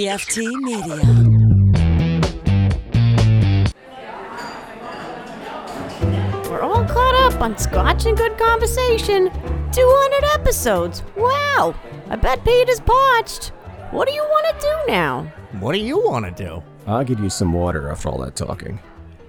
PFT Media. We're all caught up on Scotch and Good Conversation. 200 episodes. Wow. I bet Pete is parched. What do you want to do now? What do you want to do? I could use some water after all that talking.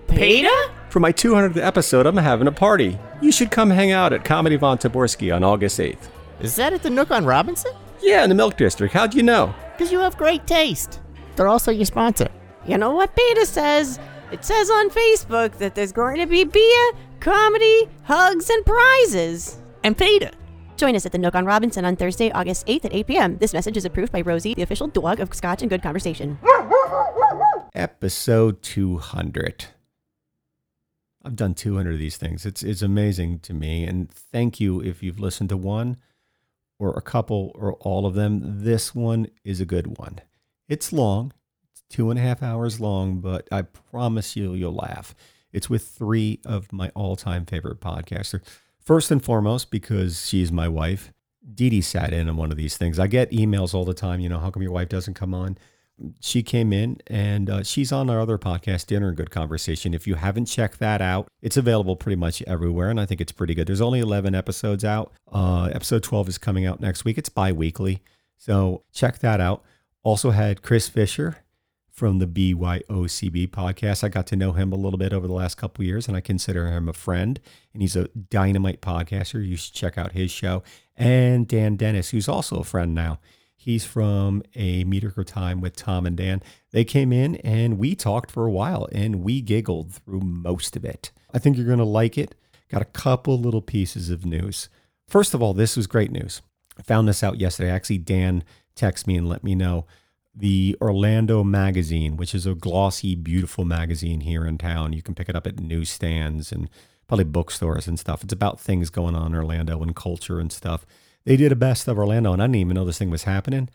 Peter? For my 200th episode, I'm having a party. You should come hang out at Comedy Von Taborski on August 8th. Is that at the Nook on Robinson? Yeah, in the Milk District. How'd you know? Because you have great taste. They're also your sponsor. You know what Peter says? It says on Facebook that there's going to be beer, comedy, hugs, and prizes. And Peter. Join us at the Nook on Robinson on Thursday, August 8th at 8 p.m. This message is approved by Rosie, the official dog of Scotch and Good Conversation. Episode 200. I've done 200 of these things. It's, it's amazing to me. And thank you if you've listened to one or a couple or all of them. This one is a good one. It's long, it's two and a half hours long, but I promise you, you'll laugh. It's with three of my all time favorite podcasters. First and foremost, because she's my wife, Dee Dee sat in on one of these things. I get emails all the time, you know, how come your wife doesn't come on? She came in and uh, she's on our other podcast, Dinner and Good Conversation. If you haven't checked that out, it's available pretty much everywhere. And I think it's pretty good. There's only 11 episodes out. Uh, episode 12 is coming out next week. It's bi weekly. So check that out. Also had Chris Fisher from the BYOCB podcast. I got to know him a little bit over the last couple of years, and I consider him a friend. And he's a dynamite podcaster. You should check out his show. And Dan Dennis, who's also a friend now. He's from a meter Go time with Tom and Dan. They came in and we talked for a while and we giggled through most of it. I think you're going to like it. Got a couple little pieces of news. First of all, this was great news. I found this out yesterday. Actually, Dan texted me and let me know the Orlando Magazine, which is a glossy, beautiful magazine here in town. You can pick it up at newsstands and probably bookstores and stuff. It's about things going on in Orlando and culture and stuff. They did a best of Orlando, and I didn't even know this thing was happening.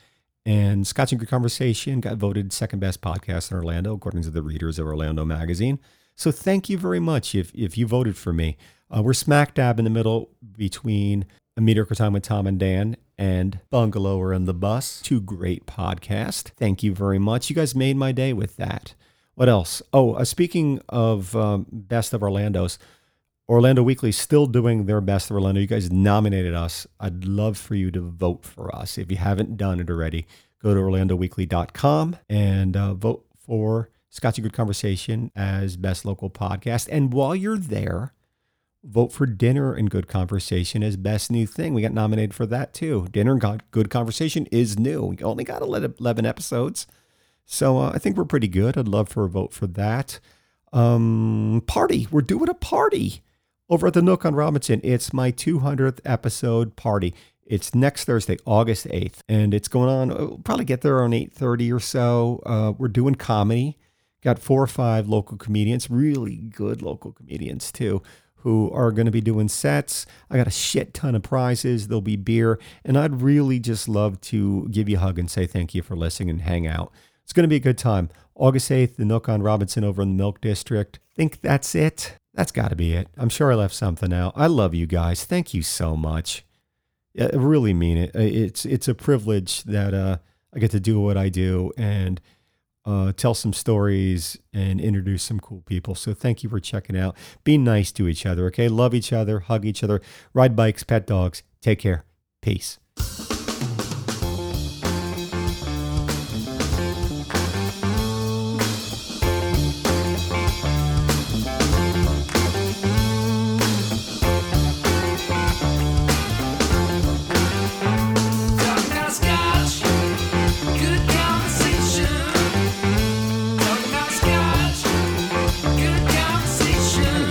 And Scotch and Good Conversation got voted second best podcast in Orlando, according to the readers of Orlando Magazine. So thank you very much if if you voted for me. Uh, we're smack dab in the middle between A Mediocre Time with Tom and Dan and Bungalower and the Bus. Two great podcasts. Thank you very much. You guys made my day with that. What else? Oh, uh, speaking of um, Best of Orlando's, Orlando Weekly still doing their best of Orlando. You guys nominated us. I'd love for you to vote for us. If you haven't done it already, go to orlandoweekly.com and uh, vote for Scotch and Good Conversation as best local podcast. And while you're there, vote for Dinner and Good Conversation as best new thing. We got nominated for that too. Dinner and Go- Good Conversation is new. We only got 11 episodes. So uh, I think we're pretty good. I'd love for a vote for that. Um, party. We're doing a party over at the Nook on Robinson. It's my 200th episode party. It's next Thursday, August 8th, and it's going on. We'll probably get there on 8:30 or so. Uh, we're doing comedy. Got four or five local comedians, really good local comedians too, who are going to be doing sets. I got a shit ton of prizes. There'll be beer, and I'd really just love to give you a hug and say thank you for listening and hang out. It's going to be a good time. August 8th, the Nook on Robinson over in the Milk District. Think that's it. That's got to be it. I'm sure I left something out. I love you guys. Thank you so much. I really mean it. I- It's it's a privilege that uh, I get to do what I do and uh, tell some stories and introduce some cool people. So thank you for checking out. Be nice to each other. Okay, love each other, hug each other, ride bikes, pet dogs. Take care. Peace. Talking about Scotch, good conversation. Talking about Scotch, good conversation.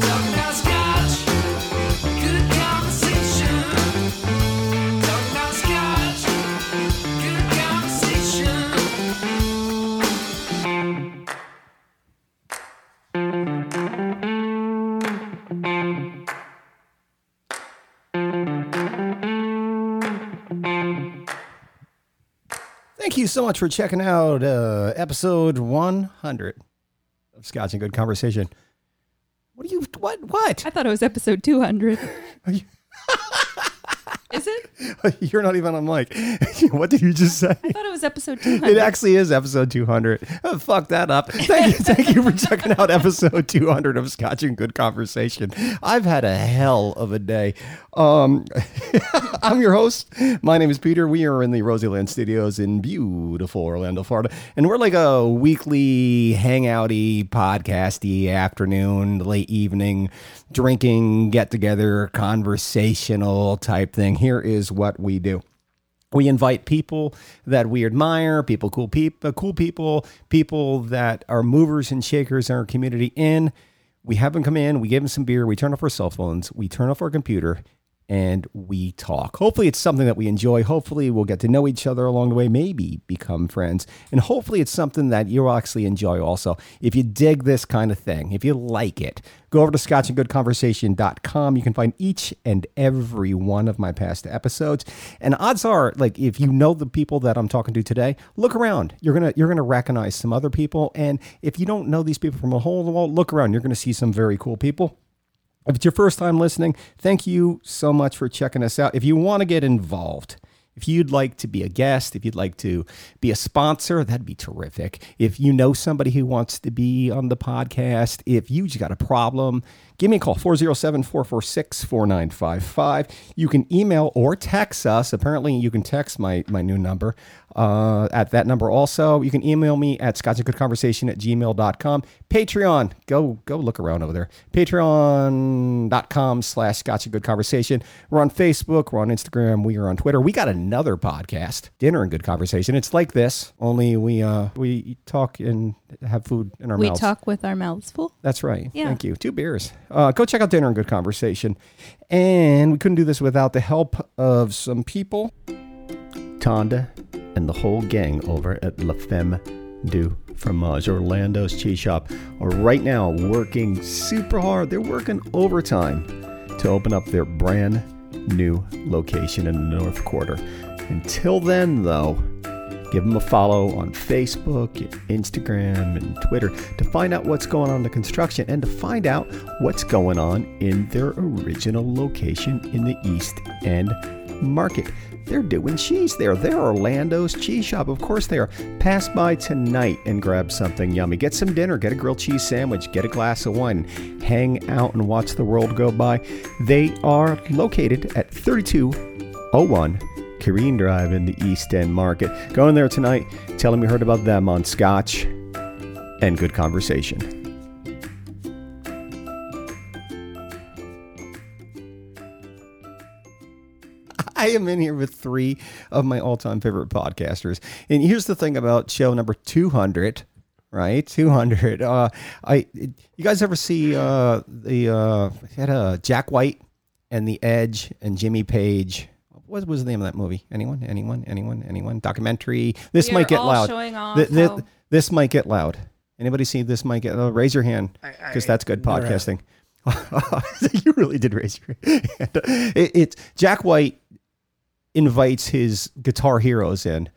Talking about Scotch, good conversation. Talking about Scotch, good conversation. Thank you so much for checking out uh, episode 100 of Scotch and Good Conversation. What do you, what, what? I thought it was episode 200. Is it? I You're not even on mic. what did you just say? thought it was episode It 200. actually is episode 200. Oh, fuck that up. Thank you, thank you for checking out episode 200 of Scotch and Good Conversation. I've had a hell of a day. Um, I'm your host. My name is Peter. We are in the Roseland Studios in beautiful Orlando, Florida, and we're like a weekly hangouty, podcasty afternoon, late evening, drinking, get together, conversational type thing. Here is what we do. We invite people that we admire, people cool people, cool people, people that are movers and shakers in our community. In, we have them come in, we give them some beer, we turn off our cell phones, we turn off our computer, and we talk. Hopefully, it's something that we enjoy. Hopefully, we'll get to know each other along the way, maybe become friends, and hopefully, it's something that you'll actually enjoy. Also, if you dig this kind of thing, if you like it, go over to scotchandgoodconversation.com. You can find each and every one of my past episodes. And odds are, like if you know the people that I'm talking to today, look around. You're gonna you're gonna recognize some other people. And if you don't know these people from a hole in the wall, look around. You're gonna see some very cool people. If it's your first time listening, thank you so much for checking us out. If you want to get involved, if you'd like to be a guest, if you'd like to be a sponsor, that'd be terrific. If you know somebody who wants to be on the podcast, if you just got a problem, give me a call 407 446 4955. You can email or text us. Apparently, you can text my, my new number uh, at that number also. You can email me at scotchandgoodconversation at gmail.com. Patreon, go go look around over there. Patreon.com slash Scotch and Good Conversation. We're on Facebook, we're on Instagram, we are on Twitter. We got another podcast, Dinner and Good Conversation. It's like this, only we uh, we talk and have food in our We mouths. talk with our mouths full. That's right. Yeah. Thank you. Two beers. Uh, go check out Dinner and Good Conversation. And we couldn't do this without the help of some people. Tonda and the whole gang over at La Femme du Fromage, Orlando's cheese shop, are right now working super hard. They're working overtime to open up their brand new location in the North Quarter. Until then, though, Give them a follow on Facebook, Instagram, and Twitter to find out what's going on in the construction and to find out what's going on in their original location in the East End Market. They're doing cheese there. They're Orlando's cheese shop. Of course they are. Pass by tonight and grab something yummy. Get some dinner, get a grilled cheese sandwich, get a glass of wine, hang out and watch the world go by. They are located at 3201 Kareen Drive in the East End Market. Go in there tonight. Tell them you heard about them on Scotch and Good Conversation. I am in here with three of my all time favorite podcasters. And here's the thing about show number 200. Right, two hundred. Uh, I, you guys ever see uh, the uh, had a Jack White and The Edge and Jimmy Page? What was the name of that movie? Anyone? Anyone? Anyone? Anyone? Documentary. This We might are get all loud. showing off Th- th- how- this might get loud. Anybody see this might get? Oh, raise your hand because that's good podcasting. you really did raise your hand. It, it's Jack White invites his guitar heroes in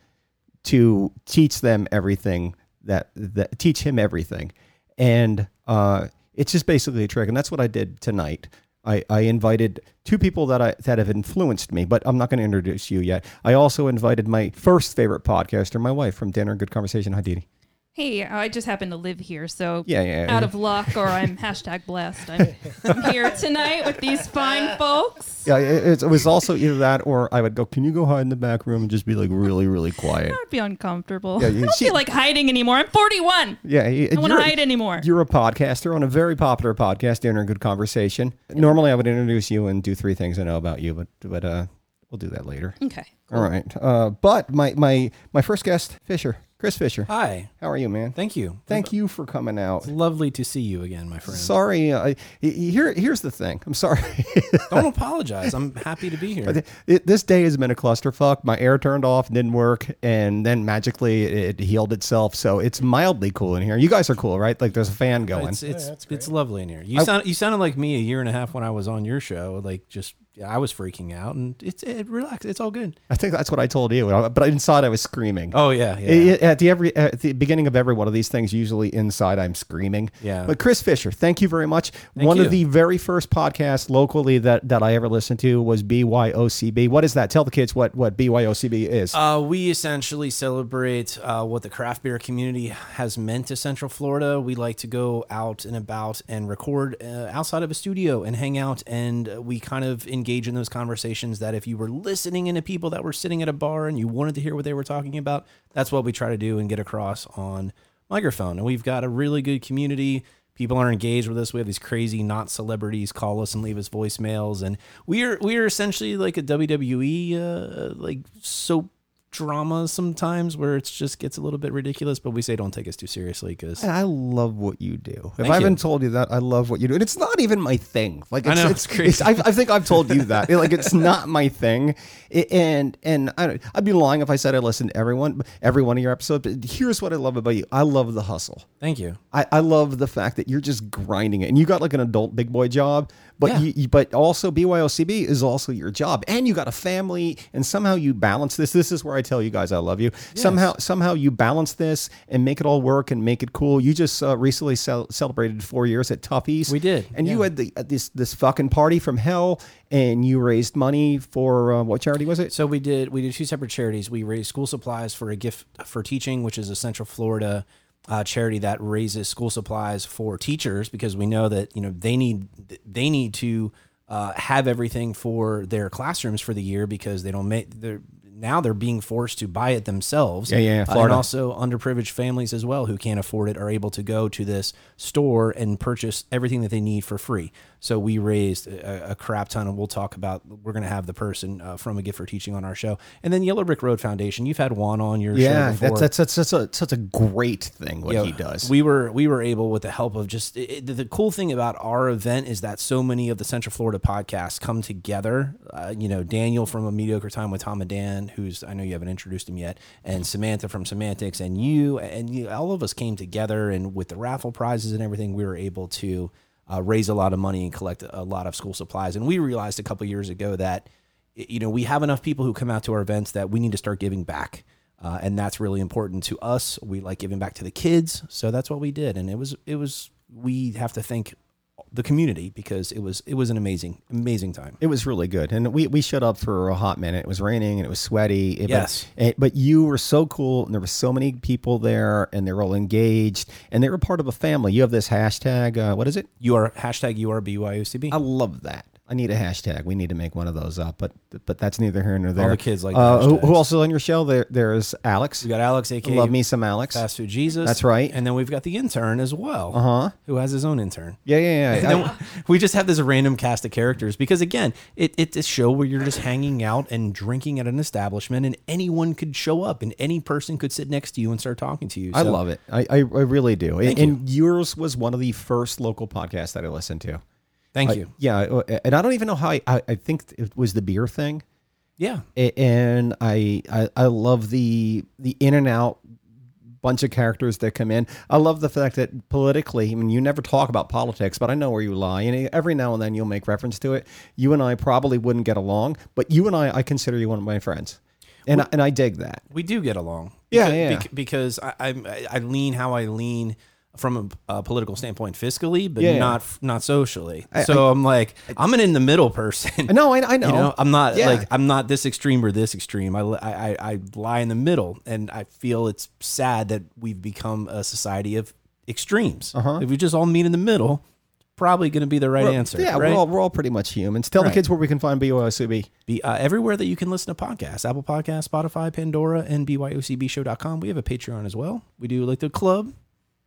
to teach them everything that, that teach him everything, and uh, it's just basically a trick. And that's what I did tonight. I, I invited two people that I that have influenced me, but I'm not going to introduce you yet. I also invited my first favorite podcaster, my wife from Dinner and Good Conversation. Hi, Dee Dee. Hey, uh, I just happen to live here, so Yeah, yeah, yeah. out of luck, or I'm hashtag blessed. I'm, I'm here tonight with these fine folks. Yeah, it, it's- it was also either that or I would go, Can you go hide in the back room and just be like really, really quiet? I'd be uncomfortable. you- I don't she- feel like hiding anymore. I'm 41. Yeah, I wanna hide anymore. You're a podcaster on a very popular podcast, Dinner and Good Conversation. Normally I would introduce you and do three things I know about you, but but uh, we'll do that later. Okay. All right. Uh, but my, my, my first guest, Fisher, Chris Fisher. Hi. How are you, man? Thank you. Thank you for coming out. Lovely to see you again, my friend. Sorry. Uh, I- here, here's the thing. I'm sorry. Don't apologize. I'm happy to be here. Th- it, this day has been a clusterfuck. My air turned off, didn't work, and then magically it, it healed itself. So it's mildly cool in here. You guys are cool, right? Like there's a fan going. It's it's, it's lovely in here. You sound you sounded like me a year and a half when I was on your show, like just I was freaking out, and it's it relax. It's all good. I think that's what I told you, uh, but inside I was screaming. Oh yeah, yeah. I- I- At the every at the beginning of every one of these things, usually inside I'm screaming. Yeah. But Chris Fisher, thank you very much. one you. of the very first podcasts locally that that I ever listened to was BYOCB. What is that? Tell the kids what what BYOCB is. Uh, we essentially celebrate uh, what the craft beer community has meant to Central Florida. We like to go out and about and record uh, outside of a studio and hang out. And uh, we kind of engage in those conversations that if you were listening into people that were sitting at a bar and you wanted to hear what they were talking about, that's what we try to do and get across on microphone. And we've got a really good community. People are engaged with us. We have these crazy not celebrities call us and leave us voicemails, and we are we are essentially like a WWE uh, like soap drama sometimes where it just gets a little bit ridiculous. But we say don't take us too seriously because I love what you do. If you. I haven't told you that, I love what you do, and it's not even my thing. Like it's, know, it's, it's it's- crazy. I, I think I've told you that. like it's not my thing, It- and and I, don't- I'd be lying if I said I listened to everyone every one of your episodes. But here's what I love about you: I love the hustle. thank you. I, I love the fact that you're just grinding it, and you got like an adult big boy job, but Yeah. you, you- but also BYOCB is also your job, and you got a family, and somehow you balance this. This is where I tell you guys I love you. Somehow somehow you balance this and make it all work and make it cool. You just uh, recently cel- celebrated four years at Tuffy's. We did, and you had the uh, this this fucking party from hell, and you raised money for uh, what charity was it? So we did we did two separate charities. We raised school supplies for a gift for teaching, which is a Central Florida uh, charity that raises school supplies for teachers because we know that you know they need they need to uh, have everything for their classrooms for the year because they don't make they're now they're being forced to buy it themselves. Yeah, yeah, yeah, Uh, and Florida. also underprivileged families as well who can't afford it are able to go to this store and purchase everything that they need for free. So we raised a, a crap ton, and we'll talk about. We're going to have the person uh, from a gift for teaching on our show, and then Yellow Brick Road Foundation. You've had Juan on your yeah, show before. that's that's that's such a such a great thing what Yeah, he does. We were we were able with the help of just it, it- the, the cool thing about our event is that so many of the Central Florida podcasts come together. Uh, you know, Daniel from A Mediocre Time with Tom and Dan, who's I know you haven't introduced him yet, and Samantha from Semantics, and you and you, all of us came together, and with the raffle prizes and everything, we were able to uh, raise a lot of money and collect a lot of school supplies. And we realized a couple years ago that you know, we have enough people who come out to our events that we need to start giving back. Uh, and that's really important to us. We like giving back to the kids. So that's what we did. And it was, it was, we have to thank the community because it was, it was an amazing, amazing time. It was really good, and we we showed up for a hot minute. It was raining and it was sweaty. It- but- Yes. it- but you were so cool, and there were so many people there, and they were all engaged, and they were part of a family. You have this hashtag. Uh, what is it? You are hashtag you are BYOCB. I love that. I need a hashtag. We need to make one of those up, but but that's neither here nor there. the kids like Uh, who, hashtags. who else is on your show? There there's Alex. we got Alex, aka love me some Alex. Fast Food Jesus. That's right. And then we've got the intern as well, uh-huh. who has his own intern. Yeah, yeah, yeah. I- Don't- we just have this random cast of characters because again, it, it's a show where you're just hanging out and drinking at an establishment, and anyone could show up, and any person could sit next to you and start talking to you. I So love it. I, I, I really do. And, and yours was one of the first local podcasts that I listened to. Thank Uh, you. Yeah, uh, and I don't even know how I, I, I think it was the beer thing. Yeah, A- and I, I I love the the in and out bunch of characters that come in. I love the fact that politically, I mean, you never talk about politics, but I know where you lie, and every now and then you'll make reference to it. You and I probably wouldn't get along, but you and I, I consider you one of my friends, and I, and I dig that. we do get along. Yeah, Beca- yeah. bec- because I, I'm- I I lean how I lean from a, a political standpoint, fiscally, but Yeah, yeah. not not socially. so I, am like, I, am an in the middle person. No, I, I know. You know, I'm not Yeah. like I'm not this extreme or this extreme. I, li- I I- I lie in the middle, and I feel it's sad that we've become a society of extremes. Uh-huh. If we just all meet in the middle, it's probably going to be the right answer. Yeah, right? we're all we're all pretty much humans. Tell the Right. kids where we can find BOSUB. Be, uh, everywhere that you can listen to podcasts, Apple Podcasts, Spotify, Pandora, and byocbshow.com. We have a Patreon as well. We do like the club,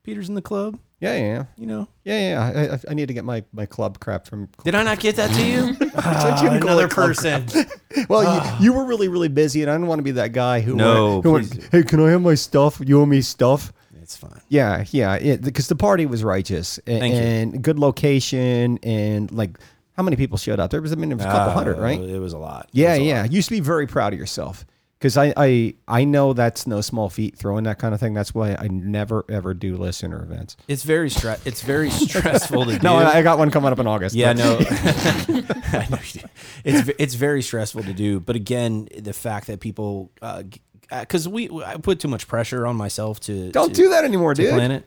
Peter's in the club. Yeah, yeah, yeah. You know, yeah, yeah. I- I, I need to get my, my club crap from. did I not get that to you? Ah, you can call another it club person. Well, you, you were really really busy, and I didn't want to be that guy who No, went- who went, please. hey, can I have my stuff? You owe me stuff. it's fine. Yeah, yeah, because the party was righteous a- Thank you. and, good location and like how many people showed up? There was I mean, it was Ah, a couple hundred, Uh, right? It was a lot. It Yeah, was a yeah. You used to be very proud of yourself. because I, I I know that's no small feat throwing that kind of thing. That's why I never ever do listener events. It's very stre- It's very stressful to do. No, I I got one coming up in August. Yeah, but- no. I know you do. It's ve- it's very stressful to do, but again, the fact that people uh, because we I put too much pressure on myself to don't to, do that anymore, to dude. plan it.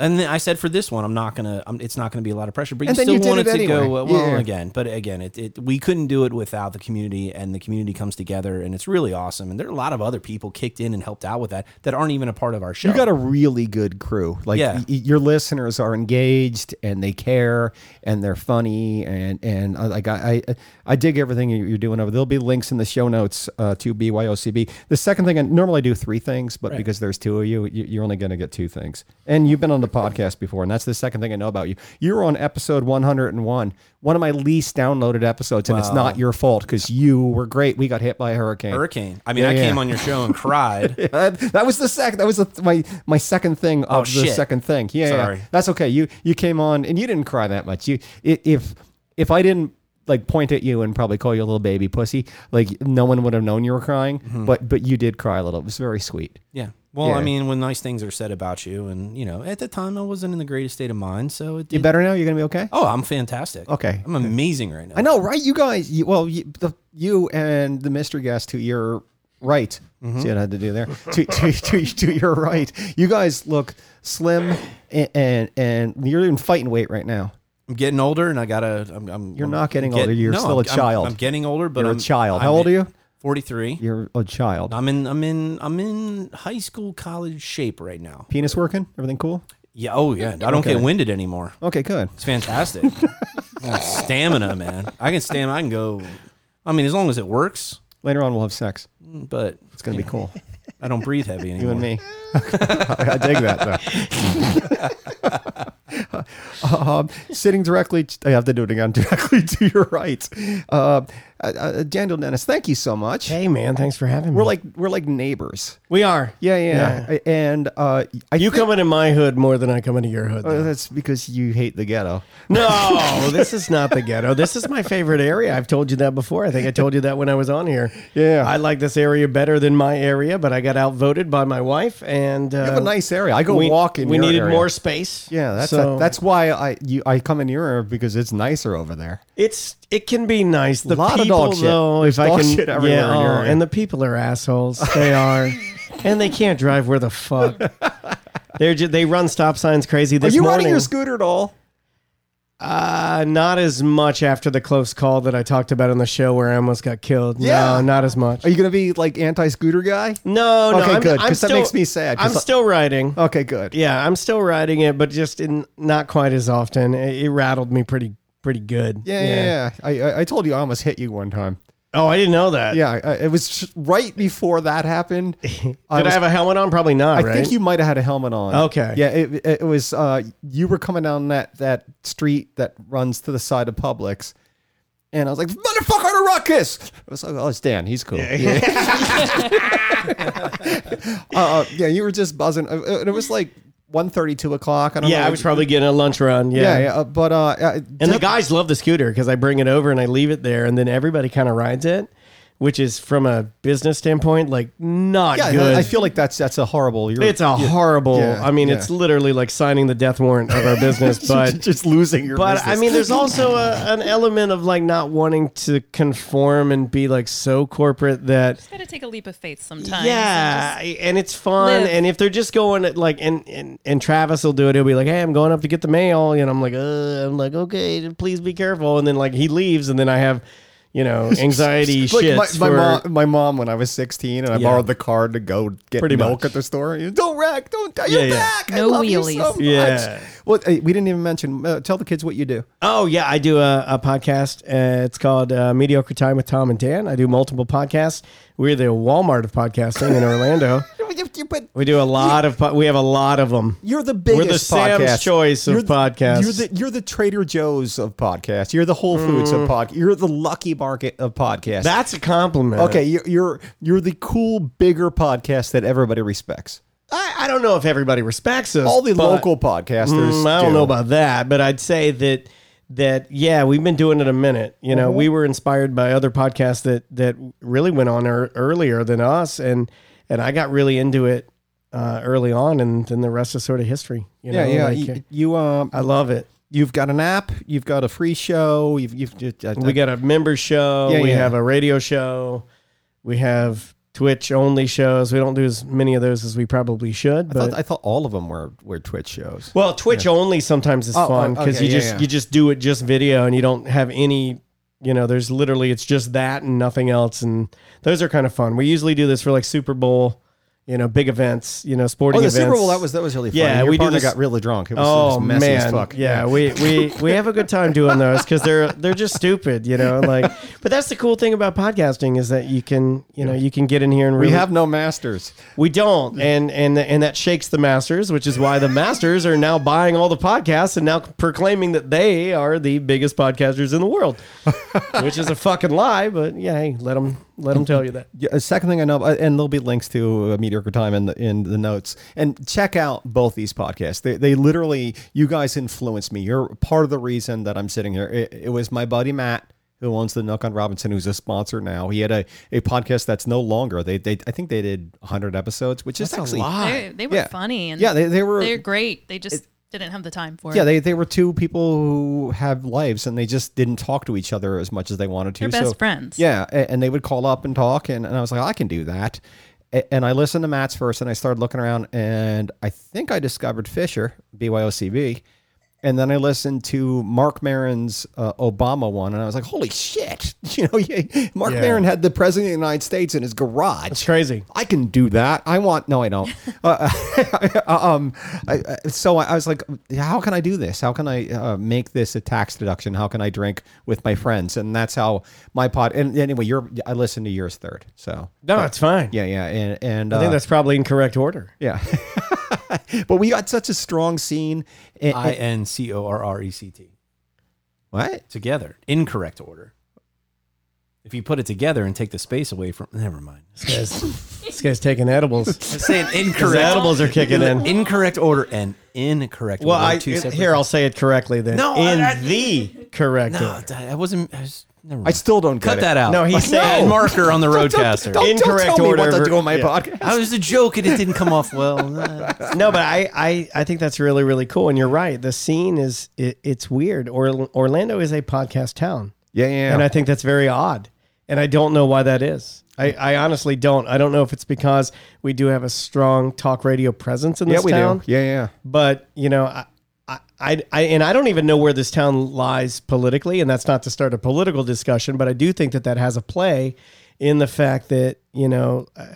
And then I said for this one, I'm not gonna. I'm, it's not gonna be a lot of pressure, but you And then still you did wanted it to go anyway. uh, well Yeah. again. But again, it, it we couldn't do it without the community, and the community comes together, and it's really awesome. And there are a lot of other people kicked in and helped out with that that aren't even a part of our show. You got a really good crew. Like Yeah. y- y- your listeners are engaged and they care and they're funny and and I- like I I, I dig everything you- you're doing over. There'll be links in the show notes uh, to BYOCB. The second thing, I normally do three things, but because there's two of you, you, you're only going to get two things. And you've been on the podcast before, and that's the second thing I know about you. You were on episode 101, one of my least downloaded episodes, and it's not your fault because you were great. We got hit by a hurricane. hurricane. I mean, Yeah, I yeah. came on your show and cried. Uh, that was the second. That was the, my my second thing of Oh, the shit. second thing. Yeah, yeah. Sorry. that's okay. You you came on and you didn't cry that much. You i- if if I didn't like point at you and probably call you a little baby pussy, like no one would have known you were crying. Mm-hmm. But but you did cry a little. It was very sweet. Yeah. Well, Yeah. I mean, when nice things are said about you, and you know, at the time I wasn't in the greatest state of mind, so it did. You better now. You're gonna be okay. Oh, I'm fantastic. Okay. I'm amazing right now. I know, right? You guys. You, well, you, the, you and the mystery guest to your right. Mm-hmm. See what I had to do there. to, to, to, to your right, you guys look slim and and, and you're in fighting weight right now. I'm getting older, and I gotta. I'm. I'm You're I'm not getting older. You're still I'm- a I'm- child. I'm, getting older, but You're a I'm child. How I'm old are you? Forty-three. You're a child. I'm in. I'm in. I'm in high school, college shape right now. Penis working? Everything cool? Yeah. Oh yeah. I don't Okay. get winded anymore. Okay, good. It's fantastic. Yeah, stamina, man. I can stamina. I can go. I mean, as long as it works. Later on, we'll have sex. But It's gonna be cool. I don't breathe heavy anymore. You and me. I dig that though. um, sitting directly, t- I have to do it again. Directly to your right, uh, uh, uh, Daniel Dennis. Thank you so much. Hey, man, thanks for having me. We're like we're like neighbors. we are. Yeah, yeah. I- And uh, I You think- come into my hood more than I come into your hood. Uh, though. that's because you hate the ghetto. No, this is not the ghetto. This is my favorite area. I've told you that before. I think I told you that when I was on here. Yeah. I like this area better than my area, but I got outvoted by my wife. And uh, You have a nice area. I go we, walk in. We your needed area. more space. Yeah, that's so that's why I you I come in your area because it's nicer over there. it's it can be nice. The Lot of people dog shit. though, There's if I dog can, shit everywhere yeah, in your oh, area. and the people are assholes. They are, and they can't drive where the fuck. They're ju- they run stop signs crazy. Are This you morning, riding your scooter at all? Uh, not as much after the close call that I talked about on the show where I almost got killed. Yeah. No, not as much. Are you gonna be like anti-scooter guy? no, no. Okay, I'm, good, I'm 'cause that still- makes me sad, 'cause I'm I- still riding. Okay, good. Oh. Yeah, I'm still riding it, but just in not quite as often. It, it rattled me pretty pretty good. Yeah, yeah, yeah. I, I I told you I almost hit you one time. Oh, I didn't know that. Yeah, I, I- it was just right before that happened. Did I, was- have a helmet on? Probably I not. right? think you might have had a helmet on. Okay. Yeah, it, it was. Uh, you were coming down that that street that runs to the side of Publix, and I was like, "Motherfucker, to rock kiss." I was like, "Oh, it's Dan. He's cool." Yeah. uh, yeah, you were just buzzing, Uh, uh, and it was like 1.30, 2 o'clock. I don't know. Yeah, I was probably getting a lunch run. Yeah. Yeah, yeah, uh, but uh, and And the guys love the scooter because I bring it over and I leave it there, and then everybody kind of rides it, which is from a business standpoint like not Yeah, good. I feel like that's that's a horrible. You're, It's a horrible. Yeah, I mean, yeah. it's literally like signing the death warrant of our business. But just losing your. but I business. mean, there's also a, an element of like not wanting to conform and be like so corporate that Got to take a leap of faith sometimes. yeah, Just- and it's fun. live. And if they're just going at like, and, and and Travis will do it. He'll be like, "Hey, I'm going up to get the mail," and I'm like, uh, "I'm like, okay, please be careful." And then like he leaves, and then I have, you know, anxiety Like shits. my, my for- mom, my mom, when I was 16, and I borrowed the card to go get Pretty milk much. at the store. you- Don't wreck, don't die. You're Yeah, yeah. back. I No love you so wheelies. much." Yeah. Well, hey, we didn't even mention. Uh, tell the kids what you do. Oh yeah, I do a, a podcast. Uh, it's called uh, Mediocre Time with Tom and Dan. I do multiple podcasts. We're the Walmart of podcasting in Orlando. You- you- but We do a lot of. Po- we have a lot of them. You're the biggest. We're the Sam's podcast. Choice of You're the- podcasts. You're the you're the Trader Joe's of podcasts. You're the Whole Foods Mm. of podcast. You're the Lucky Market of podcasts. That's a compliment. okay. You're, you're you're the cool bigger podcast that everybody respects. I, I don't know if everybody respects us. All the but- local podcasters. Mm, I don't do. know about that, but I'd say that that yeah, we've been doing it a minute. You know, Mm-hmm. we were inspired by other podcasts that that really went on ear earlier than us, and and I got really into it uh, early on, and then the rest is sort of history. You know, like, you, you um, I love it. you've got an app, you've got a free show, you've you've just, I, We got a member show. Yeah, we yeah. have a radio show. We have Twitch only shows. We don't do as many of those as we probably should. I But thought, I thought all of them were were Twitch shows. well, Twitch only sometimes is Oh, fun oh, because okay, you yeah, just yeah. you just do it just video and you don't have any. You know, there's literally it's just that and nothing else, and those are kind of fun. We usually do this for like Super Bowl, you know, big events, you know, sporting. Oh, the events. Super Bowl that was that was really fun. Yeah, Your we do partner this- got really drunk. It was, it Oh was messy man, as fuck. yeah, we, we we have a good time doing those because they're they're just stupid, you know. Like, but that's the cool thing about podcasting is that you can you know you can get in here and we really- have no masters. we don't and and and that shakes the masters, which is why the masters are now buying all the podcasts and now proclaiming that they are the biggest podcasters in the world, which is a fucking lie. But yeah, hey, let them let them tell you that. Yeah, uh, second thing I know, uh, and there'll be links to uh, Mediocre Time in the, in the notes. And check out both these podcasts. They, they literally, you guys influenced me. You're part of the reason that I'm sitting here. It, it was my buddy Matt who owns the Nook on Robinson, who's a sponsor now. He had a, a podcast that's no longer. They, they I think they did 100 episodes, which is actually They, they were Yeah. funny and Yeah, they, they were they're great. They just didn't have the time for yeah, it. they, they were two people who have lives and they just didn't talk to each other as much as they wanted to. They're best So- friends. Yeah, a- and they would call up and talk, and, and I was like, I can do that. A- And I listened to Matt's first, and I started looking around, and I think I discovered Fisher, BYOCB. And then I listened to Mark Marin's uh, Obama one, and I was like, holy shit. You know, yeah, Mark Maron had the president of the United States in his garage. It's crazy. I can do that. I want no, I don't. uh, um, I, I- so I, I was like, how can I do this? How can I uh, make this a tax deduction? How can I drink with my friends? And that's how my pod. And anyway, you're I listened to yours third. So No, it's fine. yeah, yeah, and and I uh, think that's probably in correct order. yeah. but we got such a strong scene. And, I N C O R R E C T. what? Together. Incorrect order. If you put it together and take the space away from never mind. This guy's, this guy's taking edibles. I'm saying Because incorrect. the edibles are kicking in. Incorrect order and incorrect Well, order. I, are two separate here I'll say it correctly then. No, in I- I- the correct No, order. I wasn't. I was, never I mind. still don't cut get that it. out. No, he said- Add marker on the roadcaster. Don't, don't Incorrect tell me order what to ver- do on my yeah. podcast. I was a joke and it didn't come off well. No, but I, I, I think that's really really cool, and you're right. The scene is it, it's weird. Or Orlando is a podcast town, Yeah, yeah. and I think that's very odd. And I don't know why that is. I, I honestly don't. I don't know if it's because we do have a strong talk radio presence in yeah, this we town. do. Yeah, yeah. But you know, I, I, I, I, and I don't even know where this town lies politically, and that's not to start a political discussion, but I do think that that has a play in the fact that you know. Uh,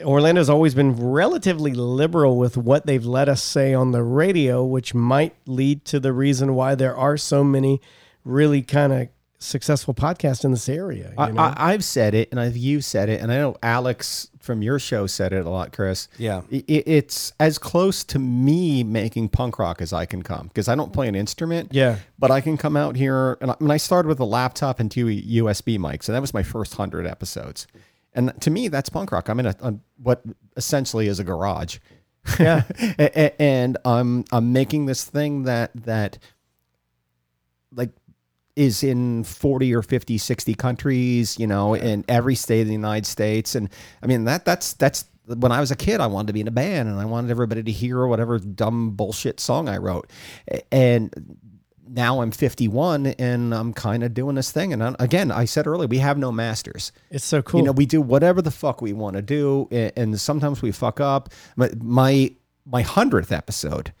Orlando's always been relatively liberal with what they've let us say on the radio, which might lead to the reason why there are so many really kind of successful podcasts in this area. You I, know? I, I've said it, and I've you said it, and I know Alex from your show said it a lot, Chris. Yeah. I- i- it's as close to me making punk rock as I can come because I don't play an instrument. Yeah. but I can come out here, and I, and I started with a laptop and two USB mics, and that was my first hundred episodes. And to me, that's punk rock. I'm in a, a what essentially is a garage. Yeah, and I'm I'm making this thing that that like is in 40 or 50 60 countries you know in every state of the united states and i mean that that's that's when i was a kid i wanted to be in a band and i wanted everybody to hear whatever dumb bullshit song i wrote A- and now i'm 51 and i'm kind of doing this thing and i again i said earlier we have no masters it's so cool. you know, we do whatever the fuck we want to do, and, and sometimes we fuck up. My my my hundredth episode,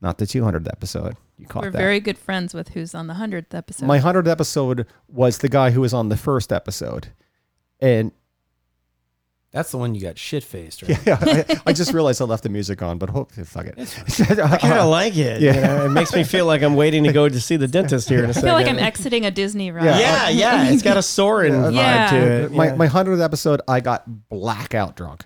not the two hundredth episode. You caught We're that. very good friends with who's on the hundredth episode. my hundredth episode was the guy who was on the first episode, and That's the one you got shit faced, right? yeah, I, I just realized I left the music on, but hope fuck it. kind of like it. Yeah, Yeah. it makes me feel like I'm waiting to go to see the dentist here in a I second. feel like I'm exiting a Disney ride. Yeah, yeah. It's got a soaring Yeah. vibe to it. my yeah. my hundredth episode, I got blackout drunk.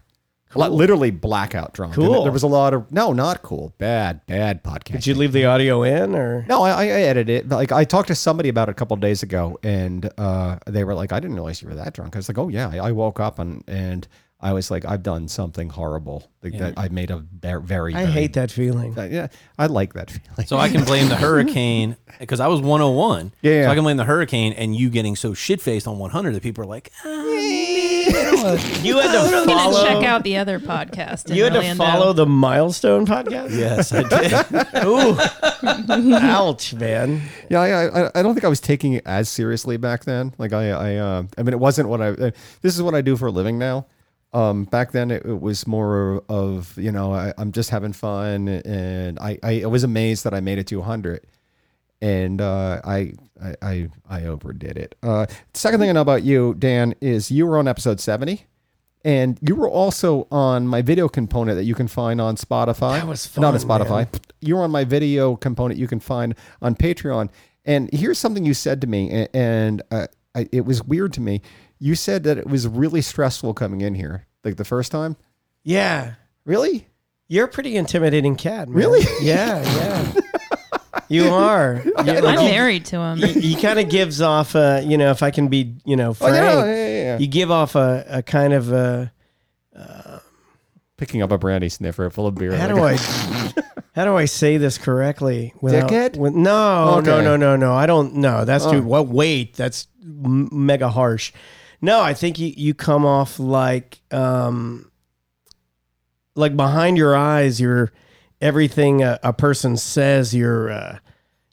Like, Literally blackout drunk. And Cool. There was a lot of no, not cool. Bad, bad podcast. Did you leave the audio in or? No, I, I edit it. Like I talked to somebody about it a couple days ago, and uh, they were like, "I didn't realize you were that drunk." I was like, "Oh yeah, I, I woke up and and I was like, I've done something horrible. Like that I made a ver- very. I very- hate that feeling. that- Yeah, I like that feeling. So I can blame the hurricane because I was 101. Yeah, yeah. So I can blame the hurricane and you getting so shit faced on 100 that people are like, ah, You had to I'm gonna check out the other podcast. In You had to Orlando. follow the milestone podcast. yes, I did. Ouch, man. Yeah, I, I, I don't think I was taking it as seriously back then. Like I, I, uh, I mean, it wasn't what I. uh, This is what I do for a living now. Um, back then, it, it was more of you know I, I'm just having fun, and I, I, I was amazed that I made it to 100, and uh, I, I, I, I overdid it. Uh, second thing I know about you, Dan, is you were on episode 70. And you were also on my video component that you can find on Spotify. That was not on fun, man. Spotify. You're on my video component you can find on Patreon. And here's something you said to me, a- and uh, I, it was weird to me. You said that it was really stressful coming in here, like the first time. Yeah. Really? You're a pretty intimidating cat. Man. Really? Yeah, yeah. you are. You, I'm married to him. kind of gives off a, you know, if I can be, you know, Oh, frank, yeah, yeah, yeah, yeah. you give off a, a kind of a, Picking up a brandy sniffer full of beer. how like do a- I, how do I say this correctly? without- Dickhead? with- no, no, Okay. Oh. no, no, no. I don't, no, that's too, what, wait, that's m- mega harsh. No, I think you, you come off like, um, like behind your eyes, you're everything a, a person says, you're, uh,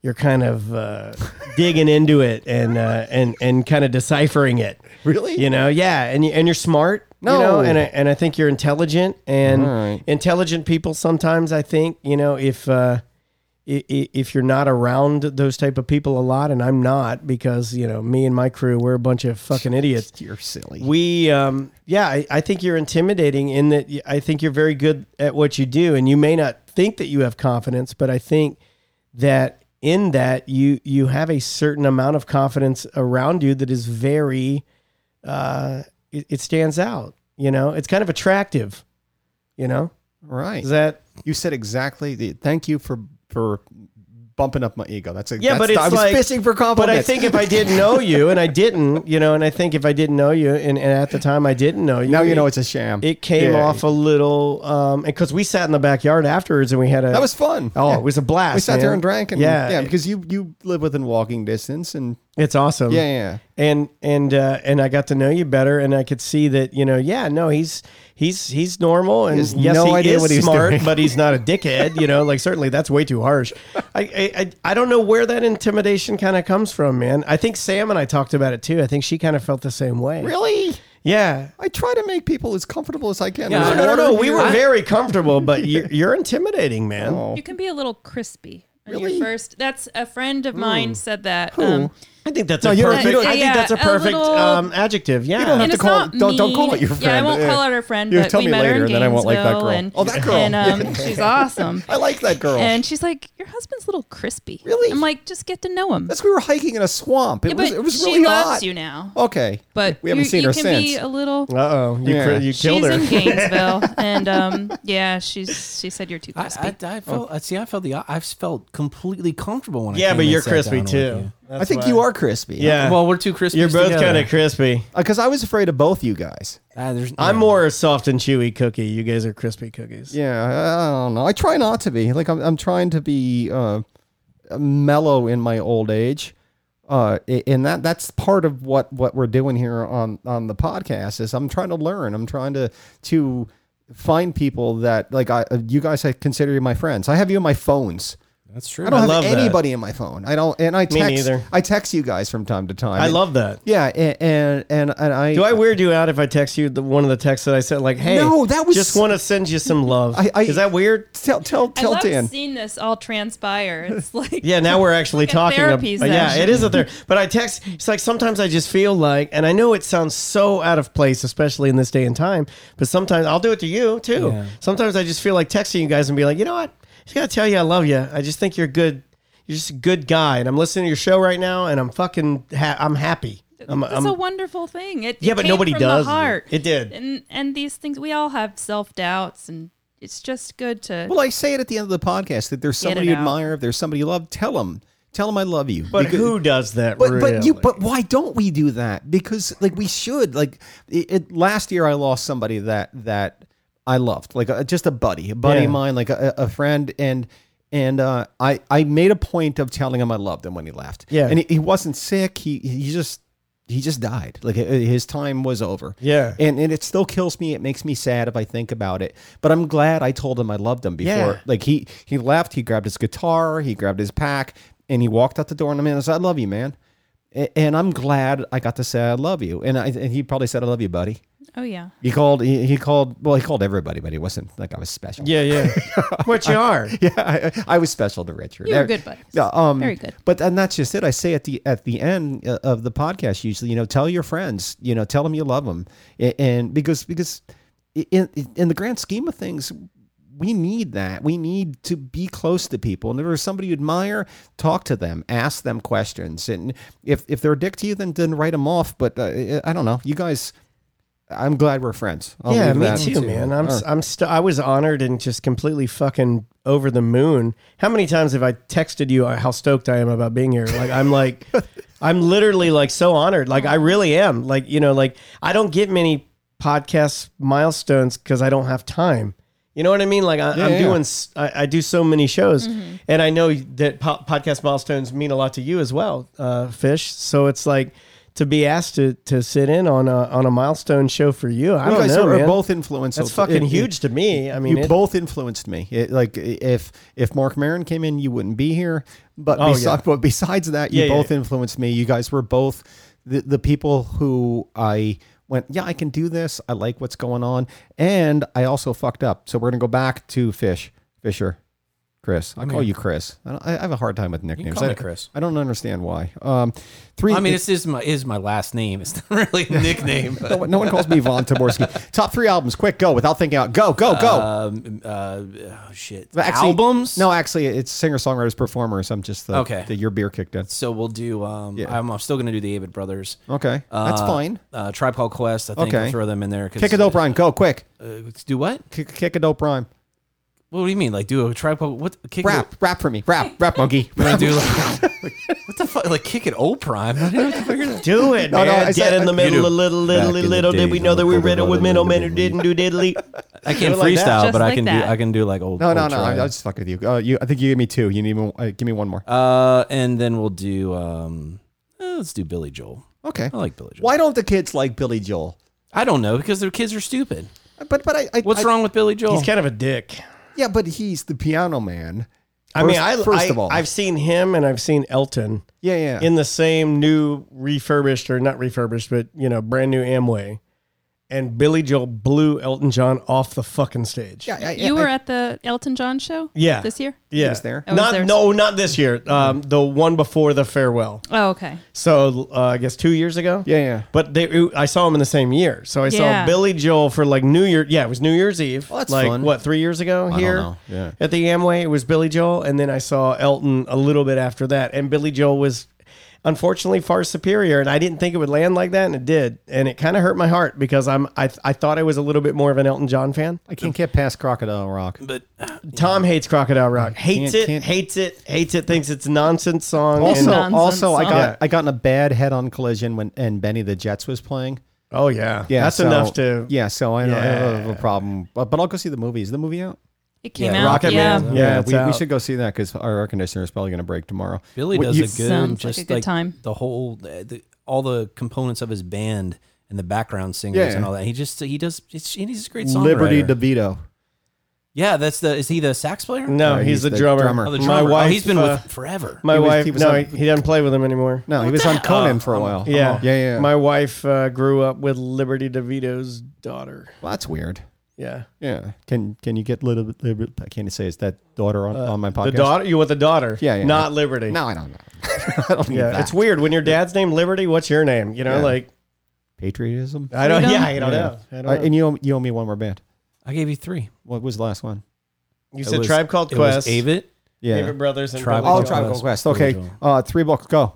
you're kind of uh, digging into it and uh, and and kind of deciphering it. Really? You know, yeah, and you, and you're smart. No. you know, and I, and I think you're intelligent and All right. intelligent people. Sometimes I think you know if uh, i- i- if you're not around those type of people a lot, and I'm not because you know me and my crew we're a bunch of fucking idiots. You're silly. We, um, yeah, I, I think you're intimidating in that y- I think you're very good at what you do, and you may not think that you have confidence, but I think that in that you you have a certain amount of confidence around you that is very, uh, it, it stands out. You know, it's kind of attractive. You know, right. is that You said exactly. The, thank you for for bumping up my ego. That's a, Yeah, but that's- I it's was like- fishing for But I compliments. think if I didn't know you, and I didn't, you know, and I think if I didn't know you, and, and at the time I didn't know you, now you know it- it's a sham. It came Yeah. off a little, um, because we sat in the backyard afterwards and we had a. That was fun. Oh, Yeah. it was a blast. We sat there man. and drank, and yeah, yeah, because you you live within walking distance, and it's awesome. yeah, yeah. and and uh, and I got to know you better, and I could see that you know, yeah, no, he's he's he's normal, and has yes, no he idea is what he's smart, doing. but he's not a dickhead. You know, like certainly that's way too harsh. I I, I, I don't know where that intimidation kind of comes from, man. I think Sam and I talked about it too. I think she kind of felt the same way. Really? Yeah. I try to make people as comfortable as I can. Yeah, There's No, no, water no. in We here. were very comfortable, but you're, you're intimidating, man. Oh. You can be a little crispy. on Really? Your first. That's a friend of mine said that. Um, I think that's No, a you're- perfect. you don't- I think that's a Yeah, a perfect little- um, adjective. Yeah. You don't have And to it's call. not Don't, don't call mean. it your Yeah, I friend. won't call out her friend, You but tell we me met her later, in and then I won't like that Gainesville, girl. and- oh, that girl. and um, she's awesome. I like that girl. And she's like, "Your husband's a little crispy." Really? I'm like, "Just get to know him." That's we were hiking in a swamp. It yeah, was but it was she really loves hot. you now. Okay, But we haven't you, seen you her can be since. a little. Uh oh, you Yeah. cr- you she's killed her. in Gainesville, and um, yeah, she's she said you're too I, crispy. I, I felt, oh. I see, I felt the, I've felt completely comfortable when I yeah, came but and you're sat crispy down with too. I think you are crispy. Yeah. Well, we're too crispy. You're both together. kind of crispy. because I was afraid of both you guys. Ah, there's- I'm yeah. more a soft and chewy cookie. You guys are crispy cookies. Yeah, I don't know. I try not to be. Like I'm, I'm trying to be uh, mellow in my old age. Uh, a- and that that's part of what what we're doing here on on the podcast is I'm trying to learn. I'm trying to to find people that like I uh, you guys I consider you my friends. I have you in my phones. That's true. I don't I have love that. anybody in my phone. I don't and I text neither. I text you guys from time to time. I love that. Yeah, and and, and, and I Do I weird you out if I text you the one of the texts that I sent? Like, hey, No, that was- just want to send you some love. I- I- Is that weird? tell tell I tell love Dan. seeing this all transpire. It's like Yeah, now we're actually Like a talking. ab- therapy yeah, session. it is a therapy. But I text. It's like sometimes I just feel like, and I know it sounds so out of place, especially in this day and time. But sometimes I'll do it to you too. Yeah. Sometimes I just feel like texting you guys and be like, you know what? Just gotta tell you I love you. I just think you're good. You're just a good guy, and I'm listening to your show right now, and I'm fucking. Ha- I'm happy. I'm, That's I'm- a wonderful thing. It, um, yeah, it but came nobody from does. The heart. It did. and and these things we all have self doubts, and it's just good to. Well, I say it at the end of the podcast that there's Get somebody it you out. admire, if there's somebody you love, tell them. Tell them I love you. But Because- who does that? But really? but you but why don't we do that? Because like we should. Like it, it- last year, I lost somebody that that I loved, like a, just a buddy, a buddy Yeah. of mine, like a, a friend, and and uh, I I made a point of telling him I loved him when he left. Yeah. and he, he wasn't sick. He he just. He just died. Like uh, his time was over. Yeah. and and it still kills me. It makes me sad if I think about it. But I'm glad I told him I loved him before. Yeah. Like he he left. He grabbed his guitar. He grabbed his pack, and he walked out the door. And the man said, "I love you, man." A- And I'm glad I got to say I love you. And I and he probably said, "I love you, buddy." Oh yeah. He called. He, he called. Well, he called everybody, but he wasn't like I was special. yeah, yeah. Which you are. Yeah, I, I was special to Richard. You were good buddies. Yeah, um, Very good. But and that's just it. I say at the at the end uh, of the podcast, usually, you know, tell your friends, you know, tell them you love them, and, because because in in the grand scheme of things, we need that. We need to be close to people, and if there's somebody you admire, talk to them, ask them questions, and if if they're a dick to you, then then write them off. But uh, I don't know, you guys. I'm glad we're friends. I'll yeah, leave me that too, man. I'm All s I'm st- I was honored and just completely fucking over the moon. How many times have I texted you uh, how stoked I am about being here? Like I'm like I'm literally like so honored. Like I really am. Like you know, like I don't get many podcast milestones because I don't have time. You know what I mean? Like I, Yeah, I'm yeah. doing, s- I, I do so many shows, and I know that po- podcast milestones mean a lot to you as well, uh, Fish. So it's like to be asked to to sit in on a on a milestone show for you. I you don't guys know, are, man. are both influencers. That's fucking It- it- huge to me. I mean, you it- both influenced me. It- like if if Mark Marin came in, you wouldn't be here. But Oh, besi- yeah. but besides that, you Yeah, yeah, both yeah. influenced me. You guys were both the, the people who I went, yeah, I can do this. I like what's going on, and I also fucked up. So we're gonna go back to Fish Fisher. Chris, I will call you Chris. I, don't, I I have a hard time with nicknames. call I, me Chris. I don't understand why. Um, three. I mean, this is my is my last name. It's not really a nickname. no, one- no one calls me Von Taborski. Top three albums, quick, go without thinking out. Go, go, go. um, uh, oh shit. But actually- Albums? No, actually, it's singer songwriters performers. I'm just the, Okay. the your beer kicked in. So we'll do. Um, Yeah. I'm, I'm still gonna do the Avid Brothers. Okay, that's Uh, fine. Uh, Tribe Called Quest. I think Okay. I'll throw them in there. 'cause, Kick a dope rhyme. Go quick. Uh, do what? Kick, kick a dope rhyme. What do you mean? Like do a Tribe Called what? Kick Rap, It, rap for me. Rap, rap monkey. I'm gonna do like, what the fuck? Like kick it old prime. I didn't have to figure that. do it, No, man. no, I Dead said- in the you middle, do. a little, little, Back in little. the Did we days know on that we Coca-Cola, riddled with diddly, middle men who diddly. didn't do diddly? I can't like that. freestyle, Just but I like can that. do. I can do like old. No, old no, no. I, Tribe. I'll just fuck with you. Uh, you. I think you gave me two. You need one, uh, give me one more. Uh, and then we'll do. Um, eh, let's do Billy Joel. Okay. I like Billy Joel. Why don't the kids like Billy Joel? I don't know because their kids are stupid. But but I, I What's I- wrong with Billy Oh. Joel? He's kind of a dick. Yeah, but he's the piano man. I mean, I first I- of all, I've seen him and I've seen Elton yeah yeah in the same new refurbished or not refurbished, but you know, brand new Amway. And Billy Joel blew Elton John off the fucking stage. yeah, I- you I- were at the Elton John show. Yeah. This year. yeah. was there? Oh, was Not there- no, not this year. Um, the one before the farewell. Oh okay. So uh, I guess two years ago. yeah yeah. But they, I saw him in the same year. So I Yeah. saw Billy Joel for like New Year. Yeah, it was New Year's Eve. that's like fun. what three years ago here know. Yeah. at the Amway. It was Billy Joel, and then I saw Elton a little bit after that. And Billy Joel was unfortunately far superior, and I didn't think it would land like that, and it did, and it kind of hurt my heart because I'm I I thought I was a little bit more of an Elton John fan. I can't get past Crocodile Rock. but Tom hates Crocodile Rock, hates Can't- it, can't- hates it, hates it, thinks it's a nonsense song. Also, and- Nonsense also, I got song. I got in a bad head-on collision when and Benny the Jets was playing. oh yeah, Yeah, that's so- enough to Yeah, so I, know I have a Yeah. problem, but, but I'll go see the movie. Is the movie out? It came Yeah, out. Rocket yeah. Man. Yeah, it's we, we out. should go see that because our air conditioner is probably going to break tomorrow. Billy What does you- a good, Sounds like just a good time. The whole, uh, the, all the components of his band and the background singers Yeah. and all that. He just he does. It's, and he's a great songwriter. Liberty DeVito. yeah, that's the. Is he the sax player? No, No, he's, he's the, the drummer. drummer. Oh, the My drummer. wife. oh, he's been uh, with forever. my He was- wife. he was no, on- he, he doesn't play with him anymore. No, he was on Conan for a while. Oh, Yeah, yeah, yeah. My wife uh, grew up with Liberty DeVito's daughter. well, that's weird. Yeah, Yeah, can can you get little bit? Liberty, I can't say is that daughter on, on my podcast. Uh, the daughter. You want the daughter? Yeah, yeah. Not Liberty. No, I don't know. I don't need Yeah, that. it's weird when your dad's name Liberty. What's your name? You know, Yeah. like patriotism. I don't. Freedom. Yeah, I don't Yeah. know. I don't Uh, know. and you owe, you owe me one more band. I gave you three. What was the last one? you It said was- Tribe Called It was Quest, Avid. Yeah. David Brothers, and Tribe Billy Oh, Called Joel. Tribal Quest. Quest. Okay, Tribal. uh, three books. Go.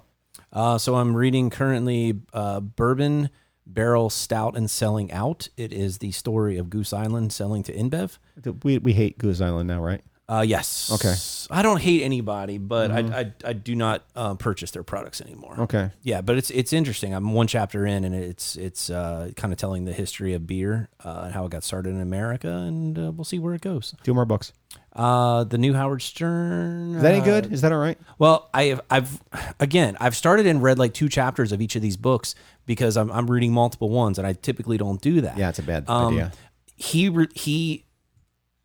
Uh, so I'm reading currently uh, Bourbon Barrel Stout and Selling Out. It is the story of Goose Island selling to InBev. We we hate Goose Island now, right? Uh, yes. Okay. Mm-hmm. I don't hate anybody, but I, I I do not uh, purchase their products anymore. Okay. Yeah, but it's it's interesting. I'm one chapter in, and it's it's uh, kind of telling the history of beer uh, and how it got started in America, and uh, we'll see where it goes. Two more books. Uh, the new Howard Stern. Is that any uh, good? Is that all right? Well, I have, I've again, I've started and read like two chapters of each of these books because I'm, I'm reading multiple ones, and I typically don't do that. Um, Yeah, it's a bad idea. He re- he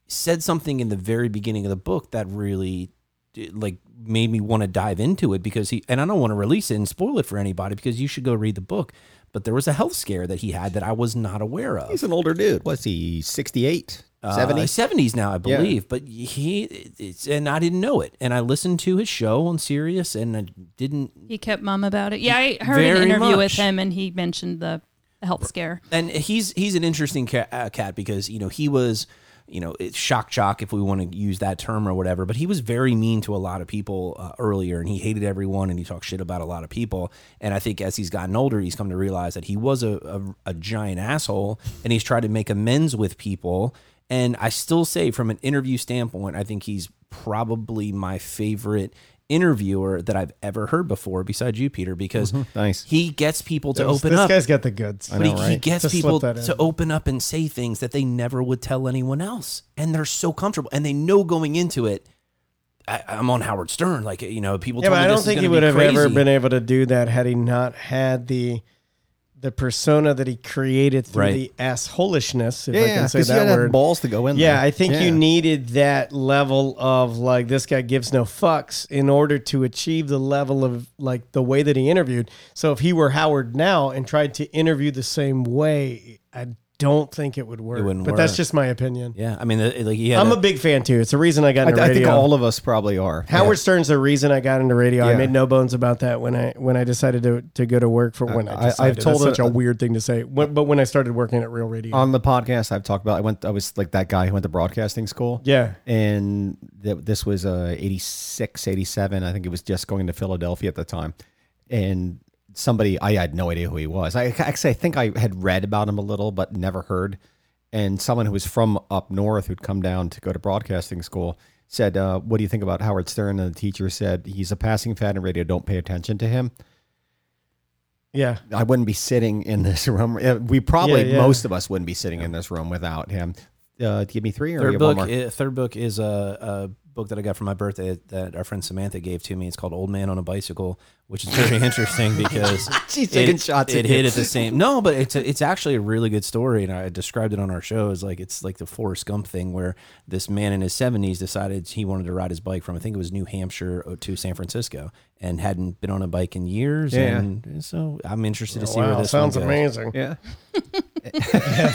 said something in the very beginning of the book that really it, like made me want to dive into it because he and I don't want to release it and spoil it for anybody because you should go read the book. But there was a health scare that he had that I was not aware of. an older dude. What's he? 68? Uh, 70? 70s now, I Yeah. believe. But he, it's, and I didn't know it. And I listened to his show on Sirius, and I didn't. He kept mum about it. Yeah, I heard Very an interview with much. him, and he mentioned the health scare. And he's he's an interesting cat, uh, cat because you know he was, you know, it's shock jock if we want to use that term or whatever. But he was very mean to a lot of people uh, earlier, and he hated everyone, and he talked shit about a lot of people. And I think as he's gotten older, he's come to realize that he was a a, a giant asshole, and he's tried to make amends with people. And I still say, from an interview standpoint, I think he's probably my favorite interviewer that I've ever heard before, besides you, Peter, because Nice. he gets people to open Mm-hmm. this up. guy's got the goods. But he, he gets Just slip people that in. to open up and say things that they never would tell anyone else, and they're so comfortable, and they know going into it. I, I'm on Howard Stern, like you know, people. Yeah, told but me I this don't is think he gonna be would have ever crazy. been able to do that had he not had the the persona that he created through Right. the assholishness, if I Yeah, can say because you that gotta word. have balls to go in yeah, there. I think you needed that level of like this guy gives no fucks in order to achieve the level of like the way that he interviewed. So if he were Howard now and tried to interview the same way, I don't think it would work. wouldn't but that's work. just my opinion. Yeah, I mean, uh, like he had. I'm a- a big fan too. It's the reason I got I, into I radio. think all of us probably are. Howard Stern's the reason I got into radio. I Yeah. made no bones about that when I when I decided to, to go to work for when I- I, I've decided. told Uh, That's it- such a weird thing to say. When, but when I started working at Real Radio, on the podcast I've talked about. I went. I was like that guy who went to broadcasting school. Yeah. and th- this was uh, 86, 87. I think it was just going to Philadelphia at the time, and somebody I had no idea who he was. I actually I think I had read about him a little, but never heard. And someone who was from up north who'd come down to go to broadcasting school said, uh, "What do you think about Howard Stern?" And the teacher said, "He's a passing fad in radio. Don't pay attention to him." yeah, I wouldn't be sitting in this room. Uh, We probably Yeah, yeah. most of us wouldn't be sitting in this room without him. Uh, give me three or third you have book. one more? i- third book is a, a book that I got for my birthday that our friend Samantha gave to me. It's called Old Man on a Bicycle, which is very interesting because She's it- taking shots at It you. hit at the same. No, but it's a, it's actually a really good story, and I described it on our show as like it's like the Forrest Gump thing where this man in his seventies decided he wanted to ride his bike from I think it was New Hampshire o- to San Francisco and hadn't been on a bike in years. Yeah. and so I'm interested to see where Oh, wow, this sounds one goes. amazing. Yeah. I'm- I'm-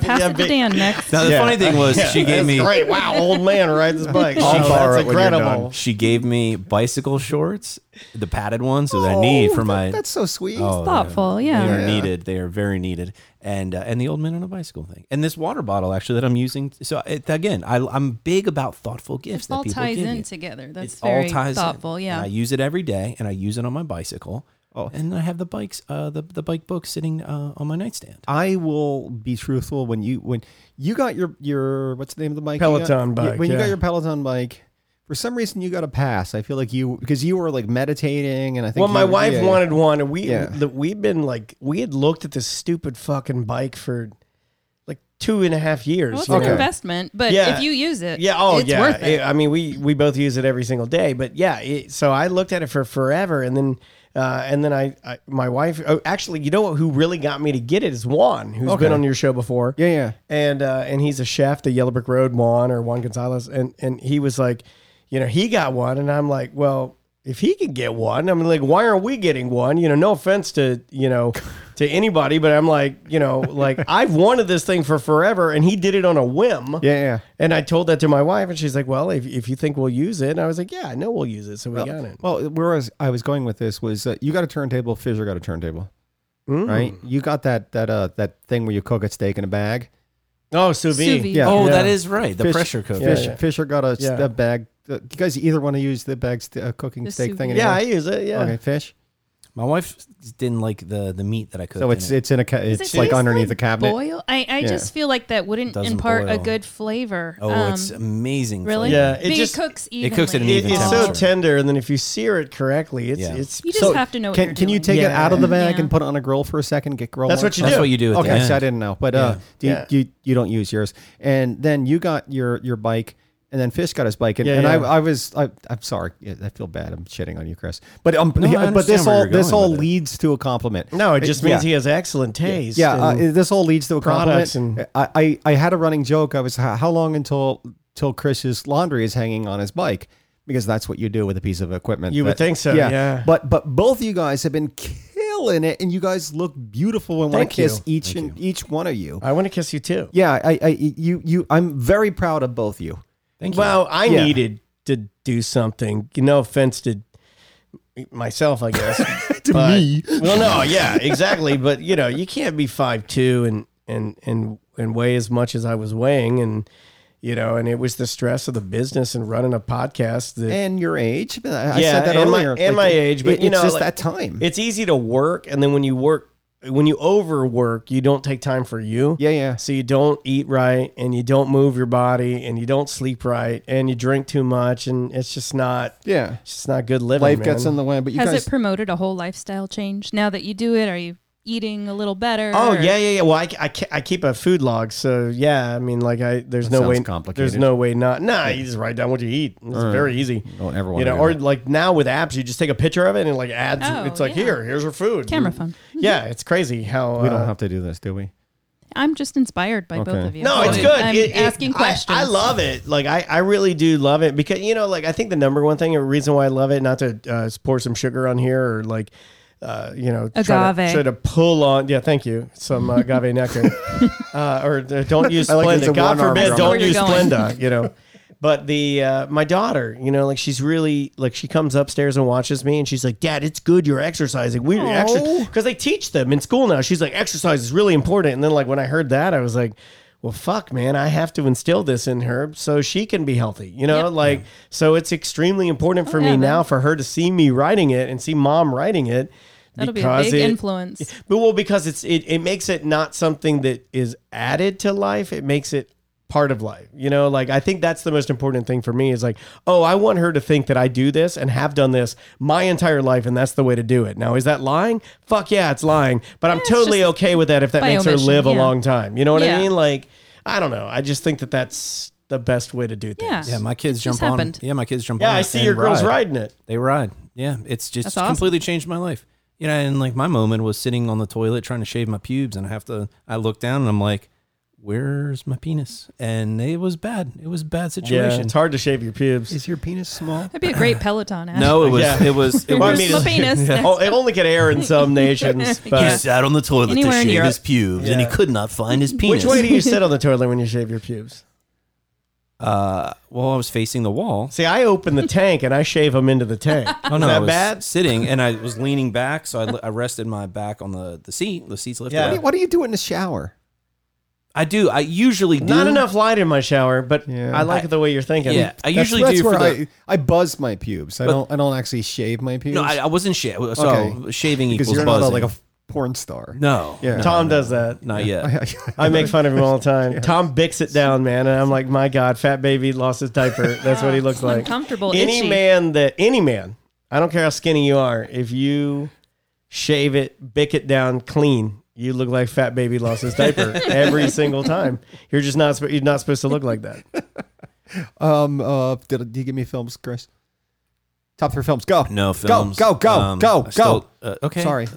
Pass I'm it to big- Dan next. Now the Yeah. funny thing was Yeah, she gave that's me great. Wow, old man rides his bike. I'll Wow, borrow that's it when you're incredible. She gave me bicycle shorts, the padded ones that I need for my. Oh, That's so sweet. Oh, Thoughtful, yeah. They are needed. They are very needed, and uh, and the old man on a bicycle thing, and this water bottle actually that I'm using. So it, again, I, I'm big about thoughtful gifts It that all people ties give in you. together. It That's all very ties in. thoughtful. And Yeah. I use it every day, and I use it on my bicycle. Oh. and I have the bikes, uh, the the bike book sitting uh, on my nightstand. I will be truthful when you when you got your your what's the name of the bike? you got? Peloton bike, When you got yeah. your Peloton bike, for some reason you got a pass. I feel like you because you were like meditating and I think Well, you my were- wife yeah. wanted one, and we Yeah. the, we've been like we had looked at this stupid fucking bike for like two and a half years. Well, it's you an know? investment, but Yeah. if you use it, Yeah. Oh, it's yeah. worth it. I mean, we we both use it every single day, but yeah. It, so I looked at it for forever, and then uh, and then I, I my wife. Oh, actually, you know who really got me to get it is Juan, who's Okay. been on your show before. Yeah, yeah. And uh, and he's a chef, the Yellow Brick Road Juan or Juan Gonzalez, and and he was like, you know, he got one, and I'm like, well. If he could get one, I'm like, why aren't we getting one? You know, no offense to you know, to anybody, but I'm like, you know, like I've wanted this thing for forever, and he did it on a whim. Yeah, yeah. And I told that to my wife, and she's like, "Well, if, if you think we'll use it," and I was like, "Yeah, I know we'll use it, so we got it." Well, where I was, I was going with this was uh, you got a turntable, Fisher got a turntable. Hmm. Right? You got that that uh that thing where you cook a steak in a bag. Oh, sous vide. Sous vide. Yeah. Oh, Yeah. that is right. The Fish- pressure cooker. Fish, Yeah, yeah. Fisher got a Yeah. that bag. Uh, you guys either want to use the bag st- uh, cooking The steak sous thing? vide. Yeah, anymore? I use it. Yeah, Okay, fish. My wife didn't like the the meat that I cooked. So it's in it. it's in a ca- it's Does it like taste underneath the cabinet. Boil. I, I just feel like that wouldn't Doesn't impart a boil. good flavor. Um, oh, it's amazing. really. flavor. Yeah, it But just- it cooks It evenly. cooks at an It- even it's so temperature. tender, and then if you sear it correctly, it's Yeah. it's. You just have to know what Can you're can you doing. take it Yeah. out of the bag Yeah. and put it on a grill for a second? Get grill. That's on? what you That's do. what you do. At okay, the end. so I didn't know, but uh, do you, Yeah. you you don't use yours, and then you got your your bike, and then Fish got his bike, and, Yeah, and yeah. I I was I, I'm sorry, Yeah, I feel bad, I'm shitting on you, Chris, but um, No, I but this understand where all you're this going all with it. leads to a compliment. No, it just means yeah. he has excellent taste. Yeah, uh, and- this all leads to a products compliment. I, I I had a running joke. I was how, how long until till Chris's laundry is hanging on his bike because that's what you do with a piece of equipment. You would that- think so, yeah. But but both you guys have been killing it, and you guys look beautiful. And want Thank to kiss you. each and each one of you. I want to kiss you too. yeah, I, I you you I'm very proud of both you. Thank you. Well, I Yeah. needed to do something. No offense to myself, I guess. to me. Well, no, yeah, exactly. But you know, you can't be five two and and and and weigh as much as I was weighing, and you know, and it was the stress of the business and running a podcast that. And your age. I- I Yeah, said that and my- earlier. and my age, but, it- you it's know, just like- that time. it's easy to work, and then when you work, when you overwork, you don't take time for you. yeah, yeah. So you don't eat right and you don't move your body and you don't sleep right and you drink too much and it's just not Yeah. it's just not good living. Life man. gets in the way, but you Has guys it promoted a whole lifestyle change? Now that you do it, are you eating a little better? Oh or- yeah, yeah, yeah. Well, I, I, ke- I keep a food log, so yeah. I mean, like I there's That no way sounds complicated. there's no way not. Nah, you just write down what you eat. It's very easy. don't ever you wanna know, do or that. like now with apps, you just take a picture of it and it, like adds. Oh, it's like yeah. here, here's your food. Camera phone. Yeah, it's crazy how we don't uh, have to do this, do we? I'm just inspired by both Okay. of you. No, it's I'm- good. I'm It- it- asking I- questions. I, love it. Like I, I really do love it because you know, like I think the number one thing, a reason why I love it, not to uh, pour some sugar on here or like, uh, you know, try to, Agave. try to pull on. Yeah, thank you. Some uh, agave nectar, uh, or uh, don't use I like Splenda. it's a God one-arm forbid, drummer. don't Where you're use going. Splenda. You know. But the uh, my daughter, you know, like she's really like she comes upstairs and watches me, and she's like, "Dad, it's good you're exercising. We exercise because they teach them in school now." She's like, "Exercise is really important." And then like when I heard that, I was like, "Well, fuck, man, I have to instill this in her so she can be healthy." You know, like so it's extremely important for me Oh, yeah, now for her to see me writing it and see mom writing it That'll be a big it- influence. but well, because it's it, it makes it not something that is added to life. It makes it part of life. You know, like I think that's the most important thing for me is like, oh, I want her to think that I do this and have done this my entire life and that's the way to do it. Now, is that lying? Fuck yeah, it's lying. But I'm it's totally just okay with that if that by makes her omission, live a yeah. long time. You know what Yeah. I mean? Like, I don't know. I just think that that's the best way to do things. Yeah. yeah, my kids Just jump on. happened. Yeah, my kids jump Yeah, on. I it see and your girls ride. riding it. They ride. Yeah, it's just That's awesome. completely changed my life. You know, and like my moment was sitting on the toilet trying to shave my pubes, and I have to. I look down and I'm like, "Where's my penis?" And it was bad. It was a bad Yeah, situation. it's hard to shave your pubes. Is your penis small? That'd be a great Peloton ad. No, it was. Yeah. It was. It Well, I was. mean, it's- penis. Oh, it only could air in some nations, but He sat on the toilet Anywhere in Europe. pubes, and he could not find his penis. Which way do you sit on the toilet when you shave your pubes? Uh, well, I was facing the wall. See, I open the tank and I shave them into the tank. Oh no, Is I that was bad? sitting, and I was leaning back, so I, I rested my back on the the seat. The seat's lifted. Yeah. up. What do you do in the shower? I do. I usually do. Not enough light in my shower, but Yeah. I like the way you're thinking. Yeah, I That's- usually that's do for where the. I, I buzz my pubes. I don't I don't actually shave my pubes. No, I, I wasn't shaving. So Okay. shaving because equals you're not a- buzzing. like a f- porn star. no, Yeah. no, Tom does that. not yet. I make fun of him all the time. Tom bicks it down, man, and I'm like, my God, fat baby lost his diaper. That's what he looks like. uncomfortable, Any itchy. man that any man, I don't care how skinny you are, if you shave it, bick it down clean, you look like fat baby lost his diaper every single time. You're just not sp- you're not supposed to look like that. Um. Uh. Did, did you give me films, Chris? Top three films. Go. No films. Go. Go. Go. Um, go. I Go. still- uh, okay. Sorry.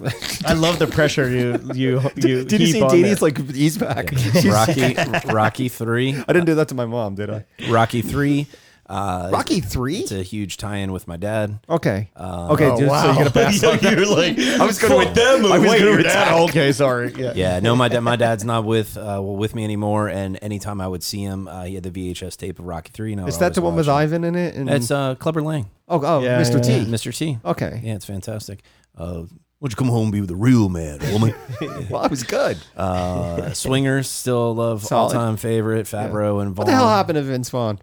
I love the pressure you you you. Did you see Dini's like he's back? She's- Rocky, Rocky three, I didn't do that to my mom, did I? Rocky three. Uh, Rocky three. It's a uh, oh, huge tie-in with my dad. Okay. okay. dude, So you're gonna pass. so Oh, you're like I was going with them. I was going with that. Okay, sorry. Yeah. Yeah, no, my dad, my dad's not with uh, well, with me anymore. And anytime I would see him, uh, he had the VHS tape of Rocky three. And I Is would that the always one with watch it. Ivan in it? And That's uh, Clubber Lang, oh, oh, Yeah, Mr. yeah, T. Yeah, Mr. T. Okay. Yeah, it's fantastic. Uh, would you come home and be with a real man, woman? Well, I was good. uh, Swingers, still love Solid. all time favorite Fabro and Vaughn. What the hell happened to Vince Vaughn?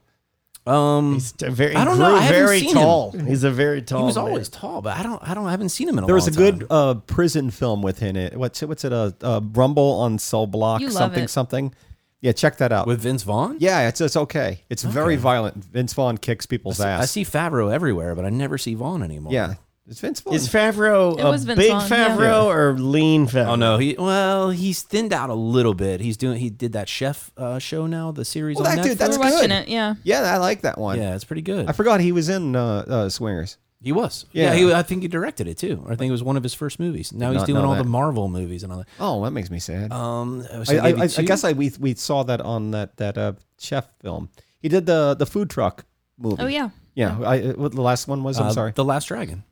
Um, He's t- very, I I don't don't know, I haven't very seen him. tall. He's a very tall. he was man. always tall, but I don't, I don't, I haven't seen him in Oh, a There was a long good time. uh, prison film within it. What's it? What's it? Uh, uh, Rumble on Cell Block. You love something. it. Something. Yeah, check that out. with Vince Vaughn. yeah, it's it's okay. It's very violent. Vince Vaughn kicks people's ass. I see Favreau everywhere, but I never see Vaughn anymore. Yeah, it's Vince Vaughn. Is Favreau It a was Vince big Vaughn, yeah. Favreau or lean Favreau? Oh no, he well, he's thinned out a little bit. He's doing he did that chef uh, show now, the series Well, on that Netflix. dude, that's We're watching good. it. Yeah. yeah, I like that one. yeah, it's pretty good. I forgot he was in uh, uh, Swingers. He was. Yeah, Yeah. he, I think he directed it too. I think it was one of his first movies. Now he's not doing know all that. the Marvel movies and all that. Oh, that makes me sad. Um, so I, I, maybe I, I two? guess I we we saw that on that that uh, chef film. He did the the food truck movie. Oh yeah. yeah. I, uh, what the last one was? I'm Uh, sorry. The Last Dragon.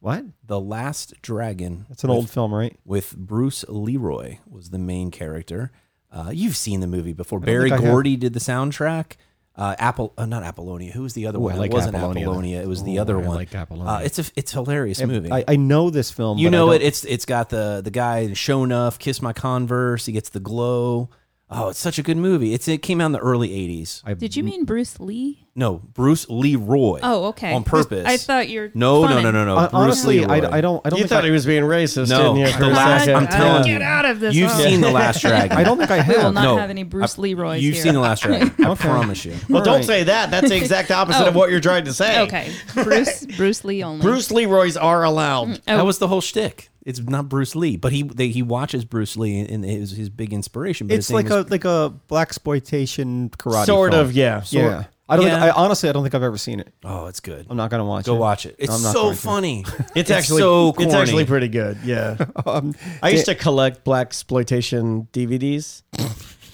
what? The Last Dragon. That's an old film, right? with Bruce Leroy was the main character. Uh, you've seen the movie before. Barry think I have. Gordy did the soundtrack. Uh, Apple, uh, not Apollonia. Who was the other Ooh, I one? like it wasn't Apollonia, Apollonia. though. It was the Ooh, other I one. like Apollonia. Uh, it's a it's a hilarious movie. I, I know this film. you but I know it. don't- It's it's got the the guy in Show Enough, Kiss My Converse. He gets the glow. Oh, it's such a good movie. It's it came out in the early '80s. I- Did you mean Bruce Lee? No, Bruce Leroy. Oh, okay. On purpose. I thought you're. No, no, no, no, no. Uh, Bruce honestly, I, Leroy. I don't. I don't. You think thought I, he was being racist, No, didn't you? the for a last- second? I'm telling you. Get out of this. You've house. seen the Last Dragon. I don't think I We will have. not have any Bruce Leroys You've here. seen the Last Dragon. I promise you. Well, don't Alright. say that. That's the exact opposite of what you're trying to say. Okay, Bruce Bruce Lee only. Bruce Leroy's are allowed. That was the whole shtick. It's not Bruce Lee, but he they, he watches Bruce Lee and it was his big inspiration. But It's his name like a is- like a black exploitation karate. Sort film. of, yeah. Sort- yeah. I don't. Think, Yeah. I honestly, I don't think I've ever seen it. oh, it's good. I'm not gonna watch Go it. watch it. It's I'm not so going to. funny. It's, actually so corny. it's actually pretty good. Yeah. Um, I used to collect black exploitation DVDs.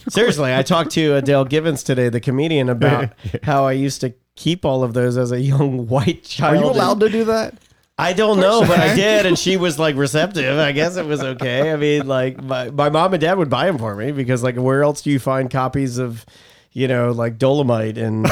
Seriously, I talked to Adele Givens today, the comedian, about how I used to keep all of those as a young white Are child. you allowed to do that? I don't know, but I did, and she was like receptive. I guess it was okay. I mean, like my, my mom and dad would buy them for me because like where else do you find copies of, you know, like Dolomite and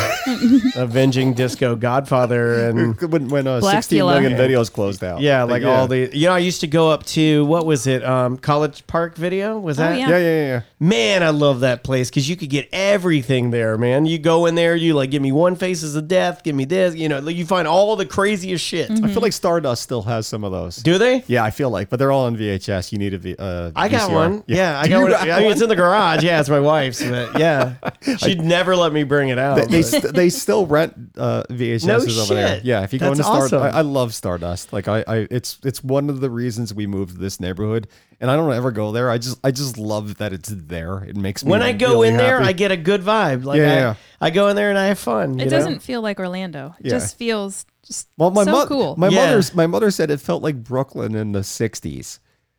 Avenging Disco Godfather and When, when uh, Blackula. 16 million videos closed out. yeah, like yeah. all the you know I used to go up to what was it um, College Park Video was that Oh, yeah. Yeah, yeah, yeah. Man, I love that place because you could get everything there, man. You go in there, you like, give me one faces of death, give me this, you know, like, you find all the craziest shit. I feel like Stardust still has some of those. Do they? Yeah, I feel like, but they're all on VHS. You need a V. Uh, I got VCR. one. Yeah, I Do got you one. got I mean, it's in the garage. Yeah, it's my wife's, but yeah, she'd never let me bring it out. They, they, but- st- they still rent uh, VHSs Oh, No over there. shit. Yeah, if you go That's into Stardust, awesome. I, I love Stardust. Like I, I, it's it's one of the reasons we moved to this neighborhood, and I don't ever go there. I just I just love that it's there. It makes me when I go really in there, happy. I get a good vibe. Like, Yeah, I, yeah. I go in there and I have fun. you It know? doesn't feel like Orlando. It Yeah. just feels just Well, my so mother, cool. my Yeah. mother's, my mother said it felt like Brooklyn in the '60s.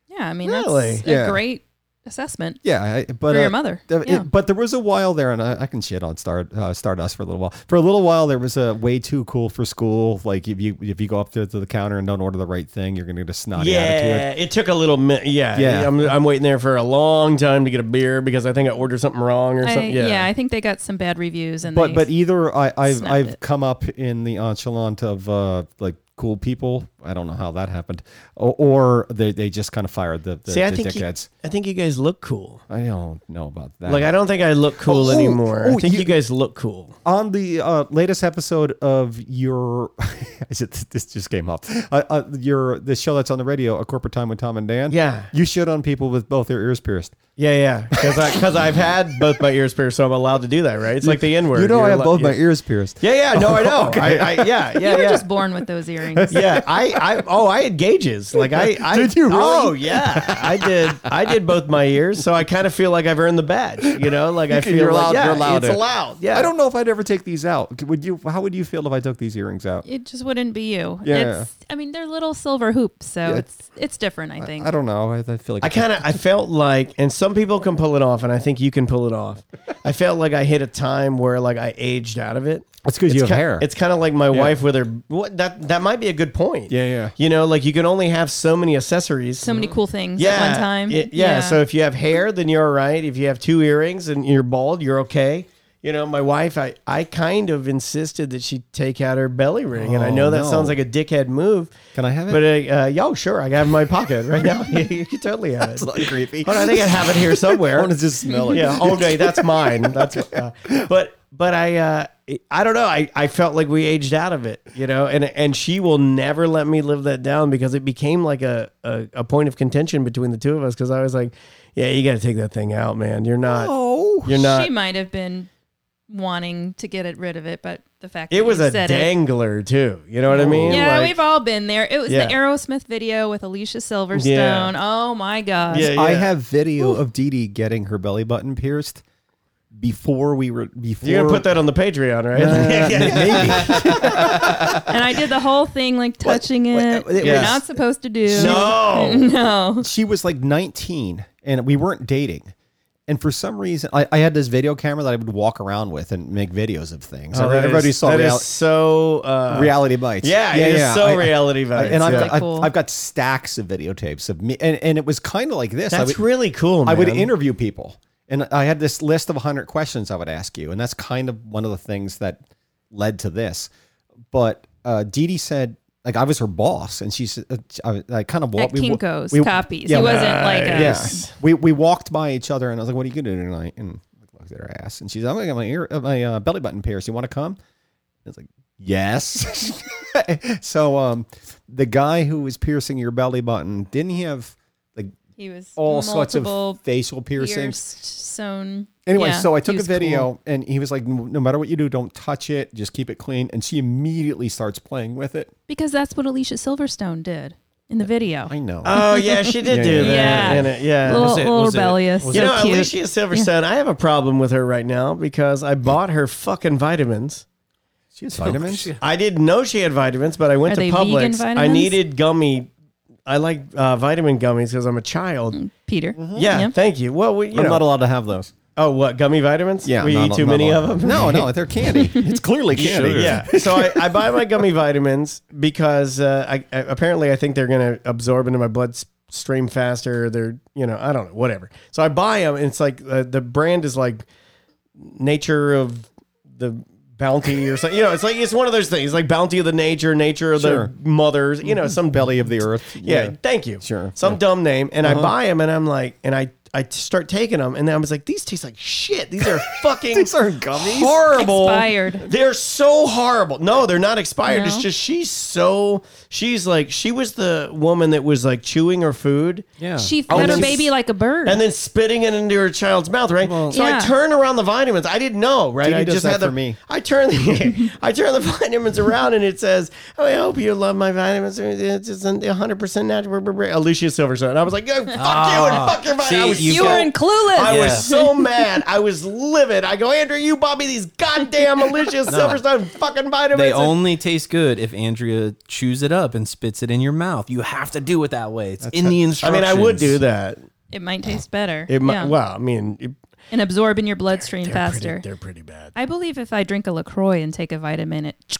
yeah, I mean Really? that's Yeah. a great assessment. Yeah, I, but For your uh, mother. th- it- Yeah. but there was a while there, and I, I can shit on Star uh, Stardust for a little while. For a little while, there was a way too cool for school. Like if you if you go up to, to the counter and don't order the right thing, you're gonna get a snotty attitude. Yeah, it took a little minute. Yeah, Yeah. I'm, I'm waiting there for a long time to get a beer because I think I ordered something wrong or I, something. yeah. I think they got some bad reviews and But they, but either I I've Snapped I've it. come up in the enchalant of uh like cool people. I don't know how that happened, or, or they they just kind of fired the, the, See, I the think you, dickheads. I think you guys look cool. I don't know about that. Like I don't think I look cool Oh, anymore. oh, I think you- you, guys look cool. on the uh, latest episode of your I said this just came up uh, uh, your the show that's on the radio a corporate time with tom and dan Yeah. you shit on people with both their ears pierced Yeah, yeah. Because because I've had both my ears pierced, so I'm allowed to do that, right? It's like the N word. you know i have allo- both yeah. my ears pierced Yeah, yeah. No, I know. I, I, yeah, yeah, you were yeah. just born with those earrings. yeah, I, I, oh, I had gauges. Like I, I Did you really? Oh, yeah, I did. I did both my ears, so I kind of feel like I've earned the badge. You know, like I feel you're like, allowed- yeah, you're allowed It's it. allowed. Yeah, i don't know if i'd ever take these out would you how would you feel if i took these earrings out It just wouldn't be you. Yeah. It's I mean they're little silver hoops, so it's it's different, I think. i don't know i, I feel like I kind of I felt like, and some people can pull it off, and I think you can pull it off. I felt like I hit a time where like I aged out of it. That's 'cause It's you have ki- hair. It's kind of like my wife with her. What that that might be a good point. Yeah, yeah. You know, like you can only have so many accessories. so many cool things yeah, at one time. y- yeah. So if you have hair, then you're all right. If you have two earrings and you're bald, you're okay. You know, my wife, I, I kind of insisted that she take out her belly ring, and I Oh, know that no. sounds like a dickhead move. Can I have it? But uh, uh, yo, sure, I got it in my pocket right now. you can totally have it. like creepy But I think I have it here i somewhere. want to just smell it yeah. Okay, that's mine. That's uh, but but I uh, I don't know. I, I felt like we aged out of it, you know. And and she will never let me live that down because it became like a a, a point of contention between the two of us because I was like, yeah, you got to take that thing out, man. You're not. Oh. You're not. she might have been wanting to get it rid of it, but the fact It that was you a said it- dangler too. You know what I mean? Yeah, Like- we've all been there. It was Yeah. the Aerosmith video with Alicia Silverstone. Oh my gosh. Yeah, I yeah. have video of Dee Dee getting her belly button pierced before we were before. You're gonna put that on the Patreon, right? And I did the whole thing like touching it. what- it You're was- not supposed to do. no. No. she was like 19 and we weren't dating. And for some reason, I, I had this video camera that I would walk around with and make videos of things. Oh, that Everybody is- saw that is real- so uh, reality bites. Yeah, it is so reality I- bites. and I've, yeah. got, I've, Cool. I've got stacks of videotapes of me, and, and it was kind of like this. I that's would, really cool. I would man. interview people, and I had this list of 100 questions I would ask you, and that's kind of one of the things that led to this. But uh, Dee Dee said, like I was her boss, and she said, uh, I, I kind of At walked. Kinko's copies. he wasn't like a, Yes. We we walked by each other and I was like, "What are you gonna do tonight?" And I looked at her ass and she's, "I'm gonna get my ear, uh, my uh, belly button pierced. You want to come?" I was like, "Yes." so um, the guy who was piercing your belly button didn't he have like he was all all sorts multiple of facial pierced, piercings? sewn. Anyway, Yeah, so I he took a was video cool. and he was like, "No matter what you do, don't touch it. Just keep it clean." And she immediately starts playing with it. because that's what Alicia Silverstone did in the video. I know. Oh yeah, she did do that. Yeah. in it, yeah. little was it- little was it- rebellious. was You so know, cute. Alicia Silverstone, I have a problem with her right now because I bought her fucking vitamins. she has vitamins. I didn't know she had vitamins, but I went Are to they Publix. vegan I vitamins? needed gummy. I like uh, vitamin gummies because I'm a child. Peter. Mm-hmm. Yeah, Mm. Yeah. thank you. Well, we, you I'm know, not allowed to have those. oh, what gummy vitamins? Yeah, we not- eat too not many all- of them. No, no, they're candy. It's clearly candy. Yeah. So I, I buy my gummy vitamins because uh, I, I apparently I think they're going to absorb into my bloodstream faster. They're, you know, I don't know, whatever. So I buy them and it's like uh, the brand is like Nature of the Bounty or something. You know, it's like, it's one of those things like Bounty of the Nature, Nature of Sure. Mm-hmm. the Mothers, you know, some belly of the earth. yeah, thank you. Sure. Uh-huh. Some dumb name. And I buy them and I'm like, and I, I start taking them and then I was like, these taste like shit. These are fucking These are gummies. horrible. Expired. They're so horrible. No, they're not expired. It's No? just she's so she's like she was the woman that was like chewing her food. Yeah. She fed her she's- baby like a bird. And then spitting it into her child's mouth, right? so Yeah. I turn around the vitamins. I didn't know, right? Didi I does that the for me. I turn the I turn the vitamins around and it says, "Oh, I hope you love my vitamins. It's just 100 percent natural." blah, blah, blah." Alicia Silverstone. I was like, "Oh, "Fuck you and fuck your vitamins." I See, was you you so- were in Clueless. I Yeah. was so mad. I was livid. I go, Andrew, you bought me these goddamn Alicia Silverstone fucking vitamins. They And- only taste good if Andrea chews it up and spits it in your mouth. You have to do it that way. It's in the I instructions. mean, I would do that. It might taste better. It might, yeah. Well, I mean, it, and absorb in your bloodstream faster. they're pretty bad. I believe if I drink a LaCroix and take a vitamin, it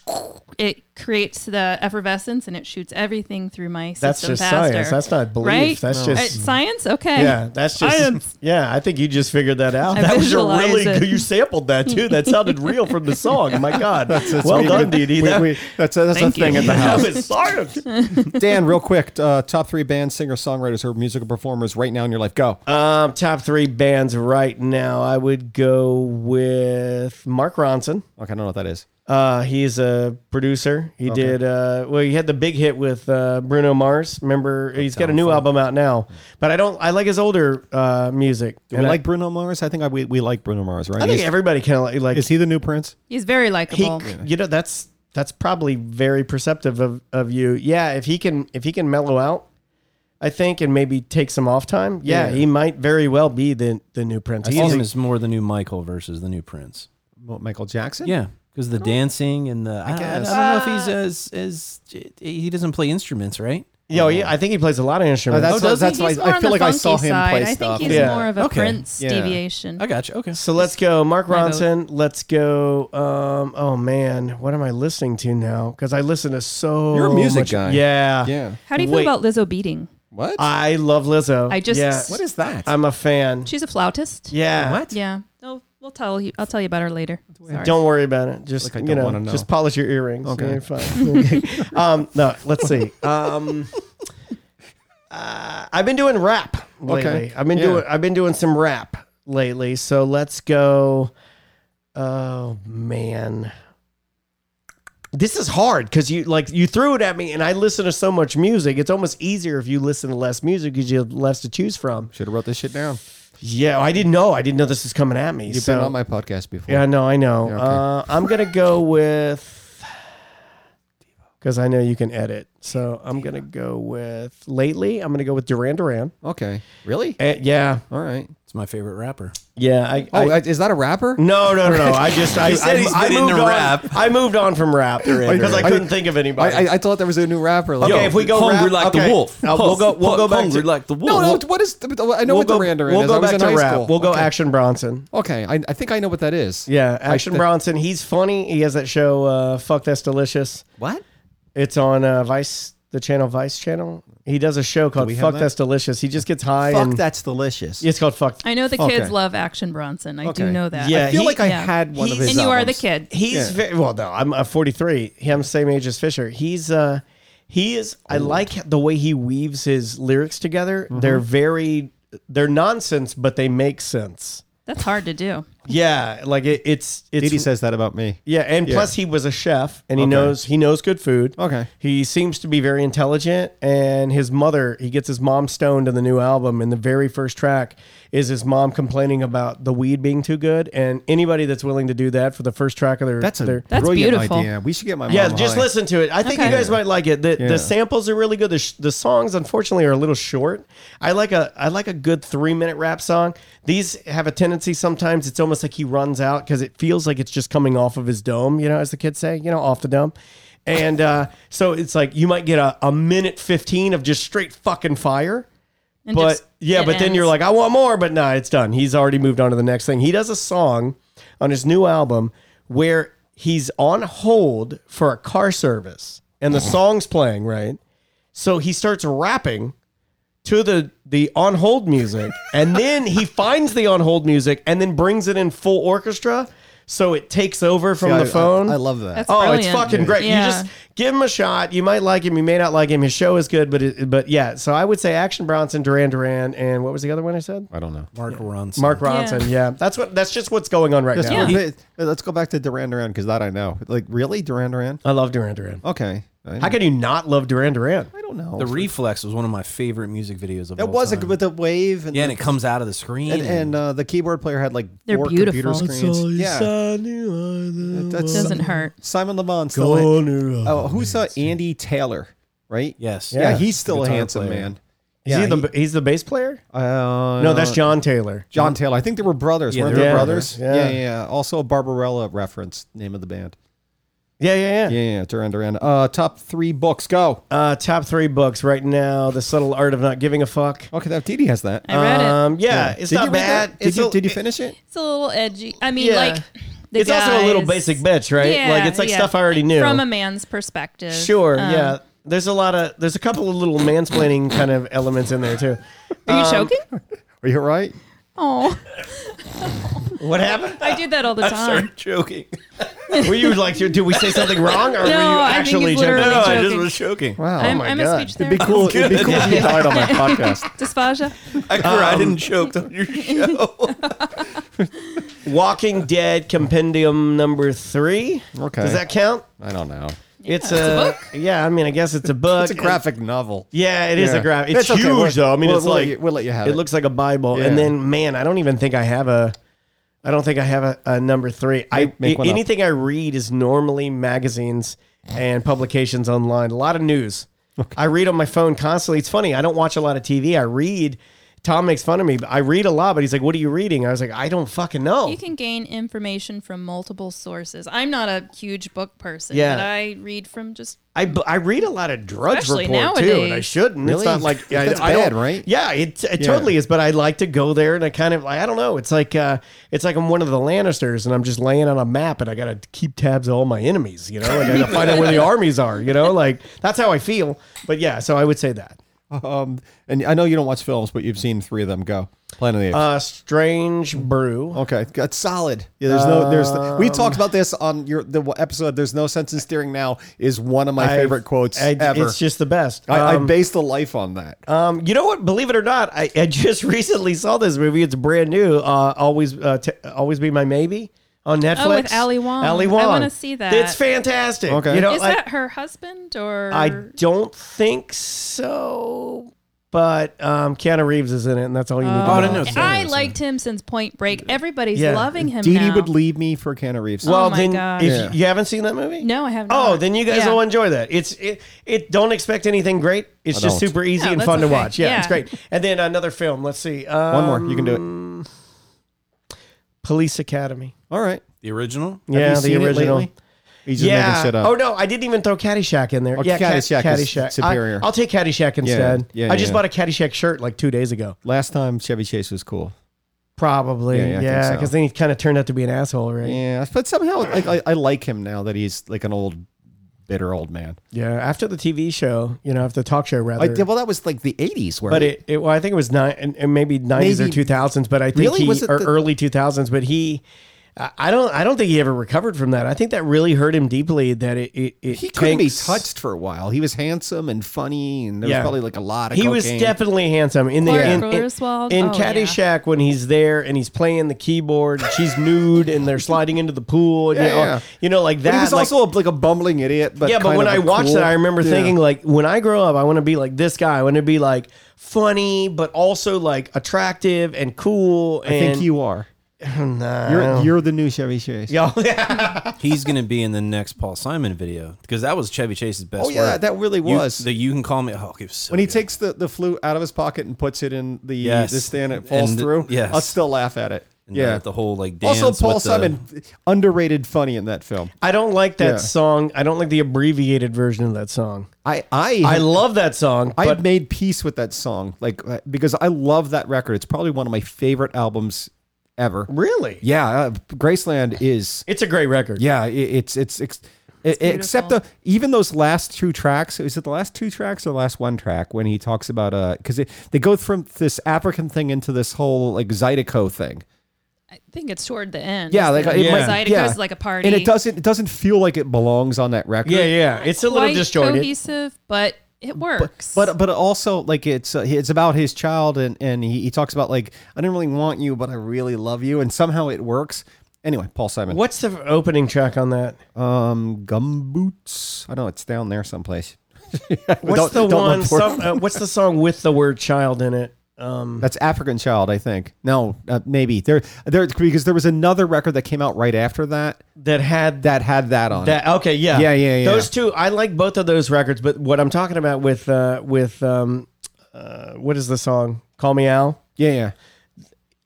it creates the effervescence and it shoots everything through my That's system just faster. science. That's not belief. Right? That's Uh, just. science? Okay. yeah, that's just. Science. Yeah, I think you just figured that out. I that was a visualize really it. good. You sampled that too. That sounded real from the song. My God, well we- done, we- Dee Dee. we- That, we- that's a, that's a Thank you. thing at the that house. was science. Dan, real quick, uh, top three bands, singer, songwriters, or musical performers right now in your life. Go. Um, top three bands right now. I would go with Mark Ronson. Okay, I don't know what that is. Uh, he's a producer. He did uh, well. He had the big hit with uh, Bruno Mars. Remember, he's got a new album out now. But I don't. I like his older uh, music. Do And we I- like Bruno Mars? I think I, we, we like Bruno Mars, right? I, think He's- everybody kind of like, like is he the new Prince? He's very he, likable. you know that's that's probably very perceptive of, of you yeah if he can if he can mellow out i think and maybe take some off time yeah, he might very well be the the new prince I He see is him a- as more the new Michael versus the new Prince. Well, Michael Jackson? Yeah, because the dancing and the I, I- I guess. don't know if he's as as he doesn't play instruments, right? yo yeah i think he plays a lot of Uh, instruments that's Oh, what- does that's He's why I- more I on feel the like I funky saw him side. play I stuff. think he's Yeah. more of a Okay. Prince Yeah. deviation. I got you. Okay. so let's go mark My vote. ronson let's go um oh man what am i listening to now because i listen to so You're a music much- guy. yeah Yeah. How do you feel Wait. about Lizzo beating? What? i love lizzo I just- yeah what is that? i'm a fan She's a flautist. yeah Yeah. Oh, we'll tell you. I'll tell you about her later. Sorry. Don't worry about it. Just Like, I you don't know, wanna know. just polish your earrings. Okay. Okay, you're fine. Okay. um, no, let's see. Um, uh, I've been doing rap lately. Okay. I've been Yeah. doing I've been doing some rap lately. So let's go. Oh man. This is hard because you like you threw it at me and I listen to so much music. It's almost easier if you listen to less music because you have less to choose from. Should have wrote this shit down. Yeah, I didn't know. I didn't know this was coming at me. You've so. been on my podcast before. Yeah, no, I know. Yeah, okay. Uh, I'm gonna go with because I know you can edit. So I'm gonna go with lately. I'm gonna go with Duran Duran. Okay. Really? Eh, yeah, All right. It's my favorite rapper. yeah. I, Oh, I- is that a rapper? no, no, no, no. I just I, He said I, he's I been moved into on. rap. I moved on from rap because I Duran. couldn't think of anybody. I, I, I thought there was a new rapper. Like, Okay, if we go hungry rap- like okay. the wolf. Uh, we'll go- we'll Huff, go back hungry to- like the wolf. no, no. What is? I know we'll what go, the Duran Duran we'll is. go I was back in to high rap. school. We'll go okay. Action Bronson. Okay, I, I think I know what that is. Yeah, Action thi- Bronson. He's funny. He has that show. Uh, Fuck that's delicious. What? It's on uh, Vice, the channel Vice channel. He does a show called we have "Fuck that? That's Delicious." He just gets high Fuck, and that's delicious. it's called "Fuck." I know the Okay. kids love Action Bronson. I do Okay. know that. Yeah, I feel he- like I yeah. had one of He's- his. and you are the albums. kid. He's Yeah. very well. No, I'm uh, 43. He- I'm the same age as Fisher. He's uh, he is. I like the way he weaves his lyrics together. Mm-hmm. They're very, they're nonsense, but they make sense. That's hard to do. Yeah, like it, it's it's Didi says that about me. Yeah, and plus he was a chef, and he knows he knows good food. Okay. he seems to be very intelligent, and his mother he gets his mom stoned in the new album, and the very first track is his mom complaining about the weed being too good, and anybody that's willing to do that for the first track of their That's a their, That's brilliant beautiful. idea. We should get my yeah, mom just high. listen to it. I think Okay. you guys might like it. The, Yeah. the samples are really good. The, sh- the songs, unfortunately, are a little short. I like a I like a good three minute rap song. These have a tendency sometimes. It's almost like he runs out because it feels like it's just coming off of his dome. You know, as the kids say, you know, off the dome. And uh, so it's like you might get a, a minute fifteen of just straight fucking fire. And But just- yeah, it but then you're ends. like, I want more, but nah, it's done. He's already moved on to the next thing. He does a song on his new album where he's on hold for a car service and the song's playing, right? So he starts rapping to the the on hold music and then he finds the on hold music and then brings it in full orchestra so it takes over from Yeah, the I- phone. I, I love that. That's Oh, it's brilliant. fucking great. You just give him a shot. You might like him. You may not like him. His show is good, but it, but yeah. So I would say Action Bronson, Duran Duran, and what was the other one I said? I don't know. Mark Ronson. Mark Ronson. Yeah. that's what. That's just what's going on right Just now. for a Yeah. bit- let's go back to Duran Duran because that I know. Like really, Duran Duran? I love Duran Duran. Okay. I, How could you not love Duran Duran? I don't know. The Reflex was one of my favorite music videos of that all was a, time. with the wave and Yeah, and the, it comes out of the screen. and, and uh, the keyboard player had like They're four beautiful. computer screens. Yeah, that's It doesn't hurt. Simon Levon still. Gone oh, who saw Andy Taylor? Right. yes. Yeah, Yeah. he's still a Guitar handsome player. man. Is Yeah, he the he- he's the bass player? Uh, No, that's John Taylor. John Taylor. I think they were brothers. Yeah, Weren't they they were brothers? brothers. Yeah. Yeah. yeah, yeah. Also a Barbarella reference, name of the band. Yeah, yeah, yeah. Yeah, yeah, Duran Duran. Uh, top three books. Go. Uh, top three books right now: The Subtle Art of Not Giving a Fuck. Okay, now Didi has that. I read it. Um, yeah, it's Did not you read bad. that? Did It's you a- did you it- finish it? It's a little edgy. I mean, Yeah. like the it's also a little guys- basic bitch, right? Yeah, like it's like yeah. stuff I already knew. from a man's perspective. Sure, Um, yeah. There's a lot of there's a couple of little mansplaining kind of elements in there too. Are Um, you choking? Are you all right? Oh, What happened? I do that all the time. joking. Were you like, did we say something wrong, or were you No, I think actually he's joking? literally No, I just joking. was joking. Wow. I'm, my I'm God. a speech Oh it'd be therapist. cool. It'd be cool if you died on my podcast. Dysphagia. I Um, cried and choked on your show. Walking Dead Compendium number three? Okay. Does that count? I don't know. it's, a, yeah. I mean, I guess it's a book. It's a graphic novel. Yeah, it is Yeah. a graph. It's, That's okay, huge we'll- though. I mean, we'll- it's we'll let like you- we'll let you have it. looks like a Bible. Yeah. And then, man, I don't even think I have a. I don't think I have a, a number three. I Make- make one up. anything I read is normally magazines and publications online. A lot of news. I read on my phone constantly. It's funny. I don't watch a lot of TV. I read. Tom makes fun of me. But I read a lot, but he's like, "What are you reading?" I was like, "I don't fucking know." You can gain information from multiple sources. I'm not a huge book person, Yeah. but I read from just I, bu- I read a lot of Drudge Especially Report too, and I nowadays. shouldn't. Really? It's not like yeah, That's I, I don't- bad, right? Yeah, it, it totally is. But I like to go there, and I kind of I don't know. It's like uh, it's like I'm one of the Lannisters, and I'm just laying on a map, and I gotta keep tabs of all my enemies. You know, like I gotta find out where the armies are. You know, like that's how I feel. But yeah, so I would say that. Um, and I know you don't watch films, but you've seen three of them. Go. Planet of the Apes. Uh, Strange Brew. Okay, that's solid. Yeah, there's no, there's. We talked about this on your the episode. There's no sense in steering now is one of my I- favorite quotes I- ever. It's just the best. I, I Um, base the life on that. Um, you know what? Believe it or not, I, I just recently saw this movie. It's brand new. Uh, always, uh, t- always be my maybe on Netflix. Oh, with Ali Wong. Ali I Wong. wanna see that. It's fantastic. Okay. You know, Is I, that her husband or? I don't think so, but um, Keanu Reeves is in it, and that's all you need Oh, to know. I didn't know that. I liked him since Point Break. Everybody's Yeah. loving him Dee Dee now. would leave me for Keanu Reeves. Well, Oh my then God. if Yeah. you haven't seen that movie, no, I have not. Oh, then you guys Yeah. will enjoy that. It's it, it. Don't expect anything great. It's I just don't. super easy Yeah, and that's fun to okay. watch. Yeah, it's Yeah. great. And then another film. Let's see. One Um, more. You can do it. Police Academy. All right. The original? Have yeah, you the seen it original. lately? He's just yeah. making shit up. Oh no, I didn't even throw Caddyshack in there. Oh, yeah, Ca- Caddyshack is Caddyshack. superior. I, will take Caddyshack instead. yeah, yeah, I just yeah. bought a Caddyshack shirt like two days ago. Last time Chevy Chase was cool. Probably. Yeah, yeah, I Yeah, think so. because then he kind of turned out to be an asshole, right? Yeah, but somehow like I, I like him now that he's like an old, bitter old man. Yeah. After the TV show, you know, after the talk show rather. Like, well, that was like the '80s, where But it, it well, I think it was nine and, and maybe nineties or Maybe- two thousands, but I think Really? he Was it or the- early two thousands, but he I I don't I don't think he ever recovered from that. I think that really hurt him deeply that it, it, it he couldn't be takes- touched for a while. He was handsome and funny, and there Yeah. was probably like a lot of. He was cocaine. definitely handsome in the Clark in, in, Griswold. in Oh, yeah. Caddyshack when he's there and he's playing the keyboard, and she's nude and they're sliding into the pool, and Yeah, you, know, yeah. you know, like that. But he was like- also like a bumbling idiot. But yeah, but kind when of I a watched cool- that, I remember Yeah. thinking like, when I grow up, I want to be like this guy. I want to be like funny, but also like attractive and cool. I And think you are. Nah, I You're don't- you're the new Chevy Chase. oh, Yeah, yeah. He's going to be in the next Paul Simon video because that was Chevy Chase's best Oh yeah, work. that really You- was. the you can call me. Oh, it was so when he good. takes the, the flute out of his pocket and puts it in the Yes. this thing and it falls And- through, yes. I'll still laugh at it. And yeah. the, the whole like dance also, Paul with the- Simon underrated funny in that film. I don't like that Yeah. song. I don't like the abbreviated version of that song. I I I love that song, I but have made peace with that song, like uh, because I love that record. It's probably one of my favorite albums ever. really, Yeah, uh, Graceland is. it's a great record. Yeah, it, it's it's. ex- e- Except the beautiful. even those last two tracks, is it the last two tracks or the last one track when he talks about uh because they go from this African thing into this whole like Zydeco thing. I think it's toward the end. Yeah, like Isn't it it? might- Zydeco's yeah. like a party. and it doesn't it doesn't feel like it belongs on that record. yeah, yeah. It's a little Quite disjointed. cohesive, but it works. But but also like it's uh, it's about his child and and he, he talks about like I didn't really want you but I really love you and somehow it works. Anyway, Paul Simon. What's the f- opening track on that? Um, gumboots. I know it's down there someplace. What's Don't- the don't look one? for Some, it. uh, what's the song with the word child in it? Um, That's African Child, I think. No, uh, maybe there there because there was another record that came out right after that that had that. that had that on. it. That okay, yeah, Yeah, yeah, yeah. Those two, I like both of those records. But what I'm talking about with uh, with um, uh, what is the song? Call me Al. Yeah, yeah.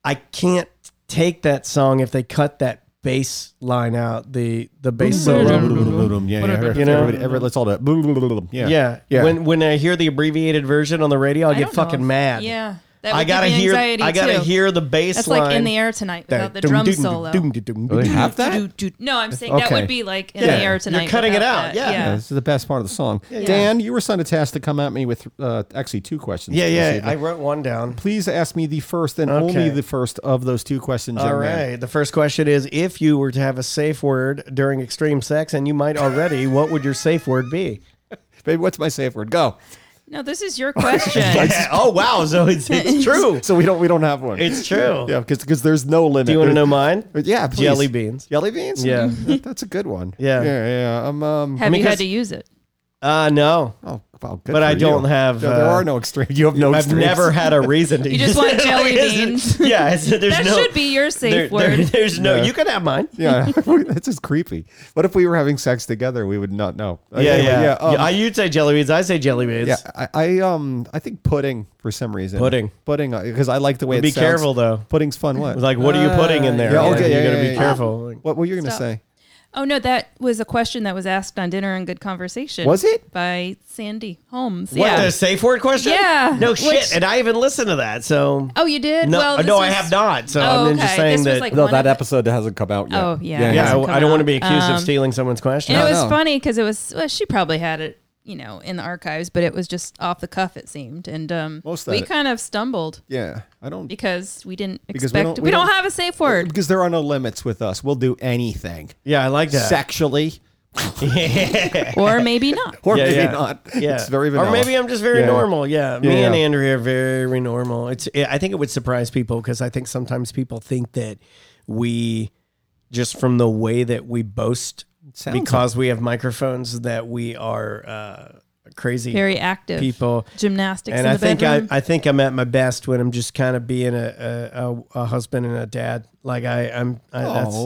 I can't take that song if they cut that bass line out. The the bass Mm-hmm. Mm-hmm. solo. Yeah, yeah. You know? everybody, everybody, let's all do it. Yeah, Yeah, yeah. When when I hear the abbreviated version on the radio, I, I get don't know fucking if- mad. Yeah, that would I give gotta me hear. anxiety, I gotta too. hear the bass That's line. like in the air tonight without the drum solo. they have that. Do, do- No, I'm saying that Okay. would be like in Yeah. the air You're tonight. cutting it without that. out, yeah. Yeah, this is the best part of the song. Dan, you were sent a task to come at me with uh, actually two questions. Yeah, this yeah. evening. I wrote one down. Please ask me the first and only Okay. the first of those two questions. All young right. man. The first question is: If you were to have a safe word during extreme sex, and you might already, what would your safe word be? Baby, what's my safe word? Go. No, this is your question. Yeah. Oh wow! So it's, it's true. So we don't we don't have one. It's true. yeah, because there's no limit. Do you want to There- know mine? Yeah, please. Jelly beans. Jelly beans. Mm-hmm. Yeah. That- that's a good one. Yeah. yeah, yeah. I'm um. Have mean, you 'cause- had to use it? Uh no. Oh, well, good But I for don't you. have, No, there uh, are no extreme. You have no. I've extremes. never had a reason to. You just use want it. jelly Like, it's- beans. Yeah, it's, there's That no. should be your safe there- there- word. there's no. Yeah. You could have mine. Yeah, that's just creepy. What if we were having sex together? We would not know. Yeah, Anyway, yeah. yeah. um, I, you'd say jelly beans. I say jelly beans. Yeah, I, I um I think pudding for some reason. Pudding. pudding, because I like the way it Be sounds. careful though. Pudding's fun. What? Like, what are you putting in there? Uh, yeah, okay, yeah, you gotta yeah, be yeah. careful. Like, what were you gonna Stop. say? Oh no, that was a question that was asked on Dinner and Good Conversation. Was it? by Sandy Holmes? What yeah. the safe word question? Yeah. No Which- shit. and I even listened to that. So oh, you did. no, well, this no, I was- have not. So Oh, I'm then just okay. saying This was that. like No, one that of the- episode hasn't come out yet. Oh, yeah. Yeah, it yeah. yeah, hasn't I, come I don't want to out. be accused of Um, stealing someone's question. And it was no. funny because it was well, she probably had it, you know, in the archives, but it was just off the cuff it seemed, and um, Most of we it. kind of stumbled Yeah, I don't because we didn't Because expect we we don't- don't, we don't- have a safe word. because there are no limits with us. We'll do anything yeah, I like that. sexually, or maybe not. or Yeah, maybe yeah. not. Yeah. It's very vanilla. Or maybe I'm just very Yeah. normal. Yeah. Me Yeah. and Andrea are very normal. It's I think it would surprise people because I think sometimes people think that we just from the way that we boast sounds because we have microphones that we are uh, crazy Very active. people. Gymnastics And in I the think I, bedroom. I think I'm at my best when I'm just kind of being a, a, a, a husband and a dad. Like I, I'm I, that's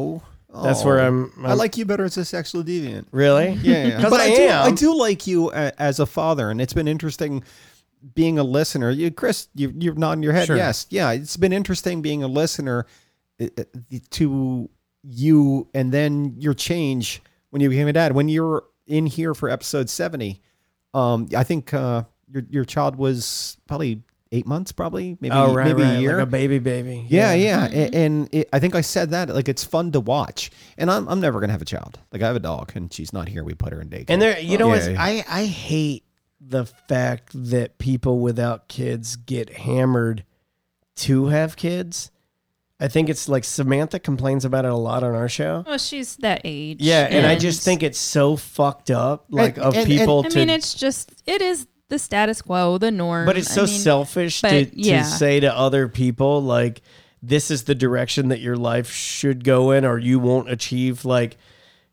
Oh, that's where I'm- I I'm- like you better as a sexual deviant. really Yeah, yeah. 'Cause but I I, do, am. I do like you a, as a father, and it's been interesting being a listener. You, Chris, you, you're nodding your head. Sure. Yes, yeah, it's been interesting being a listener uh, uh, to you, and then your change when you became a dad. When you're in here for episode seventy, um, I think uh, your your child was probably eight months, probably maybe oh right maybe right a year. like a baby baby Yeah, yeah, A- Mm-hmm. and, it, I think I said that like it's fun to watch, and I'm I'm never gonna have a child. Like I have a dog, and she's not here. We put her in daycare. And there, you know, what's Yeah, yeah. I I hate the fact that people without kids get hammered to have kids. I think it's like Samantha complains about it a lot on our show. well, she's that age. Yeah, and, I just think it's so fucked up, like And- of and- people I to. mean, it's just it is the status quo, the norm. but it's so Um, I mean, selfish to, but to yeah. say to other people like this is the direction that your life should go in or you won't achieve like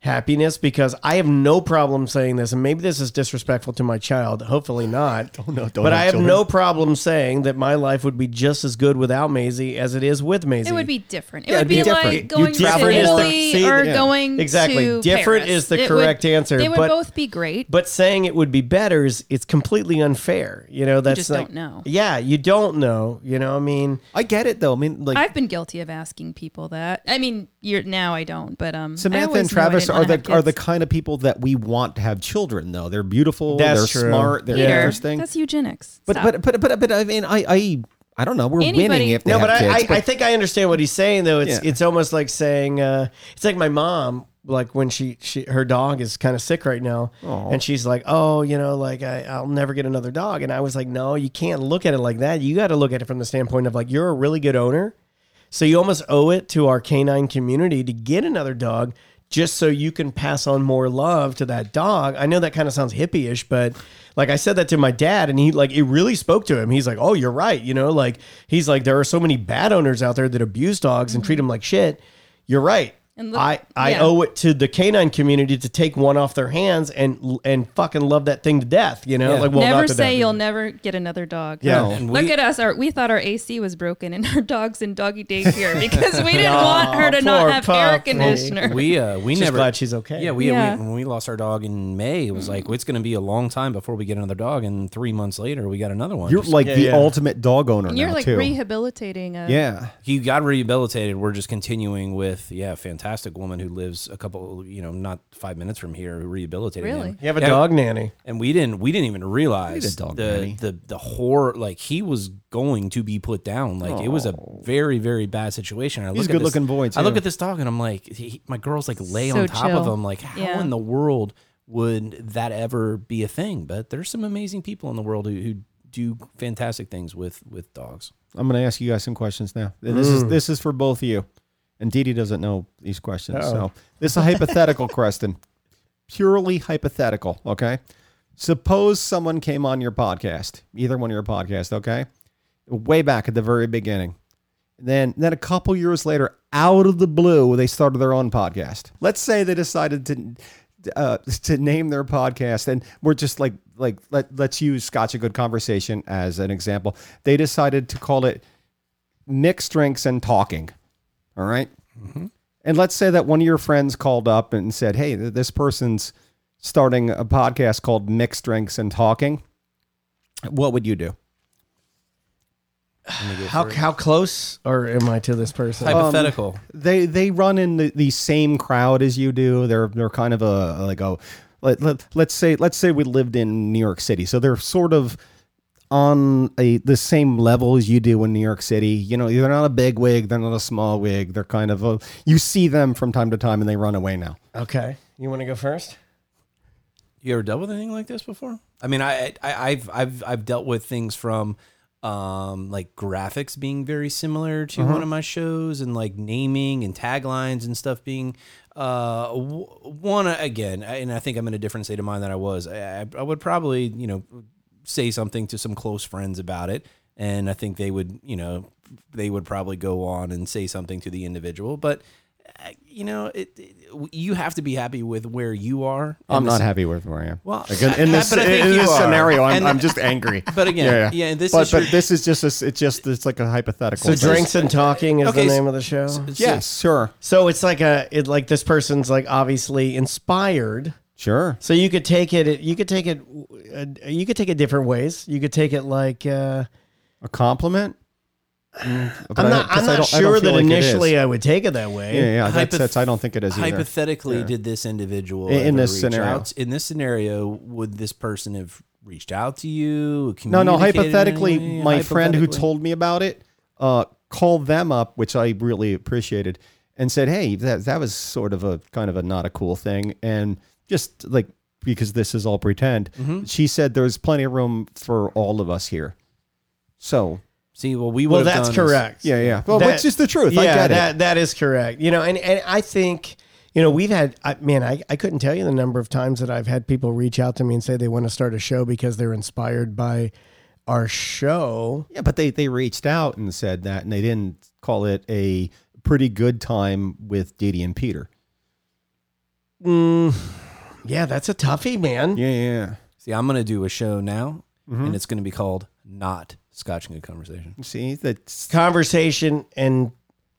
happiness because i have no problem saying this and maybe this is disrespectful to my child hopefully not Oh, no, don't but have i have children. no problem saying that my life would be just as good without maisie as it is with maisie It would be different. It Yeah, it'd would be be, different. like going to different is the- Italy see, or yeah. going Exactly. to Different Paris. is the It would- correct answer, They would but- both be great. but saying it would be better is it's completely unfair you know that's just like, don't know. yeah you don't know you know i mean I get it though. I mean, like I've been guilty of asking people that. I mean, you're now I don't, but um, I Samantha always and knew I Travis are didn't wanna the have are the kids. kind of people that we want to have children. Though they're beautiful, That's they're true. smart, they're Peter, interesting. That's eugenics. But, Stop. but but but but I mean, I I I don't know. We're winning Anybody- if they no, have but I, kids. I, I think I understand what he's saying though. It's Yeah. it's almost like saying uh, it's like my mom, like when she, she her dog is kind of sick right now, Aw. and she's like, oh, you know, like I, I'll never get another dog, and I was like, no, you can't look at it like that. You got to look at it from the standpoint of like you're a really good owner, so you almost owe it to our canine community to get another dog. Just so you can pass on more love to that dog. I know that kind of sounds hippie-ish, but like I said that to my dad, and he like it really spoke to him. He's like, "Oh, you're right." You know, like he's like, there are so many bad owners out there that abuse dogs and treat them like shit. You're right. Mm-hmm. And look- I I yeah. owe it to the canine community to take one off their hands and and fucking love that thing to death. You know, like well, never not to say death. you'll never get another dog. Yeah. And Look we- at us. Our, we thought our AC was broken and our dog's in doggy daycare because we didn't want her to not poor have air puppy. conditioner. we uh we Just never glad she's okay. Yeah, we, Yeah. Mm. we when we lost our dog in May, it was like well, it's going to be a long time before we get another dog, and three months later we got another one. you're Just- like Yeah, the yeah. ultimate dog owner You're now like too. rehabilitating a yeah, he got rehabilitated. We're just continuing with yeah, fantastic woman who lives a couple, you know, not five minutes from here who rehabilitated Really? him. You have a dog nanny. and we didn't we didn't even realize dog the, nanny. the the horror like he was going to be put down like it was a very very bad situation I Oh. He's a look at this- good-looking boy, I look too. at this dog and I'm like he, he- my girl's like lay So on top of chill. him like how Yeah. in the world would that ever be a thing but there's some amazing people in the world who, who do fantastic things with with dogs I'm going to ask you guys some questions now. And this is this is for both of you. And Didi doesn't know these questions, so this is a hypothetical question, purely hypothetical. Okay, suppose someone came on your podcast, either one of your podcasts, okay, way back at the very beginning. Then, then a couple years later, out of the blue, they started their own podcast. Let's say they decided to uh, to name their podcast, and we're just like like let let's use Scotch a Good Conversation as an example. They decided to call it Mixed Drinks and Talking. All right? and let's say that one of your friends called up and said, "Hey, th- this person's starting a podcast called Mixed Drinks and Talking." What would you do? How how close or am I to this person? hypothetical Um, they they run in the, the same crowd as you do. They're they're kind of a like a let, let, let's say let's say we lived in New York City, so they're sort of on a the same level as you do in New York City. You know, they're not a big wig, they're not a small wig. They're kind of a you see them from time to time, and they run away now. okay, you want to go first? You ever dealt with anything like this before? I mean, I, I I've I've I've dealt with things from um like graphics being very similar to Mm-hmm. one of my shows and like naming and taglines and stuff being uh w- one again I- and I think I'm in a different state of mind than I was I, I- I would probably you know say something to some close friends about it and I think they would you know they would probably go on and say something to the individual but uh, you know, it, it- you have to be happy with where you are. I'm And not this- happy with where I am. Well, Like, in, in I- this, but I think in you this are. scenario, I'm, And- I'm just angry. But again, yeah, this but, is but your- this is just a, it's just it's like a hypothetical. So drinks and talking is Okay, the so- name of the show. Yes, sure, So it's like a it like this person's like obviously inspired. sure. So you could take it you could take it uh, you could take it different ways. You could take it like uh, A compliment. Mm, but I'm I don't- 'cause not I'm I not don't- I don't sure feel that like it is. initially I would take it that way. Yeah, yeah. That's, Hypoth- that's I don't think it is either. Hypothetically, did this individual In- in ever this reach scenario. out? In this scenario, would this person have reached out to you? No, no. communicated in any Hypothetically, way? my friend who Hypothetically? told me about it uh, called them up, which I really appreciated, and said, "Hey, that that was sort of a kind of a not a cool thing," and just like because this is all pretend, Mm-hmm. she said there's plenty of room for all of us here. So See, well, we Well, would've that's done this- correct. yeah, yeah. Well, That- which is the truth. Yeah, I get that it. that is correct. You know, and and I think you know we've had I, man, I I couldn't tell you the number of times that I've had people reach out to me and say they want to start a show because they're inspired by our show. Yeah, but they they reached out and said that, and they didn't call it a pretty good time with Didi and Peter. Mm, yeah, that's a toughie, man. Yeah, yeah. See, I'm going to do a show now, Mm-hmm. and it's going to be called "Not Scotch and Good Conversation." See, that's Conversation and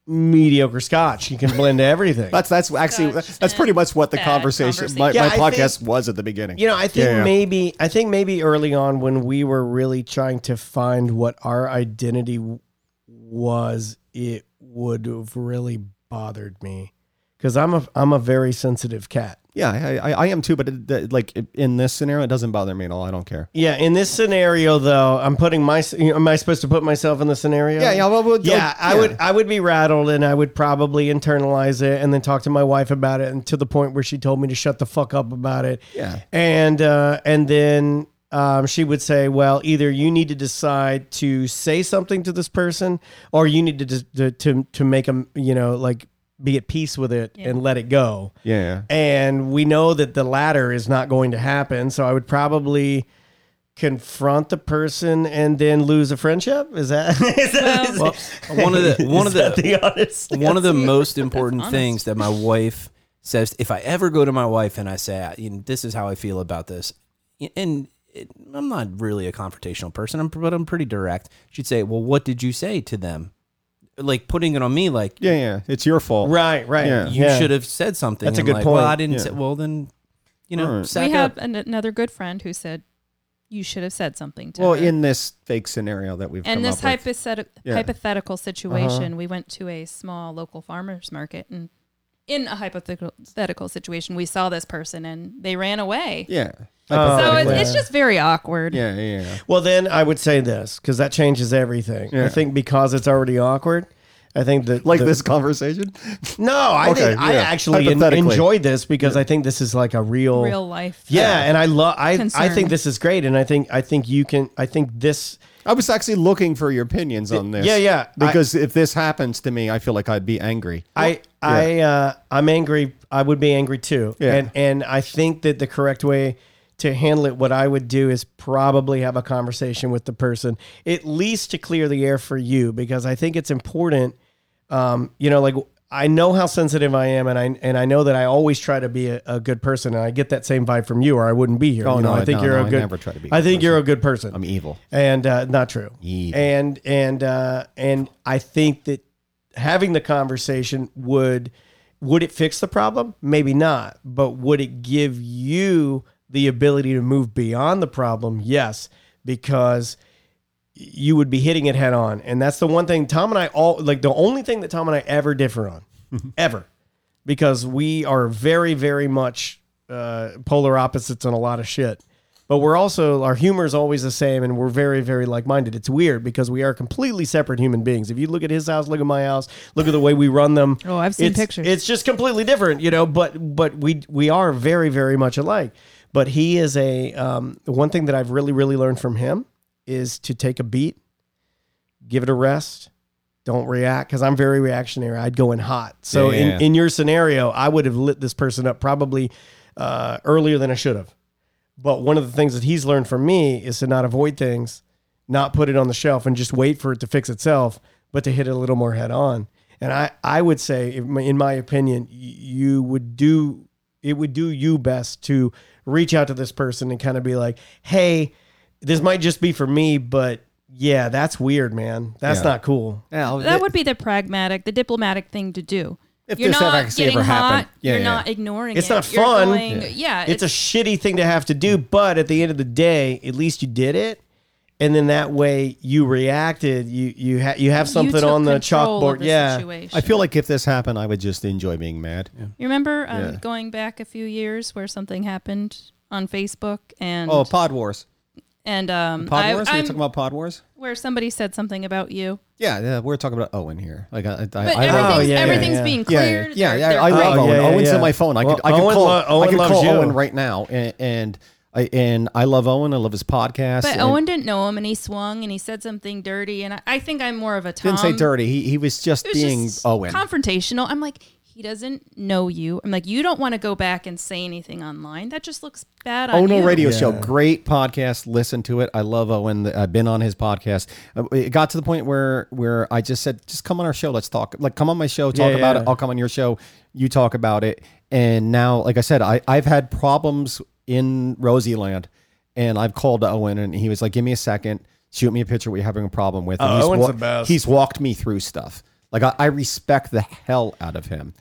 mediocre scotch. You can blend everything. that's that's actually Scotch that's pretty much what the bad conversation, my, conversation. my Yeah, I podcast was at the beginning. You know, I think Yeah, yeah. maybe I think maybe early on when we were really trying to find what our identity w- was, it would have really bothered me because I'm a I'm a very sensitive cat. yeah, I, I, I am too, but it, that- like in this scenario, it doesn't bother me at all. I don't care. Yeah, in this scenario though, I'm putting my you know, am I supposed to put myself in the scenario? Yeah, yeah, well, well, yeah, yeah. I would I would be rattled and I would probably internalize it and then talk to my wife about it and to the point where she told me to shut the fuck up about it. Yeah. And uh and then um, she would say, "Well, either you need to decide to say something to this person, or you need to dis- to to, to make them, you know, like be at peace with it and let it go." Yeah, And we know that the latter is not going to happen. So I would probably confront the person and then lose a friendship. Is that, is that Well- One of the one of is that the honest? one of the most important honest. things that my wife says if I ever go to my wife and I say "I- you know, this is how I feel about this, and it, I'm not really a confrontational person, I'm, but I'm pretty direct. She'd say, "Well, what did you say to them?" Like putting it on me, like yeah, yeah. It's your fault. Right, right. Yeah. you should have said something. That's a I'm good like, point. Well, I didn't. Yeah. Say, well, then, you know, Right. sack we have up. an, another good friend who said you should have said something to Well, her. in this fake scenario that we've and come this up with. hypothet- Yeah. Uh-huh. hypothetical situation, we went to a small local farmers market, and in a hypothetical situation, we saw this person and they ran away. yeah. So it's, Hypothetically. it's just very awkward. Oh, yeah, yeah, yeah. Well, then I would say this because that changes everything. Yeah. I think because it's already awkward. I think that Like the- this conversation. No, I Okay, think, I yeah. actually en- Hypothetically. enjoyed this because I think this is like a real, Real life. yeah, and I love. I I Concern. think this is great, and I think I think you can. I think this I was actually looking for your opinions on this. yeah, yeah. I- Because if this happens to me, I feel like I'd be angry. I I uh, I'm angry. I would be angry too. Yeah. And and I think that the correct way to handle it, what I would do is probably have a conversation with the person, at least to clear the air for you, because I think it's important. Um, you know, like I know how sensitive I am, and I and I know that I always try to be a, a good person, and I get that same vibe from you, or I wouldn't be here. Oh, you know, no, I think no, you're no, a I good. never try to be a I good think person. you're a good person I'm evil. and uh, not true. Evil. And and uh, and I think that having the conversation would would it fix the problem? Maybe not, but would it give you the ability to move beyond the problem? Yes, because you would be hitting it head on, and that's the one thing Tom and I all like. The only thing that Tom and I ever differ on, ever, because we are very very much uh, polar opposites on a lot of shit but we're also our humor is always the same and we're very very like-minded it's weird because we are completely separate human beings if you look at his house look at my house look at the way we run them Oh, I've seen it's- pictures. it's just completely different you know but but we we are very very much alike but he is a um, the one thing that i've really really learned from him is to take a beat give it a rest don't react because i'm very reactionary i'd go in hot so Yeah, in, yeah, yeah. in your scenario i would have lit this person up probably uh, earlier than i should have but one of the things that he's learned from me is to not avoid things, not put it on the shelf and just wait for it to fix itself, but to hit it a little more head on. And I, I would say, in my, in my opinion, y- you would do it would do you best to reach out to this person and kind of be like, hey, this might just be for me, but yeah, that's weird, man. That's Yeah. not cool. Now, That would be the pragmatic, the diplomatic thing to do. If you're this not actually getting ever hot. happened. Yeah, you're yeah, not ignoring It's it. not You're fun. going- Yeah. yeah. it's, a shitty thing to have to do, but at the end of the day, at least you did it. And then that way you reacted. You you ha- you have you something took on the control chalkboard. of the yeah. situation. I feel like if this happened, I would just enjoy being mad. You remember um, Yeah. going back a few years where something happened on Facebook and Oh, Pod Wars. and um Pod I- Wars? Are you I'm- talking about Pod Wars? where somebody said something about you. Yeah, yeah, we're talking about Owen here. Like, I, I, But I Oh, everything's, yeah, yeah, everything's yeah. being Yeah, cleared. Yeah, They're- yeah, they're I fine. love Oh, Owen. yeah, yeah, Owen's yeah. in my phone. I Well, could, I could Owen call, lo- Owen I could loves call you. Owen right now, and, and I and I love Owen. I love his podcast. But and Owen didn't know him, and he swung, and he said something dirty, and I, I think I'm more of a Tom. didn't say dirty. He he was just um, It was being just Owen. confrontational. I'm like, he doesn't know you. I'm like, you don't want to go back and say anything online. That just looks bad on Ono you. Oh, Radio Show, great podcast. Listen to it. I love Owen. I've been on his podcast. Uh, It got to the point where where I just said, just come on our show. Let's talk. Like, come on my show. Talk Yeah, about yeah. it. I'll come on your show. You talk about it. And now, like I said, I I've had problems in Rosie Land, and I've called Owen, and he was like, give me a second. Shoot me a picture. What you're having a problem with? And Oh, he's Owen's wa- the best. He's walked me through stuff. Like I, I respect the hell out of him.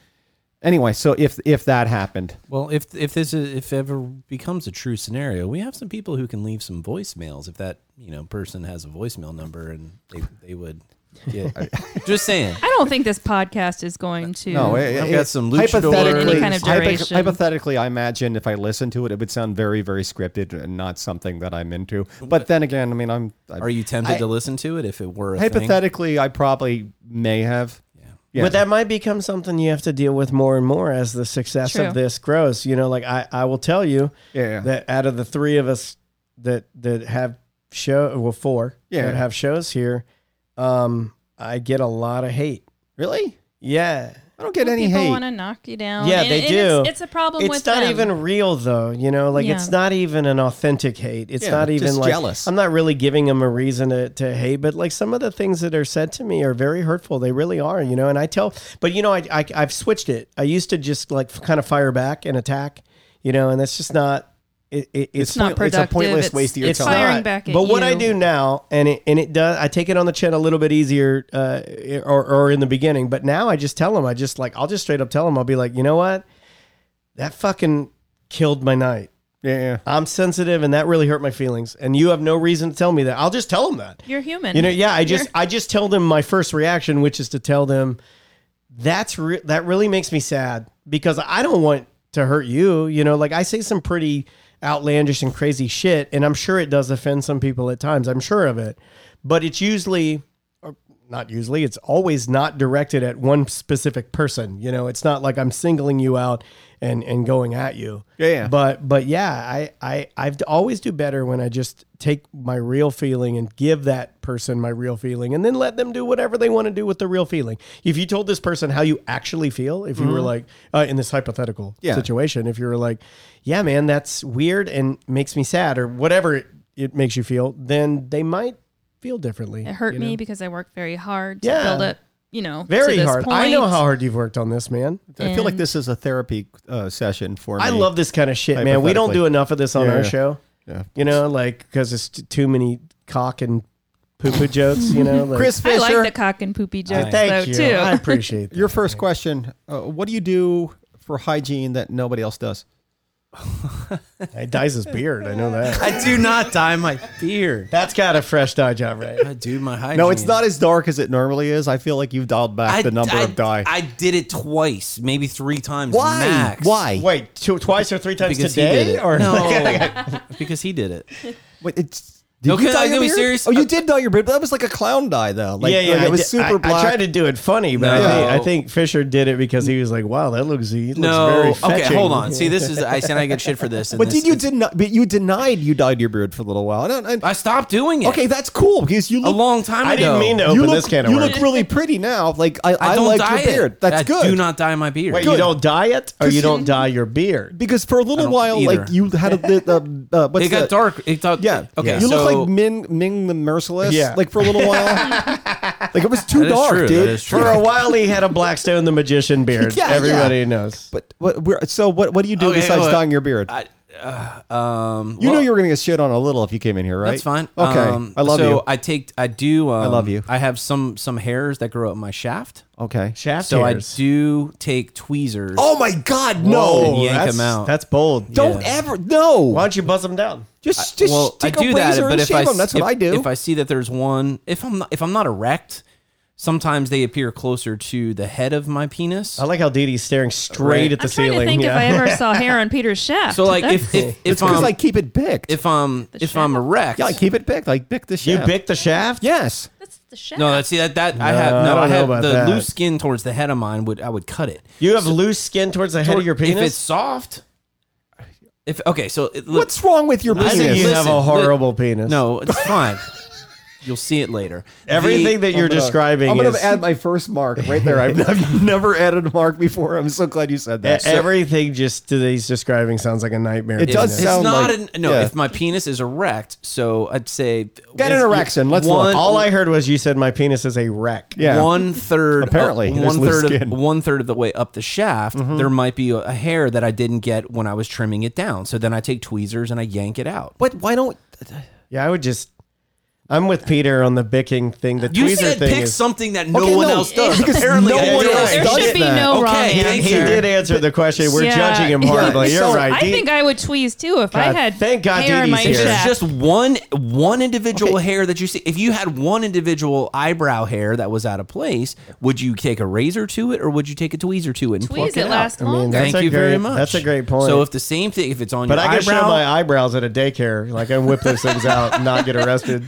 Anyway, so if if that happened, Well, if if this is, if ever becomes a true scenario, we have some people who can leave some voicemails. If that you know person has a voicemail number and they, they would, get, just saying. I don't think this podcast is going to. No, it, I've it- got some hypothetically, Any kind of hypo- duration. hypothetically, I imagine if I listened to it, it would sound very, very scripted and not something that I'm into. But then again, I mean, I'm. I, Are you tempted to listen to it if it were a thing? hypothetically? I probably may have. Yeah. But that might become something you have to deal with more and more as the success True. of this grows. You know, like I, I will tell you Yeah. that out of the three of us that that have show well four Yeah. that have shows here, um, I get a lot of hate. really? Yeah. I don't get Well, any people hate. want to knock you down. Yeah, and- they and do. It's, it's a problem It's with not them. even real though, you know, like Yeah. it's not even an authentic hate. It's Yeah, not even just like jealous. I'm not really giving them a reason to, to hate, but like some of the things that are said to me are very hurtful. They really are, you know. And I tell, but you know, I, I I've switched it. I used to just like kind of fire back and attack, you know, and that's just not. It, it, it's, not point- it's a productive. pointless it's, waste of your it's time. firing not. back at but what I you. do now, and it and it does, I take it on the chin a little bit easier, uh, or or in the beginning. But now I just tell them, I just like, I'll just straight up tell them, I'll be like, you know what, that fucking killed my night. yeah, yeah. I'm sensitive, and that really hurt my feelings. And you have no reason to tell me that. I'll just tell them that. You're human. You know, yeah. I just You're- I just tell them my first reaction, which is to tell them that's re- that really makes me sad because I don't want to hurt you. You know, like I say some pretty outlandish and crazy shit, and I'm sure it does offend some people at times. I'm sure of it, but it's usually. or Not usually. It's always not directed at one specific person. You know, it's not like I'm singling you out and and going at you. Yeah, yeah. But but yeah, I I I've always do better when I just take my real feeling and give that person my real feeling, and then let them do whatever they want to do with the real feeling. If you told this person how you actually feel, if you Mm-hmm. were like uh, in this hypothetical Yeah. situation, if you were like, yeah, man, that's weird and makes me sad, or whatever it, it makes you feel, then they might feel differently. it hurt you me know? because I worked very hard to Yeah. build it. You know, to Very this hard. I know point. how hard you've worked on this, man. I feel like And- this is a therapy uh, session for I me. love this kind of shit, man. We don't Hypothetically. do enough of this on Yeah, our yeah. show. Yeah. You know, like because it's t- too many cock and poo poo jokes. You know, like, Chris I Fisher. like the cock and poopy jokes though thank you. too. I appreciate that. your first question: uh, What do you do for hygiene that nobody else does? He dyes his beard. I know that. I do not dye my beard. That's got a fresh dye job, right? I do my hygiene. No, it's not as dark as it normally is. I feel like you've dialed back the number I, of dye. I did it twice, maybe three times. Why? max. Why? Wait, two, twice or three times Because he today, did it. or no, because he did it. Wait, it's. Did Okay, you dye I your can be beard? serious. Oh, you did dye your beard. but That was like a clown dye, though. Like, yeah, yeah, like I it was did- I- super black. I tried to do it funny, but I, No. think, I think Fisher did it because he was like, "Wow, that looks, he looks very No, fetching. okay, hold on. See, this is I said I get shit for this. and but this- did you it's- deny? But you denied you dyed your beard for a little while. I don't. I, I stopped doing it. okay, that's cool because you a look. long time ago. I didn't mean to you open look, this can of you worms. look really pretty now. Like I, I I, don't like dye your beard. It. That's I good. do not dye my beard. Wait, you don't dye it, or you don't dye your beard? because for a little don't while, like either. you had a bit. Uh, uh, what's it got that? dark. It got Yeah. Okay. You so look like Ming Ming the Merciless. Yeah. Like for a little while. like Like it was too That is dark, true, that dude. is true. For a while, he had a Blackstone the Magician beard. Yeah, Everybody yeah. knows. But what? We're, so what? What do you do Okay, besides well, dyeing your beard? I, uh, um, you well, know you were going to get shit on a little if you came in here, right? That's fine. Okay, Um, I love so you. I take, I do. Um, I love you. I have some some hairs that grow up my shaft, okay. Shaft so hairs. I do take tweezers. Oh my God, Whoa, no! and yank That's- him out. That's bold. Don't Yeah. ever no. Why don't you buzz them down? Just just well, I take do a that, razor but and if shave I them. That's if, what I do. If I see that there's one, if I'm not, if I'm not erect, sometimes they appear closer to the head of my penis. Oh. I like how Dee Dee's staring straight Right. at the I'm ceiling. trying to think yeah. if I ever saw hair on Peter's shaft. so like if That's- if if because I'm I keep it picked. um, if I'm if I'm erect, yeah, I keep it picked. Like pick the you shaft. bick the shaft. Yes. that's the shaft. no, that's see that that I have No, I no, I, don't know have about the that. loose skin towards the head of mine would I would cut it. You have loose skin towards the head of your If it's penis. soft, if okay, so it, look, What's wrong with your I penis? think you have a Listen, horrible penis. no, it's fine. You'll see it later. everything that you're I'm gonna- describing I'm gonna is e- add my first mark right there. I've, I've never added a mark before. I'm so glad you said e- that. So- everything. Just that he's describing sounds like a nightmare. It It does it's sound not like- an, no. yeah. If my penis is erect, so I'd say Get an it's erection. Let's one, look. All I heard was you said my penis is a wreck. yeah. one third Apparently, there's one loose third of, skin. one third of the way up the shaft. There might be a, a hair that I didn't get when I was trimming it down. So then I take tweezers and I yank it out. What? Why don't? Yeah, I would just. I'm with Peter on the bicking thing. The You tweezer said thing pick is. something that no Okay, one no, else does. because Apparently, no I one did. else there does should be that. no wrong Okay, answer. thank He you. did answer the question. We're Yeah. judging him hardly. Yeah, You're so right. I Dee- think I would tweeze too if I God, had thank God hair in Dee my Dee's here. There's shaft. just one one individual hair that you see. If you had one individual eyebrow hair that was out of place, would you take a razor to it or would you take a tweezer to it and pluck tweeze it out? last mean, longer. that's Thank a you very great- much. that's a great point. So if the same thing, if it's on but your I can eyebrow, show my eyebrows at a daycare. Like I can whip those things out and not get arrested.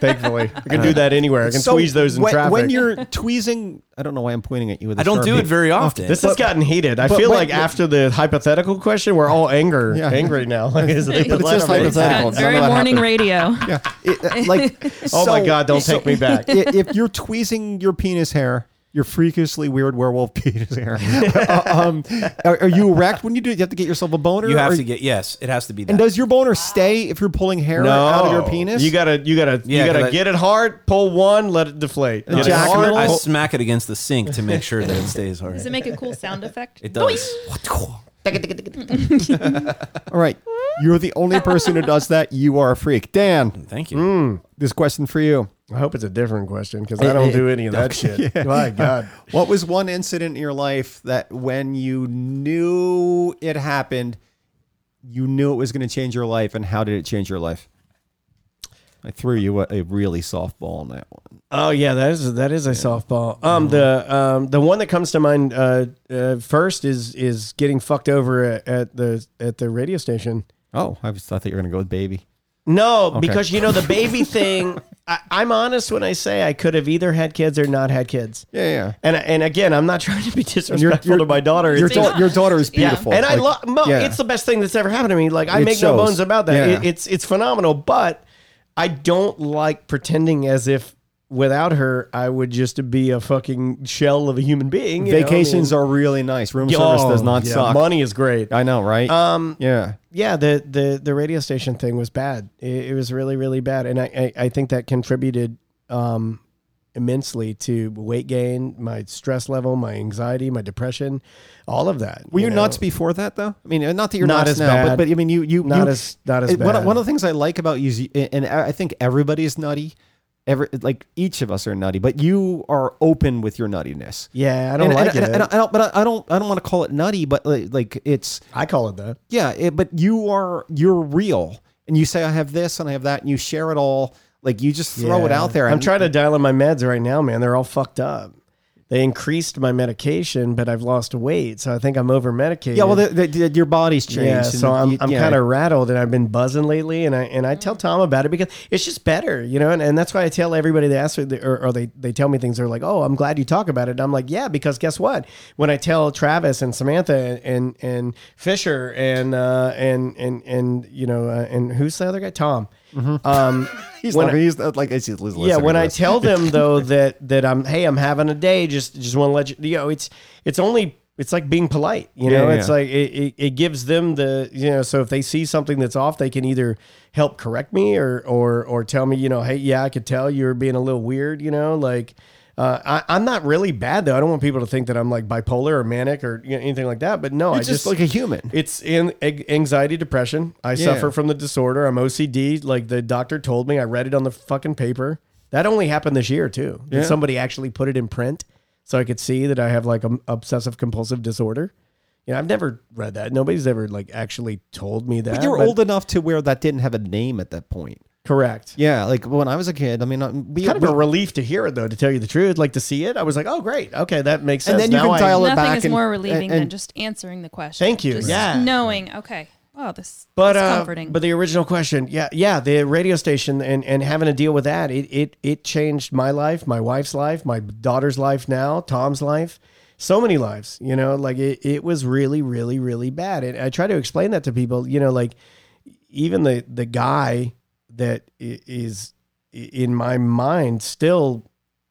Thankfully, I can do that anywhere. I can Uh-huh. So tweeze those in when, traffic. When you're tweezing, I don't know why I'm pointing at you with. a I don't do Sharpie. it very often. this has gotten heated. I but feel wait, like wait. after the hypothetical question, we're all anger, Yeah. angry now. Like, it's But like the it's just letter- hypothetical. Yeah, None it's of very that morning happened. radio. Yeah. It, uh, like. Oh my so- God! Don't so- take me back. i- if you're tweezing your penis hair, your freakishly weird werewolf penis hair, uh, um, are, are you erect when you do it? You have to get yourself a boner. you have Or- to get yes. It has to be that. And does your boner stay if you're pulling hair out of your penis? You gotta, you gotta, Yeah, 'cause you gotta I- get it hard. Pull one, let it deflate. Get it jack hard, middle. I pull- smack it against the sink to make sure that it stays hard. Does it make a cool sound effect? It does. All right. You're the only person who does that. You are a freak. Dan, Thank you. this question for you. I hope it's a different question because I don't do any of that shit. My God. What was one incident in your life that when you knew it happened, you knew it was going to change your life, and how did it change your life? I threw you a, a really softball on that one. Oh yeah, that is that is a softball. Um, the um the one that comes to mind uh, uh first is is getting fucked over at, at the at the radio station. Oh, I was, I thought you were going to go with baby. No, because you know the baby thing. I, I'm honest when I say I could have either had kids or not had kids. Yeah, yeah. And and again, I'm not trying to be disrespectful you're- to my daughter. Your, It's da- your daughter is Yeah. beautiful. And I Like, love Mo. yeah. It's the best thing that's ever happened to me. Like I It make no shows. bones about that. Yeah. It- it's it's phenomenal. But I don't like pretending as if without her I would just be a fucking shell of a human being. Vacations are really nice. Room service does not suck. Money Uh, is great. I know, right? Um, yeah. yeah, the the the radio station thing was bad. It, it was really really bad, and I, I I think that contributed um immensely to weight gain, my stress level, my anxiety, my depression, all of that. Were you, know? nuts before that though? I mean, not that you're Not nuts as now, bad. but but I mean, you you Not you- as- not as it- One, of- bad. one of the things I like about you, is you- and I I think everybody's nutty. Every like each of us are nutty, but you are open with your nuttiness. Yeah, I don't and, like and- it. and- and I don't, but I, I don't. I don't want to call it nutty, but like, like it's I call it that. yeah. It, but you are you're real, and you say I have this and I have that, and you share it all. Like you just throw it Yeah. out there. I'm and- trying to dial in my meds right now, man. They're all fucked up. They increased my medication, but I've lost weight, so I think I'm over medicated. Yeah, well, the, the, your body's changed. yeah. and So I'm, you- I'm yeah. Mm. kind of rattled, and I've been buzzing lately, and I and I tell Tom about it because it's just better, you know, and, and that's why I tell everybody they ask me, or, or they they tell me things. They're like, "Oh, I'm glad you talk about it." And I'm like, "Yeah," because guess what? When I tell Travis and Samantha and and Fisher and uh, and and and you know uh, and who's the other guy? Tom. Um, Mm-hmm. He's when like, I- he's not- like he's listening yeah, to when I this. tell them though that that I'm hey, I'm having a day. Just just want to let you, you know, it's it's only it's like being polite you Yeah, know yeah, it's yeah. like it, it, it gives them the you know so if they see something that's off they can either help correct me or or or tell me you know hey yeah i could tell you're being a little weird you know like uh, I, I'm not really bad though. I don't want people to think that I'm like bipolar or manic or you know, anything like that. But no, I You're just, just like a human. It's in ag- anxiety, depression. I suffer from the disorder. I'm OCD. Like the doctor told me, I read it on the fucking paper. That only happened this year too. And Yeah. somebody actually put it in print, so I could see that I have like an obsessive compulsive disorder. You know, I've never read that. Nobody's ever like actually told me that. But you're but- old enough to where that didn't have a name at that point. correct? Yeah, like when I was a kid, I mean, I- we, Kind of we- a relief to hear it though. To tell you the truth, like to see it, I was like, oh great, okay, that makes sense. And then you Now can I- dial it Nothing back is and- more relieving and- than and- just answering the question. Thank you. Just Yeah. knowing. Okay. Wow. This. But this is uh, comforting. but the original question, yeah, yeah, the radio station and and having to deal with that, it it it changed my life, my wife's life, my daughter's life now, Tom's life, so many lives. You know, like it it was really really really bad, and I try to explain that to people. You know, like even the the guy that i- is i- in my mind still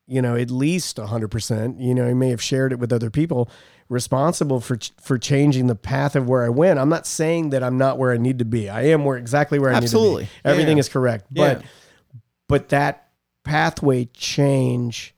you know at least 100% you know i may have shared it with other people responsible for ch- for changing the path of where i went i'm not saying that i'm not where i need to be i am where exactly where i need Absolutely. to be everything Yeah. is correct but Yeah. but that pathway change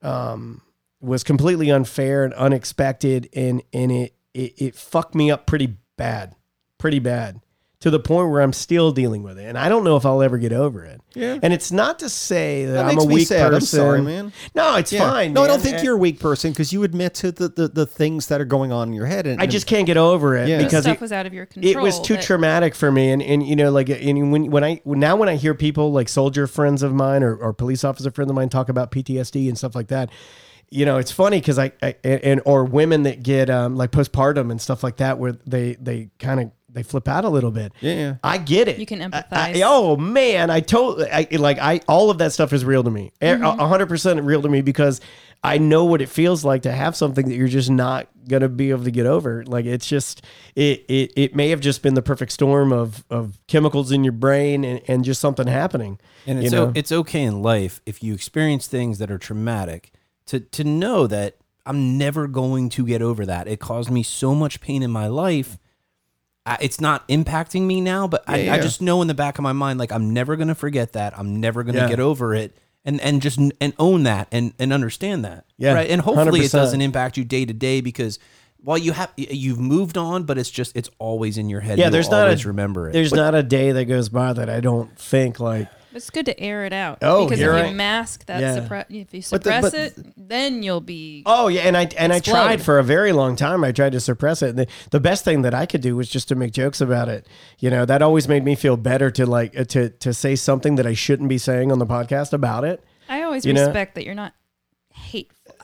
um was completely unfair and unexpected and and it it, it fucked me up pretty bad pretty bad to the point where i'm still dealing with it and i don't know if i'll ever get over it Yeah. and it's not to say that, That i'm makes a me weak sad. person I'm sorry, man. no it's Yeah. fine No, I man. Eh don't think you're a weak person because you admit to the, the, the things that are going on in your head. And, i just can't get over it Yeah. This because stuff it, was out of your control. it was too that- traumatic for me and and you know like and when when i now when i hear people like soldier friends of mine or, or police officer friends of mine talk about ptsd and stuff like that you know it's funny because I, I and and- or women that get um like postpartum and stuff like that where they they kind of they flip out a little bit Yeah, yeah. i get it You can I- empathize. I- oh man i totally I, like i all of that stuff is real to me A- a 100% real to me because i know what it feels like to have something that you're just not gonna be able to get over like it's just it it, it may have just been the perfect storm of of chemicals in your brain and, and just something happening And you it's, know? o- it's okay in life if you experience things that are traumatic to, to know that I'm never going to get over that. It caused me so much pain in my life. I, it's not impacting me now, but I, I just know in the back of my mind, like, I'm never going to forget that. I'm never going to Yeah. get over it. And, and just n- and own that and, and understand that Yeah, right and hopefully it 100%. doesn't impact you day to day because while you have y- you've moved on but it's just it's always in your head yeah You'll there's not always a remember it there's not a day that goes by that i don't think like It's good to air it out. Oh, because if you're you right. mask that, Yeah. suppre- if you But the- suppress but- it, then you'll be. Oh yeah, and I and I Explode. tried for a very long time. I tried to suppress it. And the, the best thing that I could do was just to make jokes about it. You know, that always made me feel better to like uh, to to say something that I shouldn't be saying on the podcast about it. I always you know- respect that you're not hateful.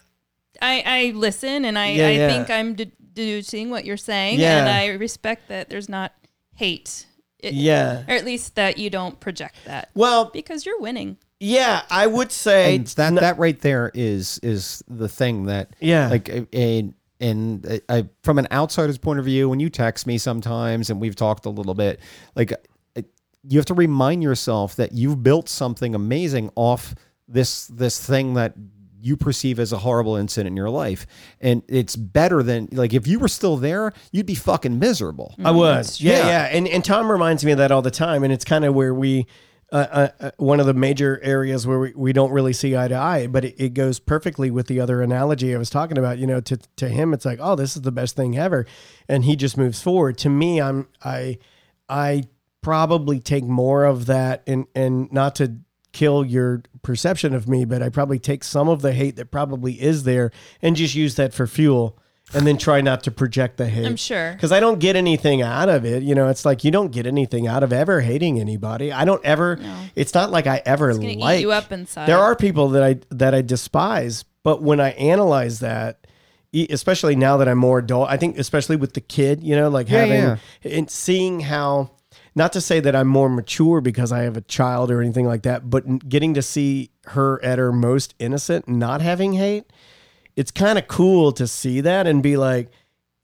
I, I listen and I, Yeah, I yeah. think I'm de- deducing what you're saying, Yeah. and I respect that there's not hate. It- Yeah. Or at least that you don't project that. Well, Because you're winning. yeah, I would say and that that right there is is the thing that Yeah. like a, a and I- I, from an outsider's point of view when you text me sometimes and we've talked a little bit like I- you have to remind yourself that you've built something amazing off this this thing that you perceive as a horrible incident in your life and it's better than like if you were still there you'd be fucking miserable I was. Yeah, yeah, Yeah. And and Tom reminds me of that all the time, and it's kind of where we. Uh, uh, uh, one of the major areas where we, we don't really see eye to eye, but it, it goes perfectly with the other analogy I was talking about. You know, to to him, it's like, oh, this is the best thing ever, and he just moves forward. To me, I'm I I probably take more of that, and and not to kill your perception of me, but I probably take some of the hate that probably is there, and just use that for fuel, and then try not to project the hate I'm sure. because I don't get anything out of it. You know, it's like you don't get anything out of ever hating anybody. I don't ever. It's not like I ever gonna eat like you up inside. There are people that I that I despise, but when I analyze that, e- especially now that I'm more adult, I think especially with the kid, you know, like having and seeing how. Not to say that I'm more mature because I have a child or anything like that, but n- getting to see her at her most innocent, not having hate, it's kind of cool to see that and be like,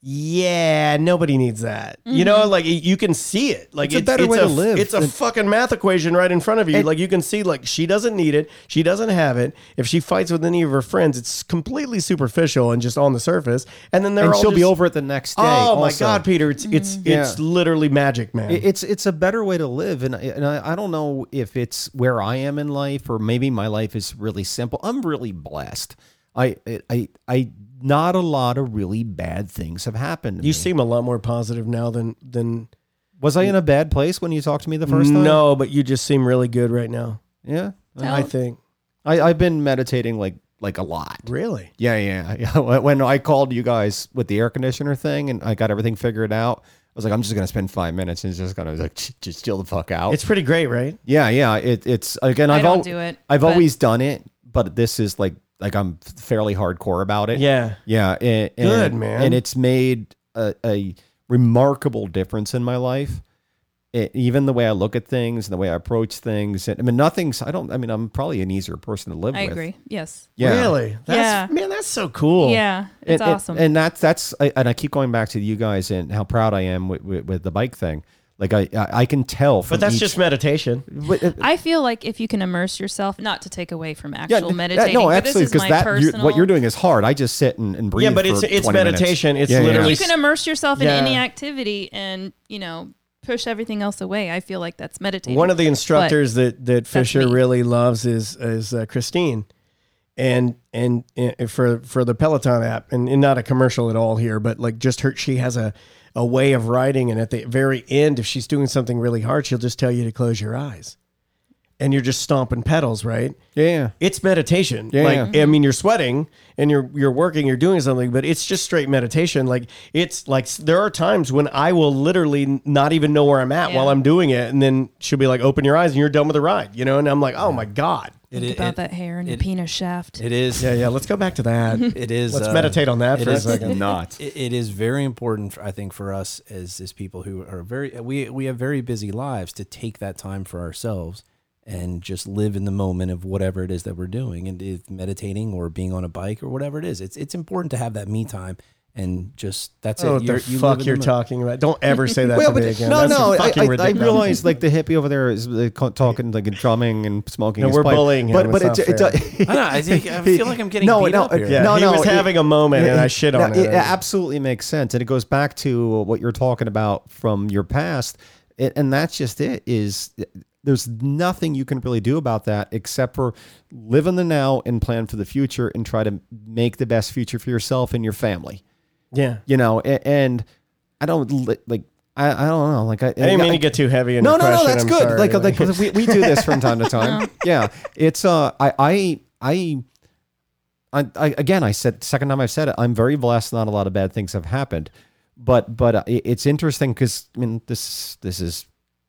yeah, nobody needs that. You know, like y- you can see it. Like Mm-hmm. It's a better way to live It's a than- fucking math equation right in front of you. like you can see, like she doesn't need it. She doesn't have it. If she fights with any of her friends, it's completely superficial and just on the surface. And then they're and all she'll be just- over it the next day. Oh my also. Mm-hmm. god, Peter! It's it's it's Yeah. literally magic, man. It- It's it's a better way to live, and I- and I, I don't know if it's where I am in life, or maybe my life is really simple. I'm really blessed. I I I not a lot of really bad things have happened. to you me. seem a lot more positive now than than. was I in a bad place when you talked to me the first time? No, but you just seem really good right now. Yeah, I think I I've been meditating like like a lot. really. Yeah, yeah, yeah. When I called you guys with the air conditioner thing, and I got everything figured out. I was like, I'm just gonna spend five minutes and it's just gonna like just chill the fuck out. It's pretty great, right? Yeah, yeah. It, it's again. I I've don't al- do it, I've but- always done it, but this is like like I'm fairly hardcore about it. Yeah. yeah. And, and- Good, man. And it's made a, a remarkable difference in my life. It, even the way I look at things and the way I approach things. And, I mean, nothing's. I don't. I mean, I'm probably an easier person to live I with. agree. Yes. Yeah. Really? That's, Yeah. Man, that's so cool. Yeah, and, it's and- awesome. And, that's that's I, and I keep going back to you guys and how proud I am with, with, with the bike thing. Like I I, I can tell. From But that's each- just meditation. but, uh, I feel like if you can immerse yourself, not to take away from Yeah, actual n- meditating, no, but this absolutely, is because my that you're, personal. what you're doing is hard. I just sit and, and breathe. Yeah, but it's- for it's 20 minutes. meditation. It's Yeah, yeah, literally You can immerse yourself in Yeah. any activity and you know push everything else away. I feel like that's meditating. One of the instructors that that Fisher me. really loves is is uh, Christine, and and uh, for for the Peloton app, and, and not a commercial at all here, but like just her, she has a a way of writing, and at the very end, if she's doing something really hard, she'll just tell you to close your eyes, and you're just stomping pedals, right? Yeah, yeah. It's meditation. Yeah, like I mean, you're sweating and you're you're working, you're doing something, but it's just straight meditation. Like it's like there are times when I will literally not even know where I'm at while Yeah. I'm doing it, and then she'll be like, "Open your eyes," and you're done with the ride, you know. And I'm like, "Oh my god." Think It- about it- that hair and your it- penis shaft. It is. Yeah, yeah. Let's go back to that. It is. Let's uh, meditate on that it for a is- second. not. it, it is very important i think for us as as people who are very we we have very busy lives to take that time for ourselves and just live in the moment of whatever it is that we're doing and if meditating or being on a bike or whatever it is it's it's important to have that me time and just that's Oh, it what You're- the you live in fuck the you're moment. talking about? Don't ever say that Well, to but me again. no, That's no. I, fucking I, I ridiculous. realize like the hippie over there is uh, co- talking like and drumming and smoking. No, his we're pipe. bullying him. But It's but not it's, it's, I don't know, I think- I feel like I'm getting no beat no up here. uh, Yeah, no he no. was it- having a moment, and I shit on no, it. It absolutely makes sense, and it goes back to what you're talking about from your past, it, and that's just it. Is eh, there's nothing you can really do about that except for live in the now and plan for the future and try to make the best future for yourself and your family. yeah. You know, a- and I don't li- like. I, I don't know. Like I, I didn't mean to get too heavy. in no, no, no. depression, That's I'm good. sorry. Like, like, we, we do this from time to time. Yeah, it's uh, I, I, I, I, I again, I said second time I've said it. I'm very blessed. Not a lot of bad things have happened, but but uh, it- it's interesting because I mean this this is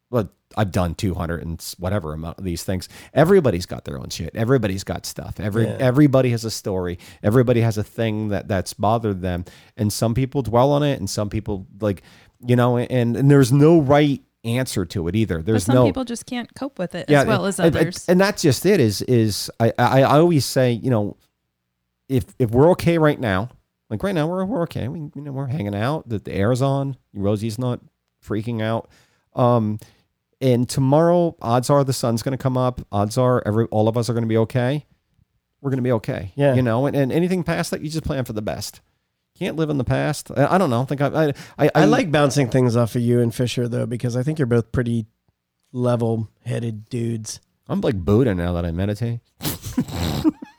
well I've done 200 and s- whatever amount of these things. Everybody's got their own shit. Everybody's got stuff. Every everybody has a story. Everybody has a thing that that's bothered them, and some people dwell on it, and some people like you know, and, and there's no right answer to it either. but There's some no people just can't cope with it as well as and- and- others. And that's just it. Is is I, I I always say you know, if if we're okay right now, like right now we're we're okay. We you know we're hanging out. The, the air's on. Rosie's not freaking out. Um, and tomorrow, odds are the sun's going to come up. Odds are every all of us are going to be okay. We're going to be okay. Yeah. you know. And, and anything past that, you just plan for the best. Can't live in the past. I, I don't know. I think I I, I, I like bouncing things off of you and Fisher though, because I think you're both pretty level-headed dudes. I'm like Buddha now that I meditate.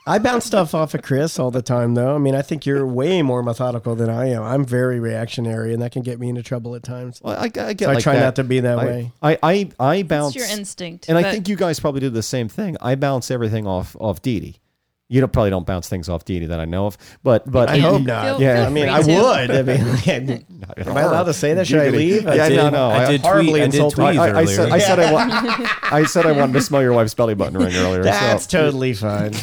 I bounce stuff off of Chris all the time though. I mean, I think you're way more methodical than I am. I'm very reactionary, and that can get me into trouble at times. Well, I, I get So I like try that. not to be that I- way. I I, I bounce it's your instinct. and I but think you guys probably do the same thing. I bounce everything off off Dee Dee. You don't, probably don't bounce things off Dee Dee that I know of, but but I hope not. Feel- Yeah. feel I mean, free I to. would. I mean, am I allowed to say that? Should I leave? Yeah, did. no, no. I did tweet- horribly I did insulted. tweet I, I- I earlier. said I said I, wa- I said I wanted to smell your wife's belly button ring earlier. That's so. totally fine.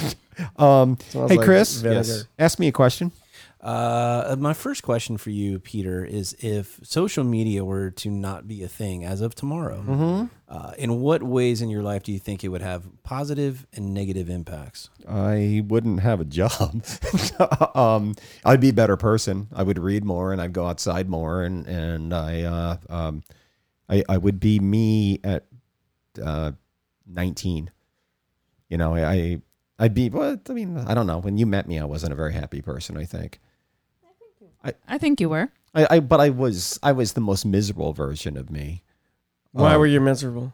um, Smells hey like Chris, vinegar. yes. ask me a question. Uh, my first question for Mm-hmm. you, Peter, is if social media were to not be a thing as of tomorrow, uh, Uh, in what ways in your life do you think it would have positive and negative impacts? I wouldn't have a job. um, I'd be a better person. I would read more and I'd go outside more and and I uh, um, I, I would be me at uh, nineteen. You know, I, I I'd be. Well, I mean, I don't know. When you met me, I wasn't a very happy person. I think. I think you were. I, I but I was I was the most miserable version of me. Why Um, were you miserable?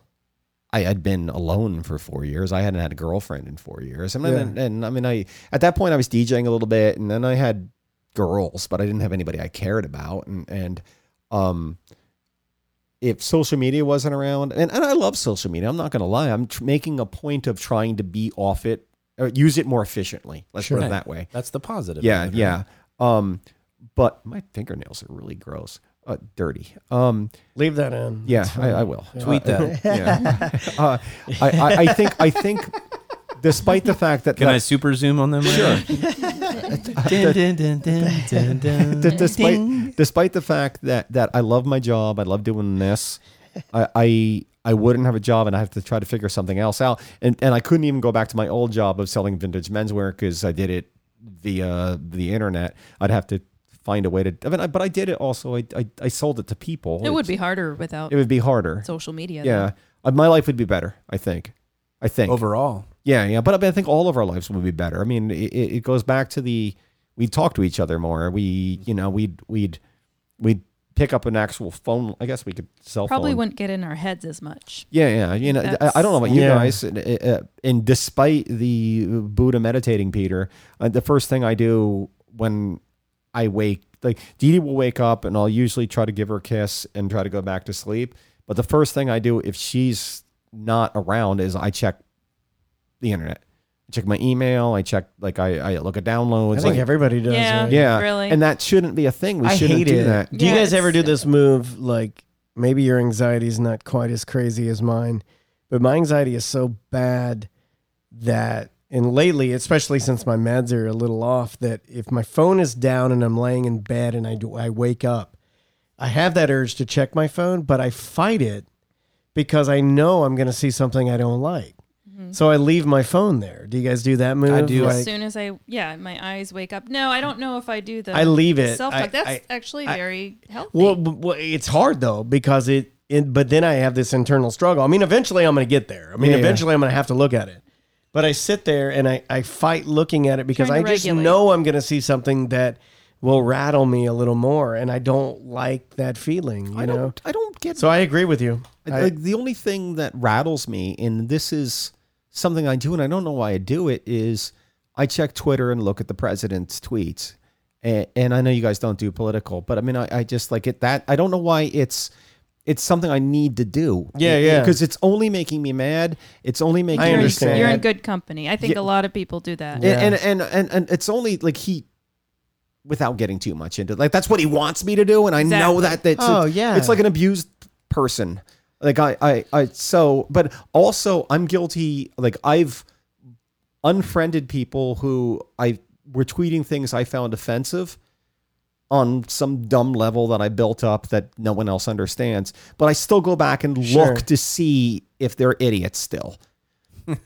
I had been alone for four years. I hadn't had a girlfriend in four years. I mean, Yeah. and, and I mean, I at that point I was DJing a little bit, and then I had girls, but I didn't have anybody I cared about. And and um, if social media wasn't around, and, and I love social media, I'm not going to lie. I'm tr- making a point of trying to be off it, or use it more efficiently. Let's put it Right. that way. That's the positive. Yeah, end, right? yeah. Um, but my fingernails are really gross, uh, dirty. Um, Leave that in. yeah, I, I will Tweet Uh, that. yeah. Uh, I, I, I think I think despite the fact that, Can I that super zoom on them? Sure. dun, dun, dun, dun, dun, dun. d- despite despite the fact that that I love my job, I love doing this. I, I I wouldn't have a job, and I have to try to figure something else out. And and I couldn't even go back to my old job of selling vintage menswear because I did it via the internet. I'd have to find a way to. I mean, I, but I did it also. I, I I sold it to people. It would It's- be harder without It would be harder. social media. though. yeah, Uh, my life would be better. I think. I think Overall, Yeah, yeah, but I, mean, I think all of our lives would be better. I mean, it, it it goes back to the we talk to each other more. We, you know, we'd we'd we'd pick up an actual phone. I guess we could cell Probably phone. wouldn't get in our heads as much. Yeah, yeah. You know, I, That's- I don't know about you Yeah. guys. uh, uh, And despite the Buddha meditating, Peter, uh, the first thing I do when I wake, like Dee Dee will wake up, and I'll usually try to give her a kiss and try to go back to sleep. But the first thing I do if she's not around is I check the internet. I check my email. I check like I, I look at downloads. I think like- everybody does. Yeah. right? yeah, Really? And that shouldn't be a thing. We shouldn't do that. Do you Yeah, guys ever do it's- this move? Like maybe your anxiety is not quite as crazy as mine, but my anxiety is so bad that, and lately, especially since my meds are a little off, that if my phone is down and I'm laying in bed and I do, I wake up, I have that urge to check my phone, but I fight it because I know I'm going to see something I don't like. So I leave my phone there. Do you guys do that move? do. Like, Mm-hmm. as soon as I, yeah, my eyes wake up. No, I don't know if I do the. I leave it. Self I- talk. That's I- actually I- very healthy. Well, b- well, it's hard though because it, it. But then I have this internal struggle. I mean, eventually I'm going to get there. I mean, Yeah, yeah. eventually I'm going to have to look at it. But I sit there and I, I fight looking at it because I Trying to just regulate. know I'm going to see something that will rattle me a little more, and I don't like that feeling. You I know. don't. I don't get So I agree with you. I- like the only thing that rattles me, and this is something I do, and I don't know why I do it, is I check Twitter and look at the president's tweets. And, and I know you guys don't do political, but I mean, I, I just like it that. I don't know why it's it's something I need to do. Yeah, yeah. Because it's only making me mad. It's only making I me understand. sad. You're in good company. I think Yeah. a lot of people do that. Yeah. And, and, and and and it's only like he without getting too much into like that's what he wants me to do and I know Exactly. that that's Oh, it's, yeah. it's like an abused person like I, I I so but also I'm guilty like I've unfriended people who I were tweeting things I found offensive on some dumb level that I built up that no one else understands but I still go back and Sure. look to see if they're idiots still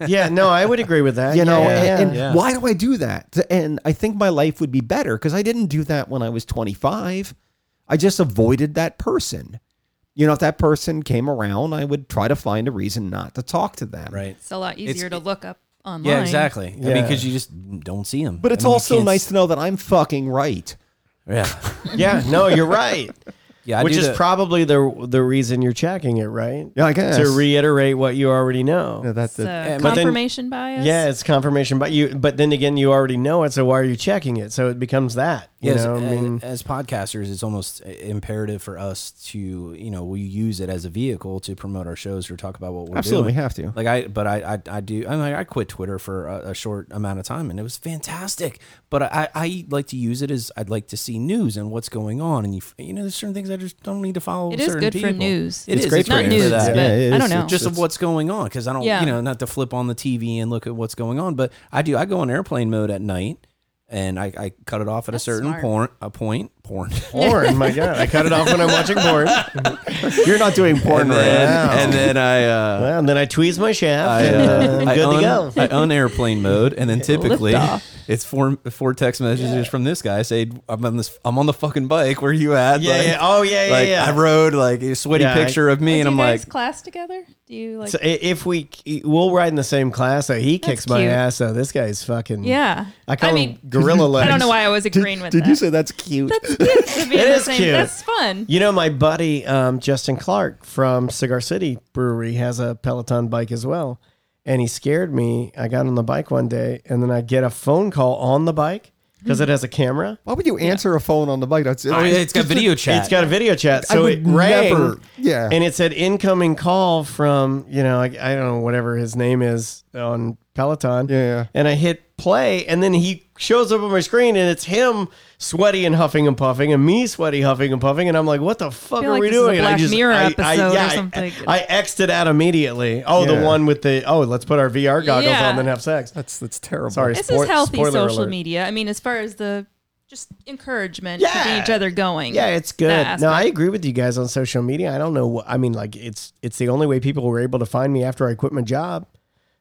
yeah. No, I would agree with that. you know Yeah, and, yeah. and why do i do that and i think my life would be better because i didn't do that when i was 25 i just avoided that person you know if that person came around i would try to find a reason not to talk to them right? It's a lot easier to look up online. Yeah, exactly. I mean, Yeah. because you just don't see them. but it's also nice to know that i'm fucking right Yeah, yeah. No, you're right. yeah. I Which do is the- probably the the reason you're checking it, right? yeah i guess To reiterate what you already know. Yeah, that's So, it. but then- confirmation bias. Yeah, it's confirmation, but you but then again, you already know it, so why are you checking it? So it becomes that. You Yes, uh, know, a- I mean, as podcasters, it's almost imperative for us to, you know, we use it as a vehicle to promote our shows or talk about what we're absolutely we doing. have to Like I, but I, I, I do. I mean, I quit Twitter for a, a short amount of time, and it was fantastic. But I, I like to use it as I'd like to see news and what's going on, and you, f- you know, there's certain things I just don't need to follow. It is certain good for people. news. It It's is. great it's for not not news. news, Yeah. but Yeah, it I is. don't know. just of what's going on because I don't, Yeah. you know, not to flip on the TV and look at what's going on, but I do. I go on airplane mode at night, and I, I cut it off at That's a certain smart. point. A point. porn. Porn, my God. I cut it off when I'm watching porn. You're not doing porn and, right then, now. and then I. Uh, Well, and then I tweeze my shaft. I, and, uh, uh, I'm I good own, to go. I own airplane mode, and then typically it's four four text messages from this guy saying, "I'm on this, I'm on the fucking bike. Where you at? Yeah, like, yeah. Oh, yeah, yeah, like, yeah. I rode like a sweaty Yeah, I- picture of me, Do and I'm you guys like, class together? Do you like? So i- if we we'll ride in the same class, so he kicks my cute. ass. So this guy's fucking yeah. I call mean, him gorilla legs. I don't know why I was agreeing with that. that's cute? That's cute to be in It the is same- cute. That's fun. You know, my buddy um, Justin Clark from Cigar City Brewery has a Peloton bike as well. And he scared me. I got on the bike one day, and then I get a phone call on the bike because it has a camera. Why would you answer a phone on the bike? That's oh yeah, it's got video chat. It's got a video chat, I so would it rang. never- yeah. and it said incoming call from you know I, I don't know whatever his name is on Peloton. Yeah, yeah. and I hit play, and then he shows up on my screen, and it's him sweaty and huffing and puffing, and me sweaty huffing and puffing, and I'm like, what the fuck feel are like we this is a doing? And I Black Mirror I, episode or yeah, something. I, I X'd it out immediately. Oh, Yeah. the one with the oh, let's put our VR goggles Yeah. on and have sex. That's that's terrible. Sorry, This spoil- is healthy spoiler social alert. media. I mean, as far as the just encouragement to Yeah. get each other going. Yeah, it's good. That No, I aspect. agree with you guys on social media. I don't know. What, I mean, like it's it's the only way people were able to find me after I quit my job.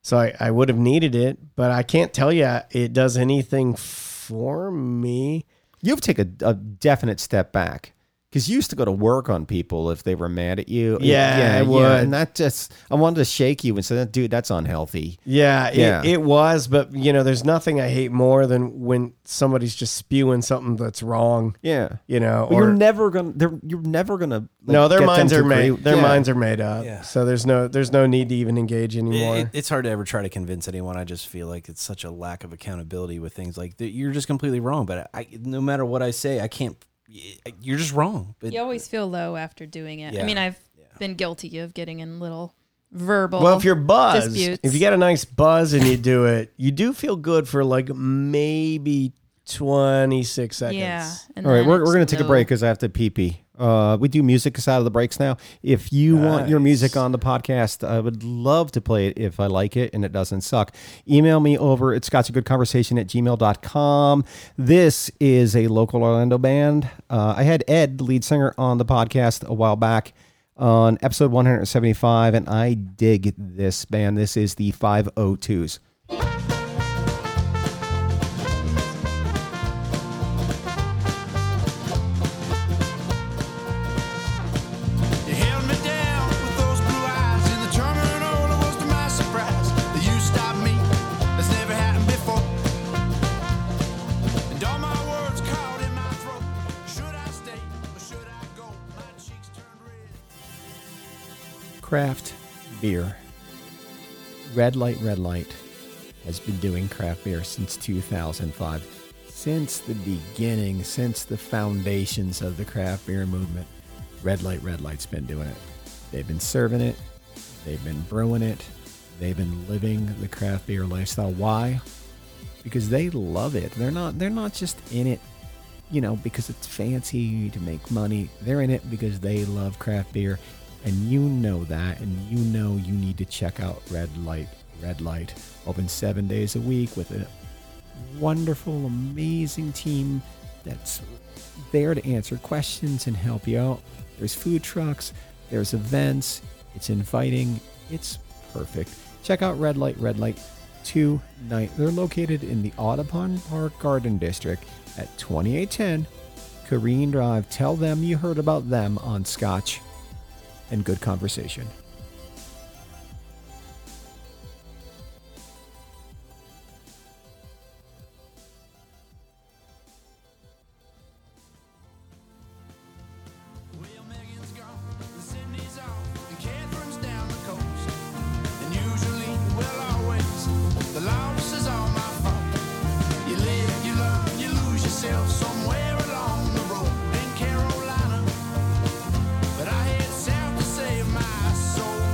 So I, I would have needed it, but I can't tell you it does anything for me. You've taken a, a definite step back because you used to go to work on people if they were mad at you. Yeah, I yeah. would. And that just, I wanted to shake you and say, dude, that's unhealthy. Yeah, it, Yeah. it was, but you know, there's nothing I hate more than when somebody's just spewing something that's wrong. Yeah. You know, But you're never gonna. They're, you're never gonna. like, no, get their them minds to are agree- made. Their Yeah. minds are made up. Yeah. So there's no there's no need to even engage anymore. It- it- it's hard to ever try to convince anyone. I just feel like it's such a lack of accountability with things like that. You're just completely wrong. But I, no matter what I say, I can't. You're just wrong. But You always feel low after doing it. Yeah. I mean, I've been guilty of getting in little verbal. Well, if you're buzzed, disputes. if you got a nice buzz and you do it, you do feel good for like maybe 26 seconds. yeah. and All right, then we're, we're it's going to take a no. break because I have to pee pee. Uh, we do music us out of the breaks now. If you want your music on the podcast, I would love to play it if I like it and it doesn't suck. Email me over at Scott's a good conversation at gmail.com. This is a local Orlando band. Uh, I had Ed, the lead singer, on the podcast a while back on episode 175, and I dig this band. This is the 502s. You held me down with those blue eyes, and the terminal was to my surprise. That you stopped me, that's never happened before. And all my words caught in my throat. Should I stay or should I go? My cheeks turned red. craft beer. Red Light Red Light has been doing craft beer since 2005, since the beginning, since the foundations of the craft beer movement. Red Light Red Light's been doing it. They've been serving it, they've been brewing it, they've been living the craft beer lifestyle. Why? Because they love it. They're not they're not just in it you know, because it's fancy to make money. They're in it because they love craft beer, and you know that, and you know you need to check out Red Light. Red Light open seven days a week with a wonderful, amazing team that's there to answer questions and help you out. There's food trucks, there's events, it's inviting, it's perfect. Check out Red Light, Red Light tonight. They're located in the Audubon Park Garden District at 2810 Kareen Drive. Tell them you heard about them on Scotch and Good Conversation. Well, Megan's gone, and Cindy's off, and Catherine's down the coast. And usually, well, always, the loss is all my fault. You live, you love, you lose yourself somewhere along the road in Carolina. But I head south to save my soul.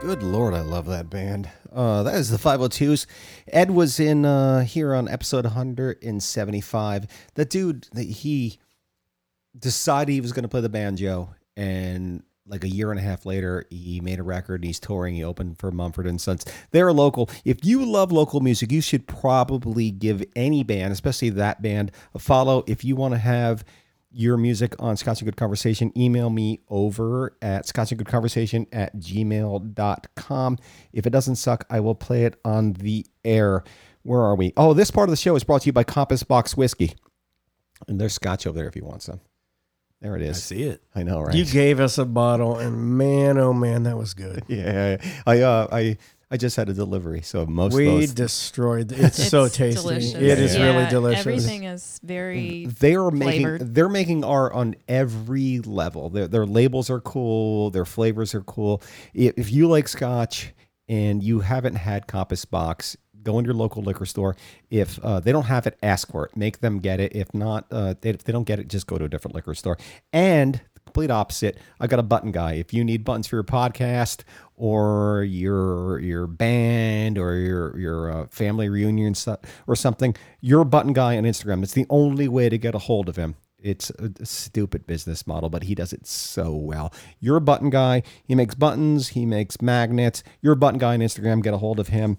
Good lord, I love that band. Uh, that is the 502s. Ed was in uh, here on episode 175. The dude that he decided he was going to play the banjo, and like a year and a half later, he made a record. And he's touring. He opened for Mumford and Sons. They're local. If you love local music, you should probably give any band, especially that band, a follow. If you want to have your music on Scotch and Good Conversation, email me over at Scotch and Good Conversation at gmail.com. If it doesn't suck, I will play it on the air. Where are we? Oh, this part of the show is brought to you by Compass Box Whiskey. And there's scotch over there if you want some. There it is. I see it. I know, right? You gave us a bottle, and man, oh man, that was good. yeah, I uh, I I just had a delivery, so most we of those destroyed. It's, so tasty. Delicious. It is Yeah, really delicious. Everything is very. they are making flavored. they're making art on every level. Their their labels are cool. Their flavors are cool. If, if you like Scotch and you haven't had Compass Box, go into your local liquor store. If uh, they don't have it, ask for it. Make them get it. If not, uh, they, if they don't get it, just go to a different liquor store. And the complete opposite, I got a button guy. If you need buttons for your podcast or your your band or your your uh, family reunion so- or something, your button guy on Instagram. It's the only way to get a hold of him. It's a stupid business model, but he does it so well. You're a button guy. He makes buttons. He makes magnets. You're a button guy on Instagram. Get a hold of him.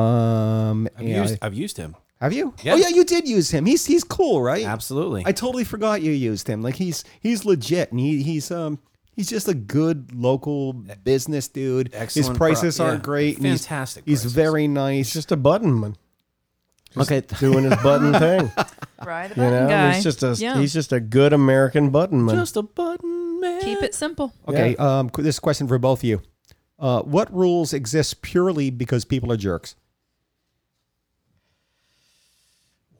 Um, I've and- used- have, I've used him. you? Yeah. Oh yeah, you did use him. He's he's cool, right? Absolutely. I totally forgot you used him. Like he's he's legit, and he he's um he's just a good local business dude. His E-, Excellent prices pro- aren't yeah. great. and he's- Fantastic He's, prices. very nice. It's just a button man okay. doing his button thing. Rye the You button know, guy. he's just a Yeah. he's just a good American button man. Just a button man. Keep it simple. Okay. Um, qu- this question for both of you: uh, What rules exist purely because people are jerks?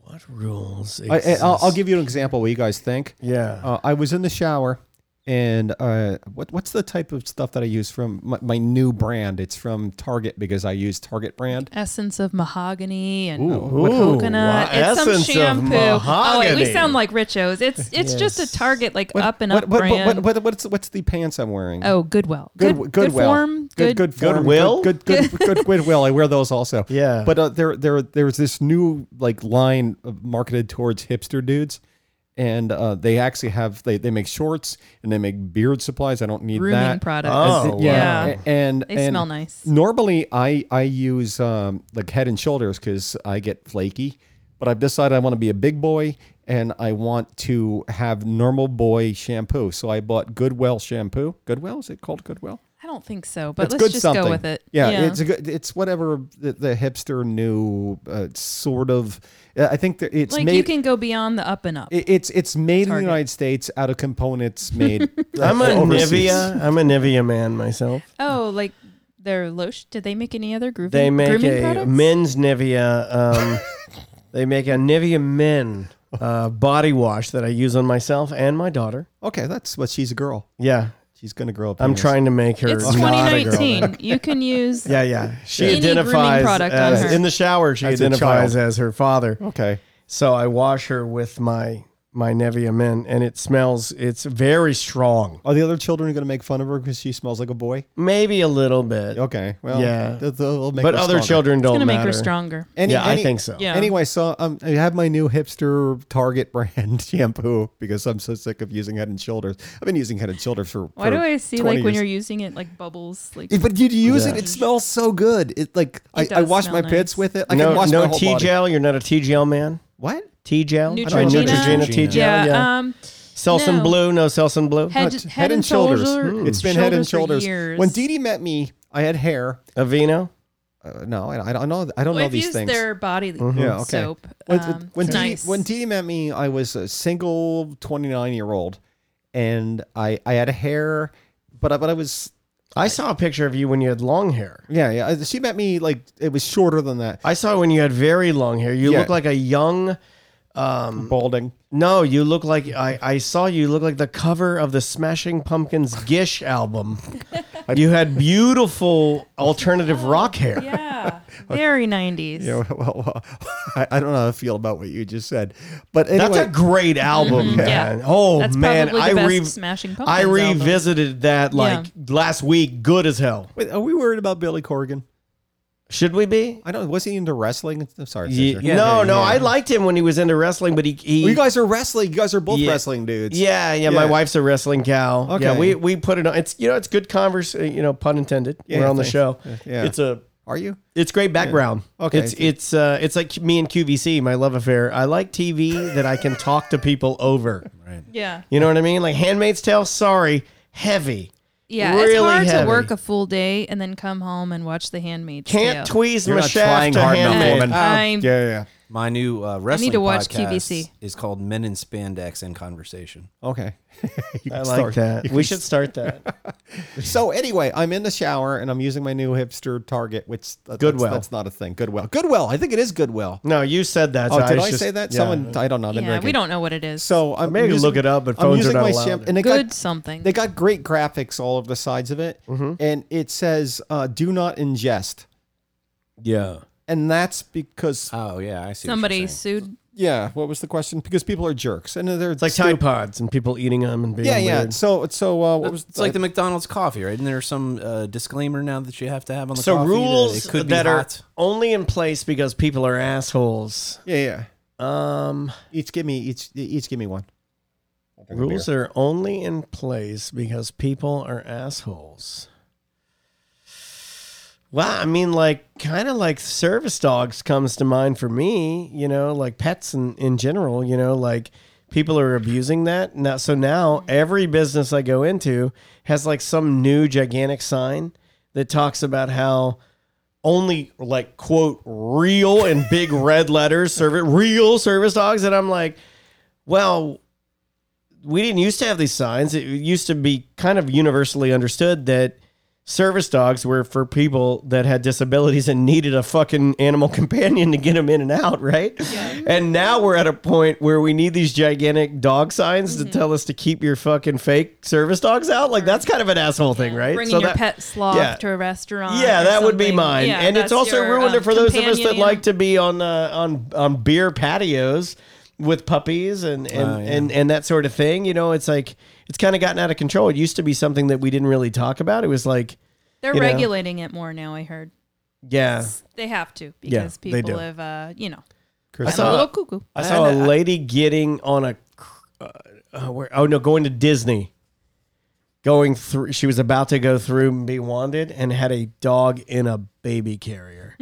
What rules? I, I- I'll, I'll exist? give you an example. What you guys think? Yeah. Uh, I was in the shower, and uh, what what's the type of stuff that I use from my, my new brand? It's from Target because I use Target brand. Essence of mahogany and Ooh, coconut. wow. It's some Essence of shampoo. Oh wait, we mahogany. sound like richos. It's it's just a Target like up and what, up what, brand. What, what, what's what's the pants I'm wearing? oh, Goodwill. Good, good, form. Good, good, form, Goodwill? Good, good, good, good goodwill. I wear those also. Yeah. But uh, there, there, there's this new like line of- marketed towards hipster dudes, and uh, they actually have they, they make shorts and they make beard supplies. I don't need Grooming that. products. Oh, And- yeah. wow. And They and smell nice. Normally, I I use um, like Head and Shoulders because I get flaky, but I've decided I want to be a big boy and I want to have normal boy shampoo. So I bought Goodwell shampoo. Goodwell is it called Goodwell? I don't think so, but It's let's just go with it. Yeah, it's a good. It's whatever the, the hipster new uh, sort of. uh, I think that it's like made. you can go beyond the up and up. it- it's it's made in Target. the United States out of components made. uh, I'm a overseas. Nivea. I'm a Nivea man myself. oh, like their lotion. Did they make any other groovy They make grooming a products? men's Nivea. Um, they make a Nivea men uh, body wash that I use on myself and my daughter. Okay, that's what she's a girl. Yeah, She's gonna grow up. I'm trying to make her. It's not a girl. 2019. You can use Yeah, yeah. She Any grooming identifies product on as, her. in the shower. She As a identifies child. as her father. Okay. So I wash her with my my Nivea men, and it smells. It's very strong. Are the other children going to make fun of her because she smells like a boy? Maybe a little bit, Okay. Well, Yeah. th- they'll make but her other stronger. children it's don't gonna matter. make her stronger. Any- Yeah, any- I think so. Yeah. Anyway, so um, I have my new hipster Target brand shampoo because I'm so sick of using Head and Shoulders. I've been using Head and Shoulders for. Why do I see like when you're you using it like bubbles? Like But you use it, Yeah. it smells so good. It like I, It I does wash smell my nice. pits with it. I can no, wash my no whole T body. gel. You're not a T gel man. What? T gel. Neutrogena? Neutrogena T gel. Yeah. yeah, yeah. um, Selsun no. Blue. No Selsun Blue. head, No, head, and shoulders. It's been Head and Shoulders. For years. When Dee Dee met me, I had hair. Aveeno. Uh, no, I, I don't know. I don't well, know I've these used things. Mm-hmm. their body Yeah, okay. soap. When, um, when, it's Dee, nice. when Dee Dee met me, I was a single 29 year old and I, I had a hair, but I, but I was, I saw a picture of you when you had long hair. yeah, yeah. I- She met me like it was shorter than that. I saw when you had very long hair. You Yeah. look like a young. Balding. No, you look like I, I saw you look like the cover of the Smashing Pumpkins Gish album. you had beautiful alternative rock hair. Yeah. Very 90s. Yeah, well, well I, I don't know how I feel about what you just said, but anyway, That's a great album, Mm-hmm. man. yeah. Oh That's man, probably the I best re- Smashing Pumpkins I album. revisited that like last week. Good as hell. Wait, are we worried about Billy Corgan? Should we be? I don't. Was he into wrestling? I'm sorry, Ye- sister. no, no. I liked him when he was into wrestling, but he, he Well, you guys are wrestling. You guys are both Yeah. wrestling dudes. Yeah, yeah, My Yeah. wife's a wrestling gal. Yeah, Okay. we we put it on. It's you know, it's good converse. uh, You know, pun intended. Yeah, We're on the thanks. show. Yeah. it's a Are you? it's great background. Okay. it's it's uh it's like me and QVC, my love affair. I like TV that I can talk to people over. Yeah. You know what I mean? Like Handmaid's Tale. Sorry, heavy. Yeah. Really it's hard heavy. to work a full day and then come home and watch The Handmaid's Can't Tale. tweeze You're my not shaft trying to hard enough, Handmaid. woman. I'm- yeah, yeah. My new uh, wrestling to watch podcast QVC. is called Men in Spandex and Conversation. Okay. You I can like start. that. We should start that. So anyway, I'm in the shower and I'm using my new hipster Target, which that- that's- Goodwill. That's, not a thing. Goodwill. Goodwill. I think it is Goodwill. No, you said that. Oh, so did was I just- say that? yeah. Someone. I don't know. I've been Yeah, we drinking. don't know what it is. So I'm Maybe using, look it up, but I'm phones using are not my allowed. shampoo, and it Good got something. They got great graphics all over the sides of it, Mm-hmm. and it says uh, "Do not ingest," Yeah. and that's because Oh yeah, I see. Somebody sued. yeah. What was the question? Because people are jerks, and they're It's like Tide Pods and people eating them and being Yeah, yeah. weird. So so uh, what It's was like the McDonald's coffee, right? And there's some uh, disclaimer now that you have to have on the So coffee that rules it that, could be are hot. only in place because people are assholes. yeah yeah. Um, Each give me each each give me one. rules that are only in place because people are assholes. Well, I mean, like, kind of like service dogs comes to mind for me. You know, like pets in, in general. You know, like people are abusing that now. So now every business I go into has like some new gigantic sign that talks about how only like quote real in big red letters service real service dogs and i'm like well we didn't used to have these signs it used to be kind of universally understood that service dogs were for people that had disabilities and needed a fucking animal companion to get them in and out right and now we're at a point where we need these gigantic dog signs Mm-hmm. to tell us to keep your fucking fake service dogs out like that's kind of an asshole thing right Bringing So your that- pet sloth yeah. to a restaurant. yeah, or that would be something. mine. Yeah, and it's that's also your, um, ruined it for those of us that companion. like to be on uh, on on beer patios with puppies and and, and and that sort of thing. You know, it's like it's kind of gotten out of control. It used to be something that we didn't really talk about. It was like, They're you know. regulating it more now, I heard. yeah, They have to Yeah, because they people do. have, uh, you know, I been a saw little cuckoo. I saw a lady getting on a cr- uh, uh, where, oh no, going to Disney. Going through, she was about to go through and be wanted, and had a dog in a baby carrier.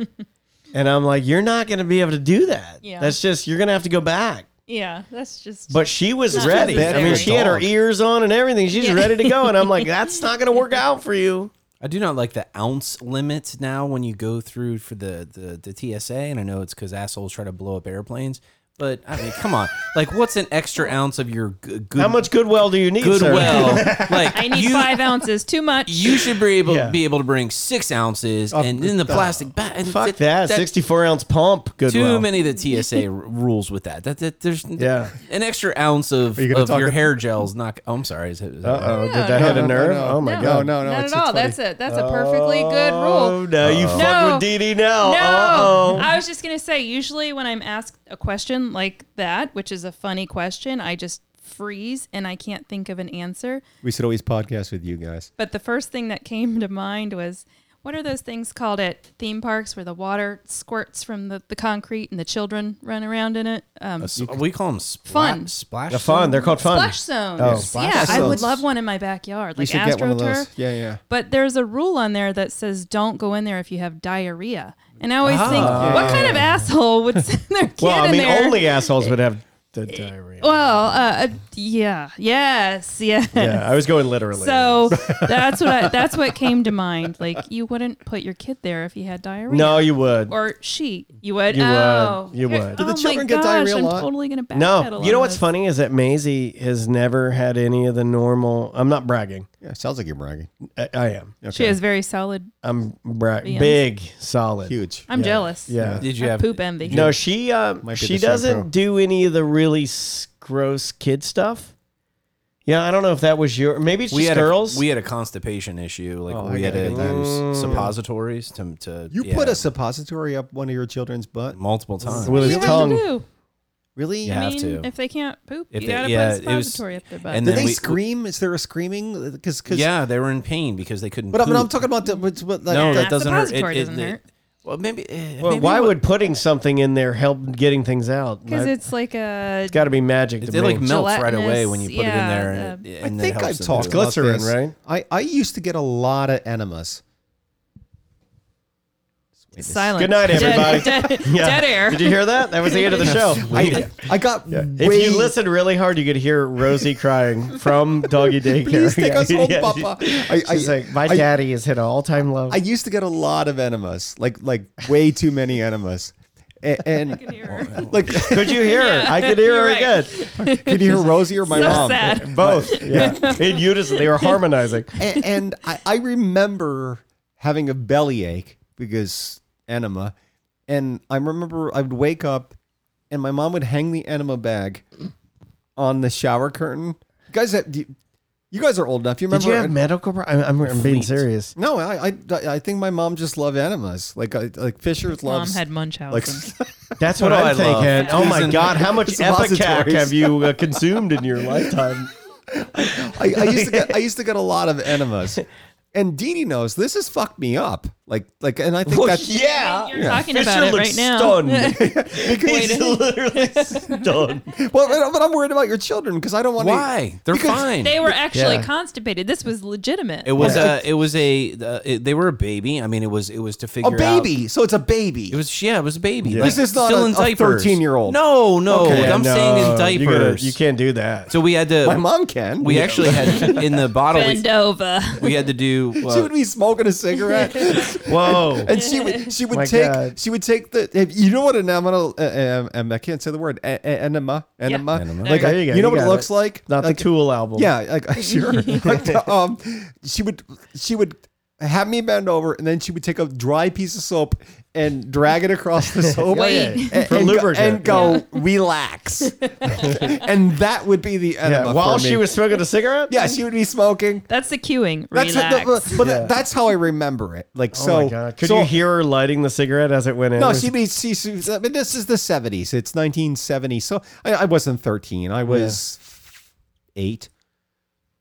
and I'm like, you're not going to be able to do that. Yeah. That's just you're going to have to go back. Yeah, that's just. But she was Not ready. bad I mean, for a she had her dog. ears on and everything. She's ready to go, and I'm like, that's not going to work out for you. I do not like the ounce limit now when you go through for the the, the TSA, and I know it's because assholes try to blow up airplanes. But I mean, come on, like what's an extra ounce of your g- good, How much goodwill do you need? sir? goodwill? like I need you, five ounces. Too much. You should be able Yeah. be able to bring six ounces, and in the plastic bag. Fuck that. 64 ounce pump. Too Goodwill. many of the TSA r- rules with that. That, that there's Yeah. an extra ounce of, gonna of talk your ab- hair gel's not. Oh, I'm sorry. Is it- is that- Oh, did that hit a nerve? Oh my No. god. No, no, no. Not it's, at all. It's funny. That's a that's a perfectly good Oh, rule. no, you No. fuck with DD now. No, Oh, Uh-oh. I was just gonna say. Usually, when I'm asked a question like that, which is a funny question, I just freeze and I can't think of an answer. We should always podcast with you guys. But the first thing that came to mind was, what are those things called at theme parks where the water squirts from the, the concrete and the children run around in it? Um, So we call them spla- Fun. splash. They're fun. They're called fun. splash zones. Oh, yeah, splash I would zones. love one in my backyard, We like should get one of AstroTurf. those. Yeah, yeah. But there's a rule on there that says don't go in there if you have diarrhea. And I always think, Ah. what kind of asshole would send their kid Well, I in mean, there? only assholes would have the diarrhea. well, uh, uh, yeah, yes, yes. yeah, I was going literally. So that's what I, that's what came to mind. Like you wouldn't put your kid there if you had diarrhea. no, you would. or she. You would. You would. oh, You would. Do Oh the my children get gosh, diarrhea a I'm lot? totally gonna No, backpedal you know on what's this. funny is that Maisie has never had any of the normal. I'm not bragging. Yeah, sounds like you're bragging. I, I am. She has very solid. I'm bra- Beans. big, solid. Huge. I'm jealous. Yeah. Did you I have poop envy. No, she um, Might be she the doesn't shampoo. do any of the really s- gross kid stuff. Yeah, I don't know if that was your. Maybe it's we just had girls. A, we had a constipation issue. Like Oh, I we had gotta to get that. Mm. use suppositories to. to You yeah, Mm, put a suppository up one of your children's butt. multiple times. With his You have tongue. to do. Really? You I have mean, to. if they can't poop, If you they- gotta yeah, put it a was- suppository up their butt. and Did then they we- screaming? Is there a screaming? Because yeah, they were in pain because they couldn't. But I mean, poop. I'm talking about the. But, but like, no, the- that That doesn't hurt. suppository doesn't hurt. Well, maybe. eh, Well, maybe why it would putting something in there help getting things out? because I- it's like a it's got to be magic. To It, it like me. melts right away when you put it in Gelatinous, there. yeah, And, it, I and it think I've helps them talked poop. about Glycerin, this. right? I I used to get a lot of enemas. silent. Good night, everybody. Dead, dead, Yeah. dead air. Did you hear that? That was the end of the show. Oh, I, I got If way- you listen really hard, you could hear Rosie crying from doggy daycare. Please take Yeah, us home, yeah. Papa. I, I, She's like, my I- daddy is hit an all-time low. I used to get a lot of enemas, like like way too many enemas, and, and like could you hear her? I could hear her you're right. again. could you hear Rosie or my So mom? sad. Both. Yeah. In unison, they were harmonizing. and, and I, I remember having a bellyache because enema. And I remember I would wake up and my mom would hang the enema bag on the shower curtain. You guys, have, do you, you guys are old enough. You Did remember? you have medical? Pro- I'm, I'm, I'm being serious. no, I, I, I think my mom just loved enemas. Like I, like Fisher's Mom loves. had Munchausen. like That's what, What do I'm I love? thinking. Oh my God, how much Suppositories. Epicac have you uh, consumed in your lifetime? I, I used to get I used to get a lot of enemas. And Dee Dee knows this has fucked me up. Like like, and I think that's yeah. You're talking about it right now. stunned. He's literally stunned. well, but I'm worried about your children because I don't want Why? They're fine. They were actually Yeah. constipated. This was legitimate. It was a. It was a. Uh, it, they were a baby. I mean, it was. It was to a figure out. baby. So it's a baby. It was yeah, it was a baby. Yeah. Like, This is not still a- in a diapers. 13-year-old. No, no, Okay. I'm Yeah, saying in no, Oh, you gotta- diapers. You, can't do that. So we had to. my mom can. We actually had in the bottle. We, Bend over. we had to do. she Uh, would be smoking a cigarette, Whoa. and she would she would My take God. she would take the if- you know what an enema uh, um, um, I can't say the word a- a- enema enema Enema. like There you go, you know you what got it looks it. like Not the like, Tool album. yeah like sure Like, um she would she would have me bend over and then she would take a dry piece of soap and drag it across the soap Wait. and, For and go- lubricant. and go relax and that would be the enema Yeah, while for she me. was smoking a cigarette? yeah she would be smoking That's the cueing. That's Relax. how, no, but Yeah. that- that's how I remember it. Like Oh so. my God. Could so- you hear her lighting the cigarette as it went in? No, It was- she be. She, she, I mean, this is the seventies. It's nineteen seventy. So I, I wasn't thirteen. I was eight.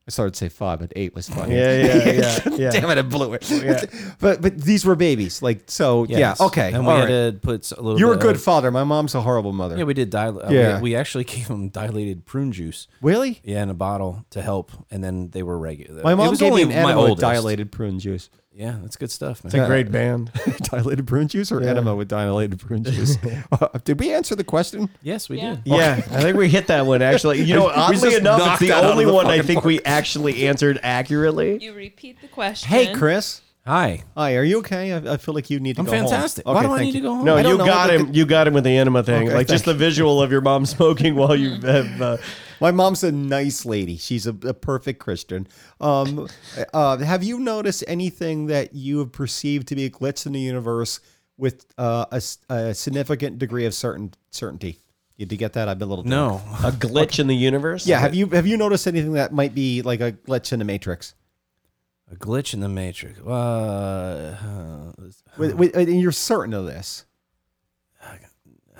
I started to say five, but eight was funny. Yeah, yeah, yeah. yeah. Damn it, I blew it. Yeah. But but these were babies. Like so. yes. Yeah. Okay. And we all had right. to put a little. You're a bit good Of, father. My mom's a horrible mother. yeah, we did. Dil- uh, Yeah. We, we actually gave them dilated prune juice. really? Yeah, in a bottle to help, and then they were regular. My it mom was gave only me an my enema with oldest. dilated prune juice. Yeah, that's good stuff, man. It's a great band. dilated prune juice or enema with dilated prune juice? Uh, did we answer the question? yes, we did. Yeah, I think we hit that one actually. You know, oddly just enough, it's knocked the that out of only the one I fucking think we actually answered accurately. You repeat the question. Hey, Chris. Hi. Hi, are you okay? I, I feel like you need to I'm go fantastic. home. Why Okay, do I thank need to go home? No, I don't you know, got but him. You got him with the enema thing. Okay, like just the thank visual of your mom smoking while you have. Uh, My mom's a nice lady. She's a, a perfect Christian. Um, uh, have you noticed anything that you have perceived to be a glitch in the universe with uh, a, s- a significant degree of certain certainty? You did get that? I've been a little drunk. No. a glitch in the universe. Yeah. Have you have you noticed anything that might be like a glitch in the matrix? A glitch in the matrix. Uh, With, with, and you're certain of this.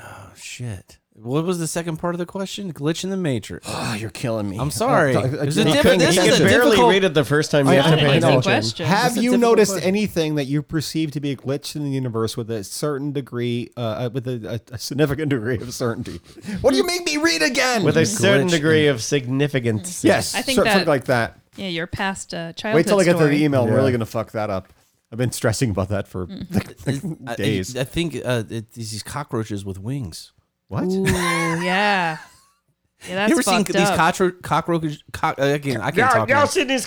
oh, shit. What was the second part of the question? Glitch in the matrix. Oh, you're killing me. I'm sorry. I- I- It was I a couldn't- different- He this is can a barely difficult- read it the first time. I You have to know. pay Easy attention. question. Have That's a you difficult noticed question. anything that you perceive to be a glitch in the universe with a certain degree, uh, with a, a, a significant degree of certainty? What do you make me read again? With a certain Glitch degree of significance. yes, I think cer- that- something like that. Yeah, you're past uh, childhood. Wait till I get to story. the email. I'm really Yeah. gonna fuck that up. I've been stressing about that for I- days. I, I think uh, it, it's these cockroaches with wings. what? Ooh, yeah. Yeah, that's you ever seen fucked these up. cockro- cockroaches? Cock, uh, again, I can't talk. now. these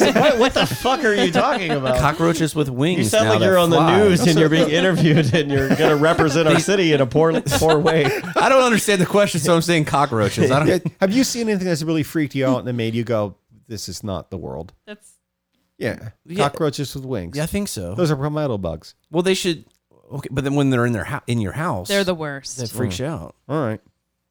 what, what the fuck are you talking about? Cockroaches with wings. Oh. You sound now like that you're on fly. the news and you're being interviewed and you're going to represent our city in a poor, poor way. I don't understand the question, so I'm saying cockroaches. I Yeah, don't. Have you seen anything that's really freaked you out and made you go, "This is not the world"? That's Yeah, Yeah. cockroaches with wings. Yeah, I think so. Those are palmetto bugs. Well, they should. Okay, but then when they're in their hou- in your house, they're the worst. Mm. that freaks you out. All right.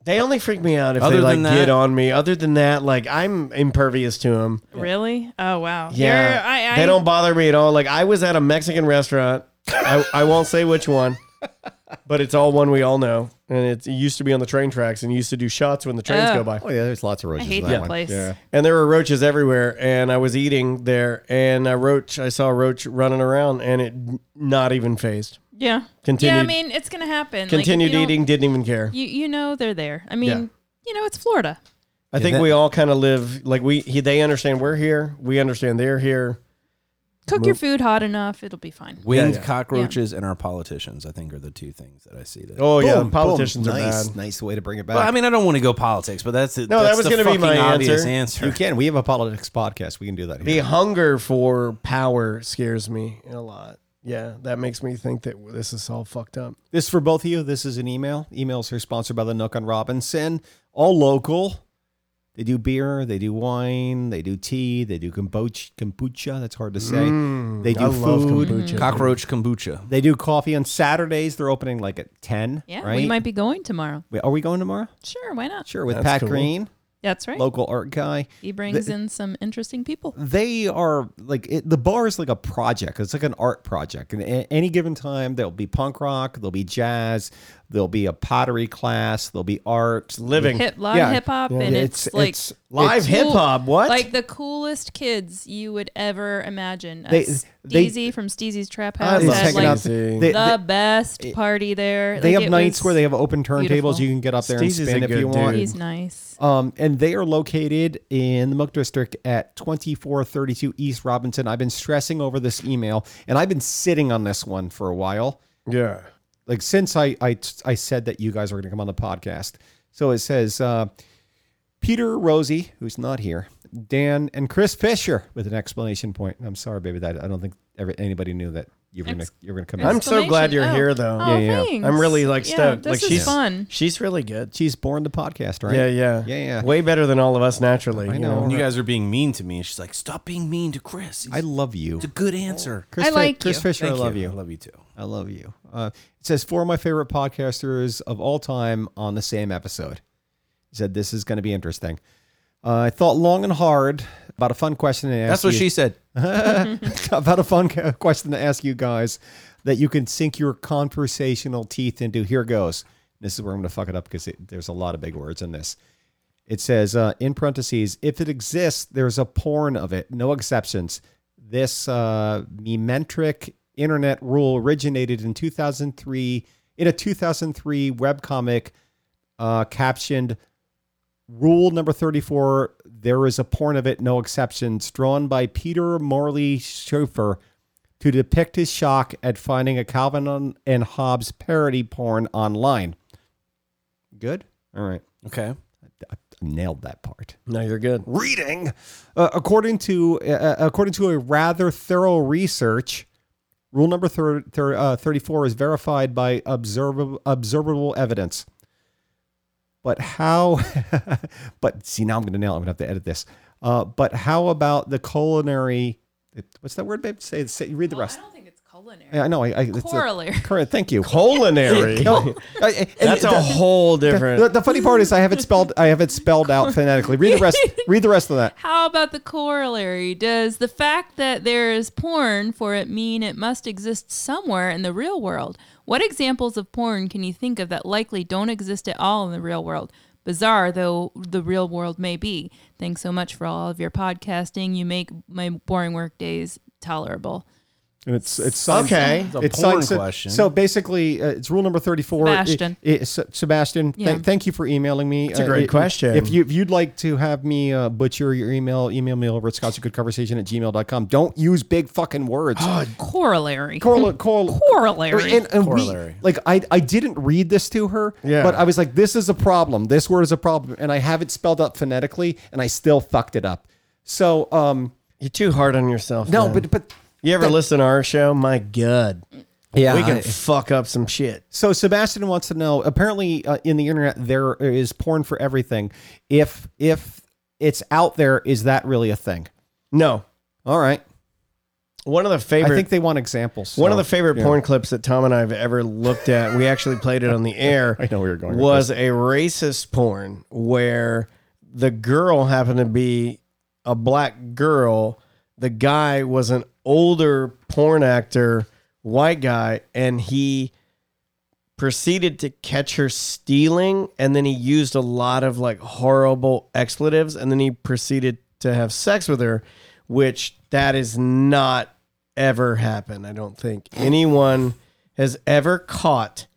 They only freak me out if Other they than like that- get on me. Other than that, like I'm impervious to them. Really? Oh wow. Yeah, You're- I, I, they don't bother me at all. Like I was at a Mexican restaurant. I, I won't say which one, but it's all one we all know, and it's, it used to be on the train tracks and used to do shots when the trains Oh. go by. Oh yeah, there's lots of I roaches. hate in that one. place. And there were roaches everywhere, and I was eating there, and a roach. I saw a roach running around, and it not even phased. Yeah. Continued. Yeah, I mean, it's gonna happen. Like, if continued you don't- eating. Didn't even care. You you know they're there. I mean, you know it's Florida. I think that- we all kind of live like we. He, they understand we're here. We understand they're here. Cook your food hot enough, it'll be fine. Winged yeah. cockroaches and our politicians, I think, are the two things that I see. That. Oh yeah, Boom, politicians boom. are nice, bad. Nice way to bring it back. Well, I mean, I don't want to go politics, but that's No, that was going to gonna be my obvious answer. answer. you can. We have a politics podcast. We can do that. The Here. hunger for power scares me a lot. Yeah, that makes me think that this is all fucked up. This is for both of you. This is an email. Emails are sponsored by the Nook on Robinson, all local. They do beer, they do wine, they do tea, they do kombucha. kombucha that's hard to say. they do Mm, I love food. kombucha. Cockroach kombucha. They do coffee on Saturdays. They're opening like at 10. Yeah, right? we might be going tomorrow. Wait, are we going tomorrow? Sure, why not? Sure, with That's Pat cool. Green, That's right. local art guy. He brings in some interesting people. they are like it, the bar is like a project. It's like an art project. And at any given time, there'll be punk rock, there'll be jazz, there'll be a pottery class, there'll be art. Living Hip, lot Yeah. of hip hop, and it's, like live cool- hip hop. What? Like the coolest kids you would ever imagine. They- They, they- Steezy from Steezy's Trap I House love It's had checking like out the the- Steezy. they, they- best party there. they Like, have it nights where was- they have open turntables. beautiful. You can get up there Steezy's and a spin if good dude. you want. He's nice. Um, and they are located in the Mook District at 2432 East Robinson. I've been stressing over this email, and I've been sitting on this one for a while. yeah. like since I I, I said that you guys are going to come on the podcast. So it says uh, Peter Rosie, who's not here, Dan and Chris Fisher with an explanation point. And I'm sorry, baby, that I don't think ever, anybody knew that you were going to Ex- you were going to come. I'm in. so glad Exclamation. you're Oh. here, though. Oh, yeah. thanks. I'm really like Yeah, stoked. this like is she's fun. She's really good. She's born the podcast, right? Yeah, yeah, yeah, yeah. Way better than all of us naturally. I you know. You guys are being mean to me. She's like, stop being mean to Chris. He's- I love you. it's a good answer. Chris I like Chris you. Fisher. I Thank love you. I love you too. I love you. Uh, it says four of my favorite podcasters of all time on the same episode. He said this is going to be interesting. Uh, I thought long and hard about a fun question to ask. That's what you. she said. about a fun ca- question to ask you guys that you can sink your conversational teeth into. Here goes. This is where I'm going to fuck it up because there's a lot of big words in this. It says uh, in parentheses, if it exists, there's a porn of it, no exceptions. This uh, memetric internet rule originated in 2003 in a 2003 webcomic uh, captioned Rule number 34 There is a porn of it, no exceptions, drawn by Peter Morley Schoeffer to depict his shock at finding a Calvin and Hobbes parody porn online. Good? All right. Okay. I nailed that part No, you're good. reading. Uh, according to uh, according to a rather thorough research, rule number thir- thir- uh, 34 is verified by observable observable evidence. But how but see now I'm going to nail it. I'm going to have to edit this. Uh, but how about the culinary what's that word babe say, say read the rest. don't think it's culinary. Yeah, I know I, I it's a, Corollary. current thank you. Culinary. No, I- I- and That's a the- whole different. the, the funny part is I have it spelled I have it spelled out phonetically. Read the rest read the rest of that. How about the corollary? Does the fact that there is porn for it mean it must exist somewhere in the real world? What examples of porn can you think of that likely don't exist at all in the real world? Bizarre though the real world may be. Thanks so much for all of your podcasting. You make my boring work days tolerable. And it's it's Okay. It's a it's porn like- so, question. So basically, uh, it's rule number thirty-four. Sebastian. It- it- Se- Sebastian, Yeah. th- thank you for emailing me. It's a great question. If you if you'd like to have me uh, butcher your email, email me over at scottsagoodconversation at gmail.com. Don't use big fucking words. Corollary. Corla, corla, corollary. and, and we- Corollary. like I, I didn't read this to her, Yeah. but I was like, this is a problem. This word is a problem, and I have it spelled out phonetically, and I still fucked it up. So um You're too hard on yourself. no, man. but but you ever listen to our show? My God, yeah, we can fuck up some shit. So Sebastian wants to know. Apparently, uh, in the internet, there is porn for everything. If if it's out there, is that really a thing? No, All right. One of the favorite. I think they want examples. One of so, the favorite yeah. porn clips that Tom and I have ever looked at, we actually played it on the air. I know where you're going with Was a racist porn where the girl happened to be a black girl. The guy was an older porn actor, white guy, and he proceeded to catch her stealing. And then he used a lot of like horrible expletives. And then he proceeded to have sex with her, which that is not ever happen. I don't think anyone has ever caught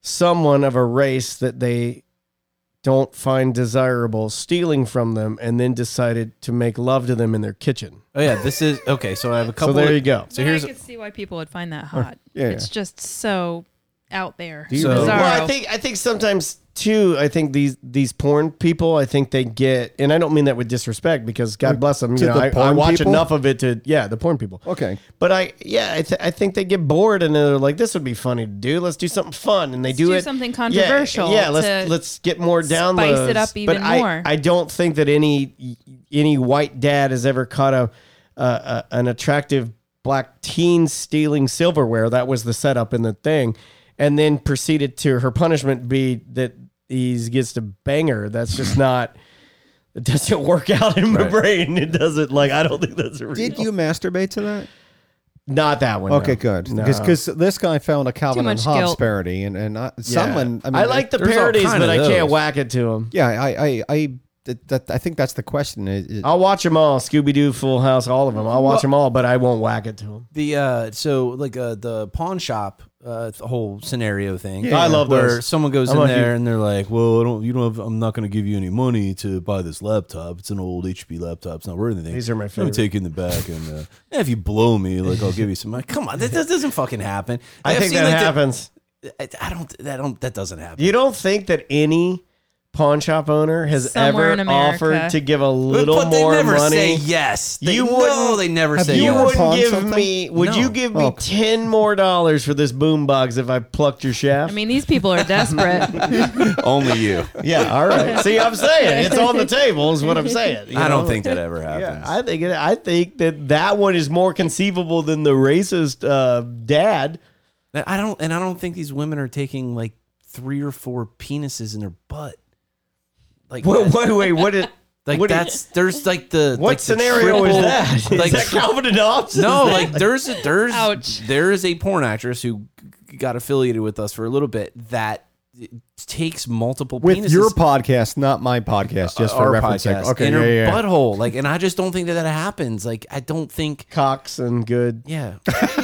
someone of a race that they don't find desirable stealing from them and then decided to make love to them in their kitchen. Oh yeah, this is okay. So I have a So couple. there of- you go. So here's I could see why people would find that hot. yeah, It's just so out there. you really- Bizarro. Well, I think I think sometimes too. I think these these porn people. I think they get, and I don't mean that with disrespect because God bless them. You to know, the I, I porn watch people? enough of it to yeah, the porn people. Okay. but I yeah, I, th- I think they get bored and they're like, this would be funny to do. Let's do something fun, and they do do it something Yeah, controversial Yeah, to let's let's get more downloads. it up even but I, more. I don't think that any any white dad has ever caught a, a, a an attractive black teen stealing silverware. That was the setup in the thing, and then proceeded to her punishment be that he gets to bang her. That's just not. It doesn't work out in my brain. It doesn't like I don't think that's real. Did you masturbate to that? Not that one. Okay, no. good. No. Because this guy found a Calvin and much Hobbes guilt. parody, and and I, someone. I, mean, like the there's all parodies, kind but I of can't those. whack it to him. Yeah, I I I that, that, I think that's the question. Is, is- I'll watch them all. Scooby Doo, Full House, all of them. I'll watch them all, but I won't whack it to them. The uh, so like uh, the pawn shop, uh, the whole scenario thing. Yeah. I love where those. someone goes I'm in a there huge- and they're like, "Well, I don't, you don't have, I'm not going to give you any money to buy this laptop. It's an old HP laptop. It's not worth anything. These are my Let me favorite. take it in the back and uh, eh, if you blow me, like I'll give you some money. Come on, that, that doesn't fucking happen. I I've think seen, that like, the- happens. I, I don't. That don't. That doesn't happen. you don't think that any pawn shop owner has Somewhere in ever America. offered to give a But- little but more they never money? say yes. They, you You wouldn't- no, they never Have say you You yes. ever wouldn't pawned give something? me. Would No. you give me Oh. ten more dollars for this boombox if I plucked your shaft? I mean, these people are desperate. Only you. yeah. All right. See, I'm saying it's on the table. Is what I'm saying. you I don't know? think that ever happens. Yeah, I think it, I think that that one is more conceivable than the racist uh, dad. That- I don't, and I don't think these women are taking like three or four penises in their butt. Like, What? that- What? Wait. What? Did, like what do you- that's there's like the what like the scenario triple- is that? Is Like that Calvin and Hobbes? no, Is that- like there's a, there's Ouch. there is a porn actress who g- got affiliated with us for a little bit that takes multiple with penises your podcast, not my podcast, just for our reference. sake. podcast Okay, in yeah, her yeah, yeah. butthole. Like, and I just don't think that that happens. Like, I don't think. Cox and good Yeah,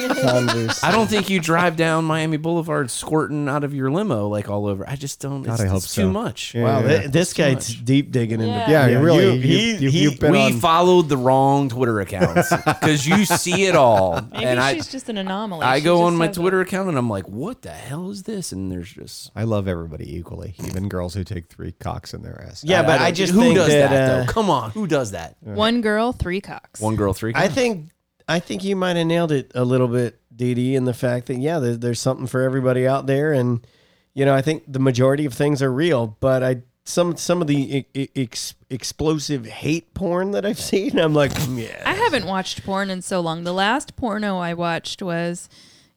Converse. I don't think you drive down Miami Boulevard squirting out of your limo like all over. I just don't. It's, I hope it's so. too much. Yeah, Wow, yeah, th- yeah. this guy's deep digging into. Yeah, really, you- he- you- he- you've been we on- followed the wrong Twitter accounts because you see it all, Maybe and I she's just an anomaly. I She go just on my has a- Twitter account and I'm like, what the hell is this? And there's just I love everybody equally, even girls who take three cocks in their ass. Yeah, but I, don't- just who think does that, that, uh, though? Come on, who does that? One girl, three cocks. One girl, three. I cocks. think I think you might have nailed it a little bit, DD, in the fact that yeah, there, there's something for everybody out there, and you know I think the majority of things are real, but I some some of the e- e- ex- explosive hate porn that I've seen, I'm like, mm, yeah, I haven't watched porn in so long. The last porno I watched was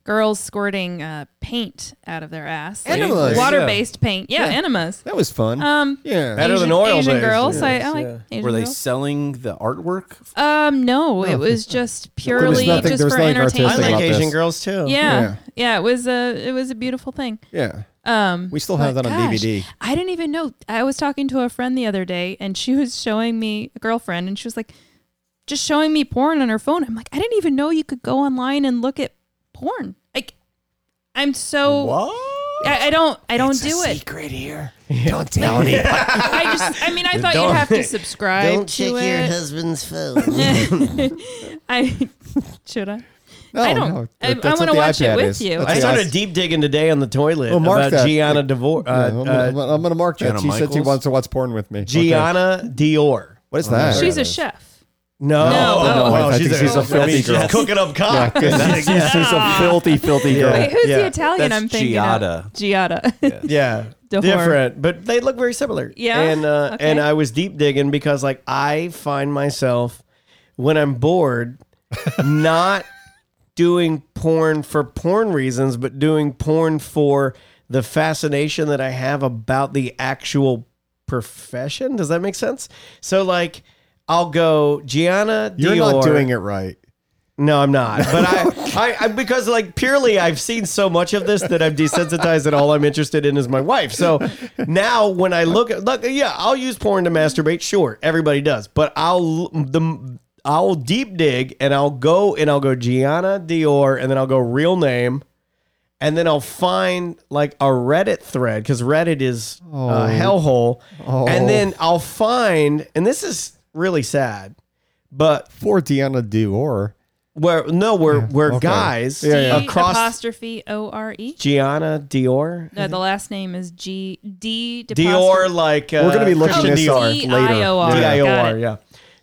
girls squirting uh, paint out of their ass. Like Enemas. There you go. Water-based paint. Yeah, enemas. that was fun. Um, yeah, better Asian, than oil. Asian based. girls. I, Yes, I like yeah. Asian Were they girls. selling the artwork? Um, no, it was just purely nothing- just there was for nothing I artistic entertainment. like about Asian this. girls too. yeah, Yeah. yeah, It was a it was a beautiful thing. yeah. Um, We Oh, still have but that on gosh, DVD. I didn't even know. I was talking to a friend the other day, and she was showing me a girlfriend, and she was like, just showing me porn on her phone. I'm like, I didn't even know you could go online and look at porn. Like, I'm so. Oh. I, I don't. I don't do it. Secret here. Don't tell me. I just. I mean, I thought you'd have to subscribe to it. husband's phone. I should I. No, I don't. no, I, that's I what want the to watch iPad it with is. you. That's I the started iP- deep digging today on the toilet Well, mark about that. Gianna Devor. Uh, Yeah, I'm, uh, gonna, I'm gonna mark that. Gianna She said she Michaels? wants to watch porn with me. Okay. Gianna Dior. What is that? She's a chef. No, No, no, I think she's a filthy mean, girl. Oh, She's cooking up Yeah, cock. 'cause she's, she's- she's a filthy, filthy Uh, girl. Wait, who's the yeah. Italian That's I'm thinking Giada. of? Giada. Yeah, Dehor. different, but they look very similar. Yeah? and uh, Okay. and I was deep digging because like I find myself when I'm bored, not doing porn for porn reasons, but doing porn for the fascination that I have about the actual profession. Does that make sense? So like I'll go Gianna You're Dior. not doing it right. No, I'm not. But I, I, I, because like purely, I've seen so much of this that I'm desensitized, and all I'm interested in is my wife. So now, when I look at, look, yeah, I'll use porn to masturbate. Sure, everybody does, but I'll the. I'll deep dig and I'll go and I'll go Gianna Dior and then I'll go real name and then I'll find like a Reddit thread because Reddit is a hellhole. And then I'll find, and this is really sad, but For Deanna Dior. where no, we're we're guys Yeah, across apostrophe O R E. Gianna Dior. No, the last name is G D Dior, like uh, We're gonna be looking Christian this Dior. up. D-I-O-R. D I O Got R, it. yeah.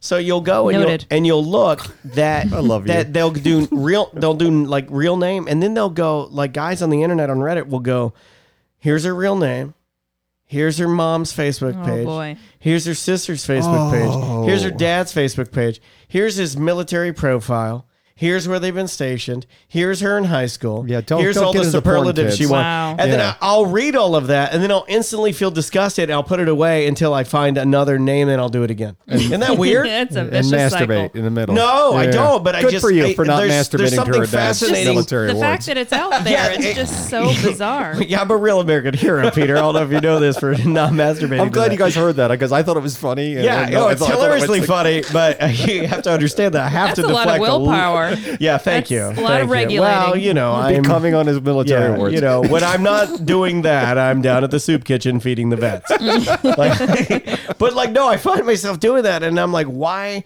So you'll go and you'll, Noted. and you'll look that I love you. that they'll do real they'll do like real name and then they'll go like guys on the internet on Reddit will go here's her real name here's her mom's Facebook Oh, page boy. here's her sister's Facebook page here's Oh. her dad's Facebook page here's his military profile here's where they've been stationed here's her in high school Yeah, don't- here's don't all get the into the porn superlatives she kids. won Wow. and then Yeah. I, I'll read all of that, and then I'll instantly feel disgusted, and I'll put it away until I find another name, and I'll do it again. Isn't that weird? it's a and vicious masturbate cycle. in the middle. No, I don't, but I Good just- for you I- for not there's- masturbating there's to something her dad's fascinating- military the awards. fact that it's out there, Yeah, it's it- just so bizarre. yeah, I'm a real American hero, Peter. I don't know if you know this for not masturbating. I'm to glad that. you guys heard that because I thought it was funny. and Yeah, I know- no, I it's thought- I thought it was hilariously like- funny, but uh, you have to understand that I have That's to a lot of deflect l- willpower. Yeah, thank That's you. a lot of thank you. regulating. Well, you know, I'm Becoming on his military yeah, awards. you know, when I'm not doing that, I'm down at the soup kitchen feeding the vets. Like, but like, no, I find myself doing that, and I'm like, why?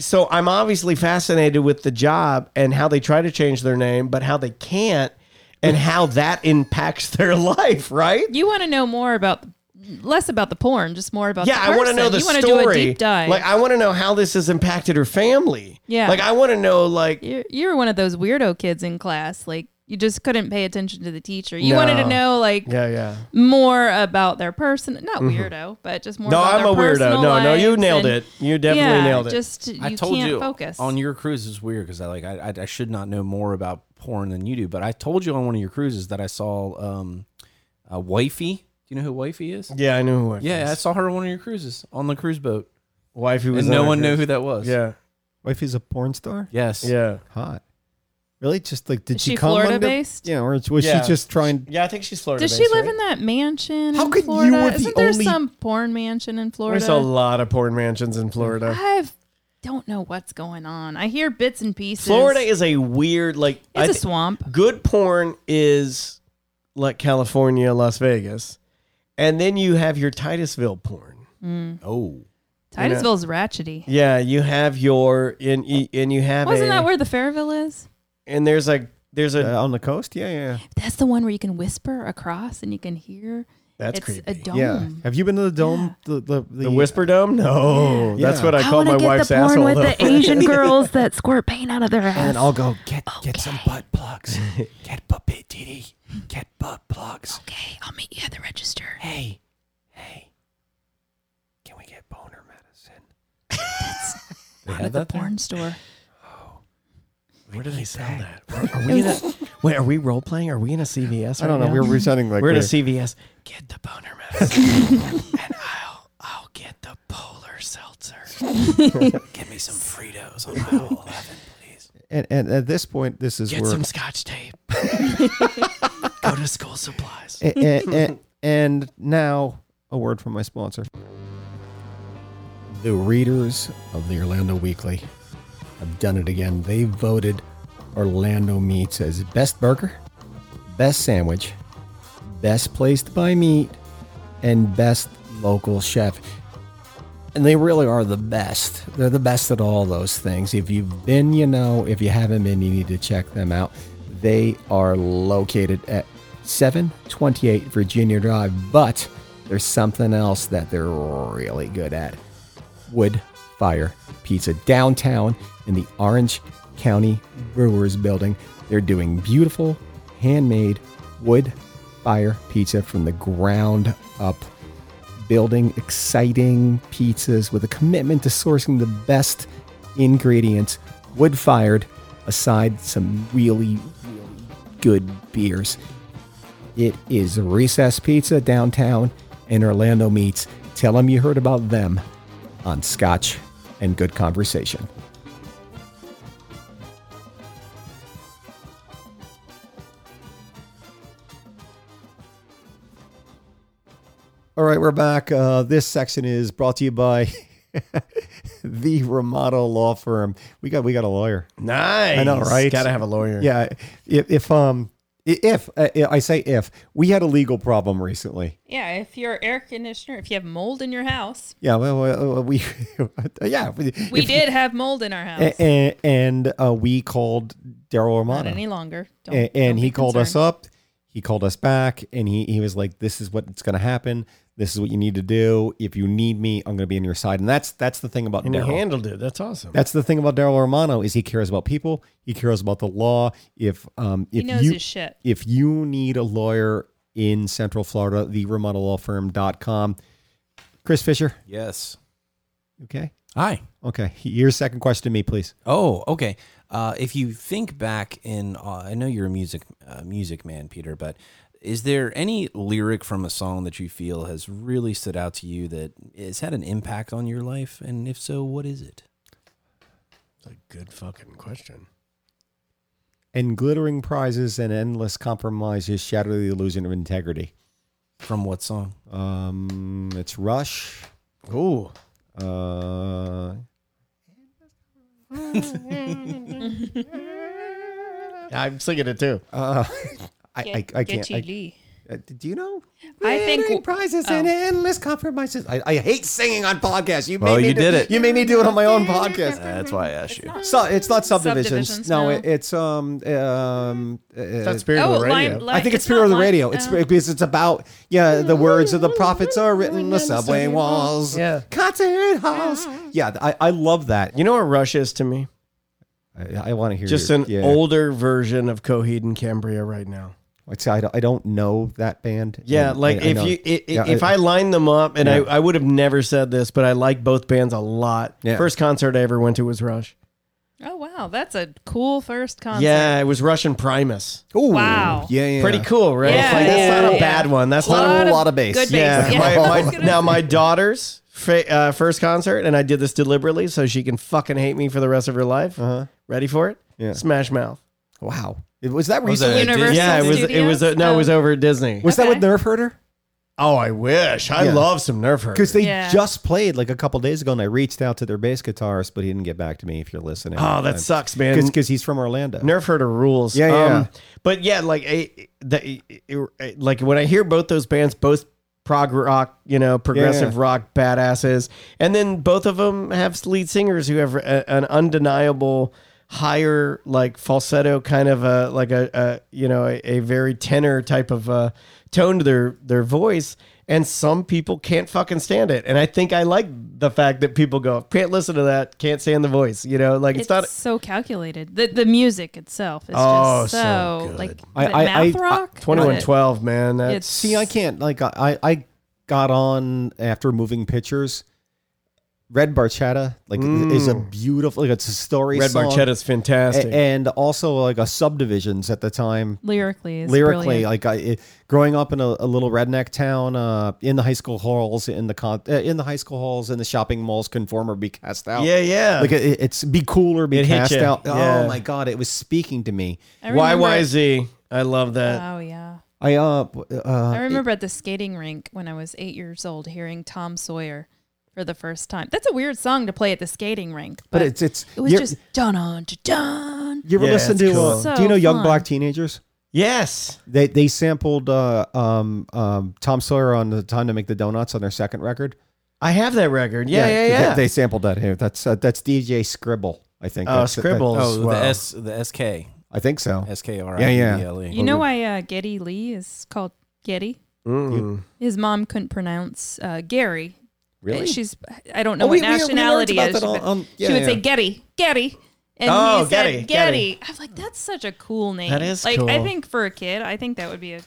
So I'm obviously fascinated with the job and how they try to change their name, but how they can't, and how that impacts their life, right? You want to know more about less about the porn, just more about Yeah, The I want to know person. the you story. wanna do a deep dive. Like, I want to know how this has impacted her family. Yeah. like I want to know, like, you're, you were one of those weirdo kids in class. Like you just couldn't pay attention to the teacher. You wanted to No. know like yeah, yeah. more about their person, not weirdo, but just more. No, about I'm their a weirdo. personal No, no, you lives nailed and- it. You definitely yeah, nailed it. Just you I told can't you focus on your cruise is weird because I like I, I I should not know more about porn than you do. But I told you on one of your cruises that I saw um, a wifey. Do you know who wifey is? yeah, I knew who. I Yeah, I saw her on one of your cruises on the cruise boat, wife who was and on no our one knew cruise. who that was. Yeah, Wife is a porn star? Yes. yeah. Hot. Really? Just like, did Is she, she come Florida under- based? Yeah, or was Yeah. she just trying? Yeah, I think she's Florida. Does she live in that mansion? How in could you Florida? were the Isn't there only- some porn mansion in Florida? There's a lot of porn mansions in Florida. I don't know what's going on. I hear bits and pieces. Florida is a weird, like, it's I a thi- swamp. good porn is like California, Las Vegas, and then you have your Titusville porn. Oh. Titusville's ratchety. Yeah, you have your and y- and you have Wasn't a, that where the Fairville is? and there's like there's a Uh, on the coast? Yeah, yeah. That's the one where you can whisper across and you can hear. That's it's creepy. a dome. Yeah. Have you been to the dome? The, the, the, the Whisper Dome. No, that's Yeah. what I, I call want my to get wife's the porn asshole. with though. the Asian girls that squirt paint out of their ass. And I'll go get Oh, Get some butt plugs. Get butt bit titty. Get butt plugs. okay, I'll meet you at the register. Hey. Hey. Can we get boner medicine? they Out of have the that there? porn store. Where do they sell that? Are we in a, wait? Are we role playing? Are we in a CVS? I don't right know. now? We're, we're sounding like We're at a we're- CVS. Get the boner medicine, and I'll I'll get the polar seltzer. Get me some Fritos on my whole 11, please. and, and at this point, this is Get where. some scotch tape. Go to school supplies. a- a- a- and now, a word from my sponsor. The readers of the Orlando Weekly have done it again. They voted Orlando Meats as best burger, best sandwich, best place to buy meat, and best local chef. And they really are the best. They're the best at all those things. If you've been, you know. If you haven't been, you need to check them out. They are located at 728 Virginia Drive, but there's something else that they're really good at. Wood Fire Pizza downtown in the Orange County Brewers Building. They're doing beautiful handmade wood fire pizza from the ground up, building exciting pizzas with a commitment to sourcing the best ingredients wood fired, aside some really, really good beers. It is Recess Pizza downtown in Orlando Meats. Tell them you heard about them on Scotch and Good Conversation. All right, we're back. Uh, this section is brought to you by the Romano Law Firm. We got we got a lawyer. Nice. I know, right? Gotta have a lawyer. Yeah, if, if um i- if uh, I say if we had a legal problem recently. Yeah, if your air conditioner, if you have mold in your house, Yeah, well, well, uh, we yeah we, we if- did have mold in our house. a- a- and, uh, we called Daryl Romano. Not any longer. Don't, A- and, don't be he called us concerned. up he called us back and he, he was like this is what's going to happen this is what you need to do if you need me i'm going to be on your side and that's that's the thing about And you daryl handled it. That's awesome. that's the thing about daryl romano is he cares about people he cares about the law if um He if knows you his shit. if you need a lawyer in central florida the romano law firm.com chris fisher Yes. okay Hi. okay your second question to me please Oh, okay. Uh, if you think back in, uh, I know you're a music uh, music man, Peter, but is there any lyric from a song that you feel has really stood out to you that has had an impact on your life? And if so, what is it? That's a good fucking question. and glittering prizes and endless compromises shatter the illusion of integrity From what song? um it's rush Ooh. Uh, I'm singing it too. uh, I, Get- I, I get can't. you I, Lee. uh, do you know? I think- Glittering prizes and oh. endless compromises. I, I hate singing on podcasts. You made Well, me you do, did it. You made me do it on my own podcast. That's why I asked you. So Mm-hmm. it's not subdivisions. Subdivisions, no, no. It, it's um um. uh, That's Spirit of the Oh, Lime- Radio. Lime- I think it's not Spirit of the Lime- Radio. It's oh. because it's about yeah. The words of the prophets are written in the subway walls. Yeah. concert halls. Yeah, I, I love that. You know what Rush is to me? I, I want to hear Just your- an yeah. older version of Coheed and Cambria right now. I'd say I don't, I don't know that band. Yeah, And like I- I if know- you i yeah, i if I, lined them up, and I, Yeah. I would have never said this, but I like both bands a lot. Yeah. First concert I ever went to was Rush. Oh wow, that's a cool first concert. Yeah, it was Rush and Primus. Ooh, Wow. yeah, yeah, Pretty cool, right? Yeah, It's like, that's yeah, not a yeah. bad one. That's not a Lot of- lot of bass. Good bass. Yeah. Yeah. My, I my, was gonna now say. my daughter's fa- uh, first concert, and I did this deliberately so she can fucking hate me for the rest of her life. Uh-huh. Ready for it? Yeah. Smash Mouth. Wow, It- was that Was recently? it- Universal Uh, Oh, yeah, it was. It was. uh no, it was over at Disney. Was that with Okay. Nerf Herder? Oh, I wish. I Yeah. love some Nerf Herder. Because they Yeah. just played like a couple days ago, and I reached out to their bass guitarist, but he didn't get back to me. If you're listening, oh, that sucks, man. because he's from Orlando. Nerf herder rules. Um, Yeah, yeah. but yeah, like I, the, like when I hear both those bands, both prog rock, you know, progressive yeah. rock badasses, and then both of them have lead singers who have a, an undeniable higher like falsetto kind of a like a, a you know a, a very tenor type of uh, tone to their their voice. And some people can't fucking stand it, and I think I like the fact that people go can't listen to that, can't stand the voice. You know, like It's, it's, not so calculated. The the music itself is Oh, just so so, good. like I- is it I- math I- rock. uh, Twenty-one Is it- twelve, man. That's It's See, I can't like I I got on after moving pictures. Red Barchetta like is a beautiful like it's a story. Mm. Red song. Barchetta's A- fantastic. and also like a subdivisions at the time. Lyrically, is lyrically brilliant. like I, it, growing up in a, a little redneck town uh, in the high school halls in the con- uh, in the high school halls in the shopping malls conform or be cast out yeah, yeah. like it, it's be cool or be It hit cast ya. out Yeah. oh my god it was speaking to me I remember- YYZ. I love that. Oh yeah, i uh, w- uh I remember at the skating rink when I was eight years old hearing Tom Sawyer for the first time. That's a weird song to play at the skating rink, but but, it's it's it was you're- just dun dun dun. you ever Yeah, listen it's to cool. uh, So do you know young fun. black teenagers Yes. they they sampled uh, um, um, tom sawyer on the time to make the donuts on their second record I have that record. Yeah, yeah, they- yeah. They, sampled that here that's uh, that's dj scribble i think Oh, That's- uh, that- Scribbles. Oh, Wow. the S, the SK, i think so SKR. Yeah, yeah. E. You know why uh, Getty Lee is called Getty? Mm. His mom couldn't pronounce uh, Gary. Really? She's I don't know Oh, we- what we- we learned nationality about is. that on- but on- yeah, she would say yeah. Getty, Getty, and um, Oh, he Getty, said Getty. Getty. I'm like, that's such a cool name. That is like I cool. think for a kid, I think that would be a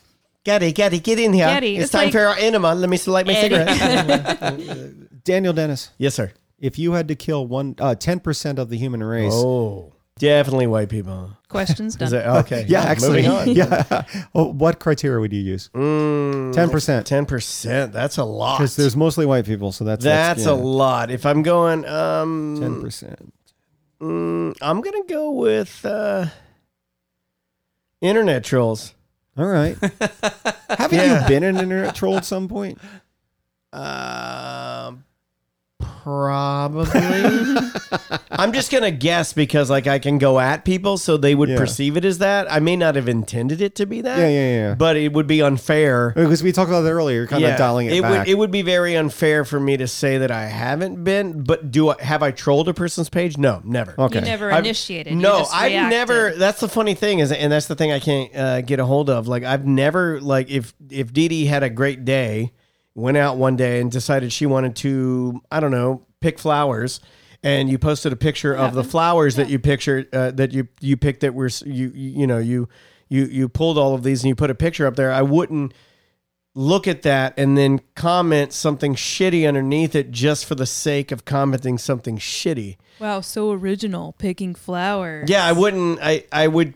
Getty, Getty, get in here. Getty, It's, it's time like- for our enema. Let me light my cigarette. daniel dennis yes, sir. if you had to kill one uh, 10% of the human race Oh. Definitely white people. Questions Is done. it- okay. Yeah, actually. moving on. Mm. Yeah. Well, what criteria would you use? Ten percent. Ten percent. That's a lot. Because there's mostly white people, so that's That's a lot. If I'm going, um, ten percent. mm, I'm gonna go with uh, internet trolls. All right. Haven't you been an internet troll at some point? Um, probably. I'm just gonna guess because like I can go at people, so they would Yeah. perceive it as that. I may not have intended it to be that. Yeah, yeah, yeah. But it would be unfair. Because we talked about that earlier, kind of dialing it, back. Would, it would be very unfair for me to say that I haven't been. But do I have I trolled a person's page? No, never. okay. You never I've- initiated. you No, just I've reacted. never. That's the funny thing is, and that's the thing I can't uh, get a hold of. Like I've never like if if Dee Dee had a great day, went out one day and decided she wanted to, I don't know, pick flowers. And you posted a picture of the flowers that you picture uh, that you you picked that were s- you you you know you you you pulled all of these and you put a picture up there. I wouldn't look at that and then comment something shitty underneath it just for the sake of commenting something shitty. Wow, so original picking flowers. Yeah, I wouldn't. I I would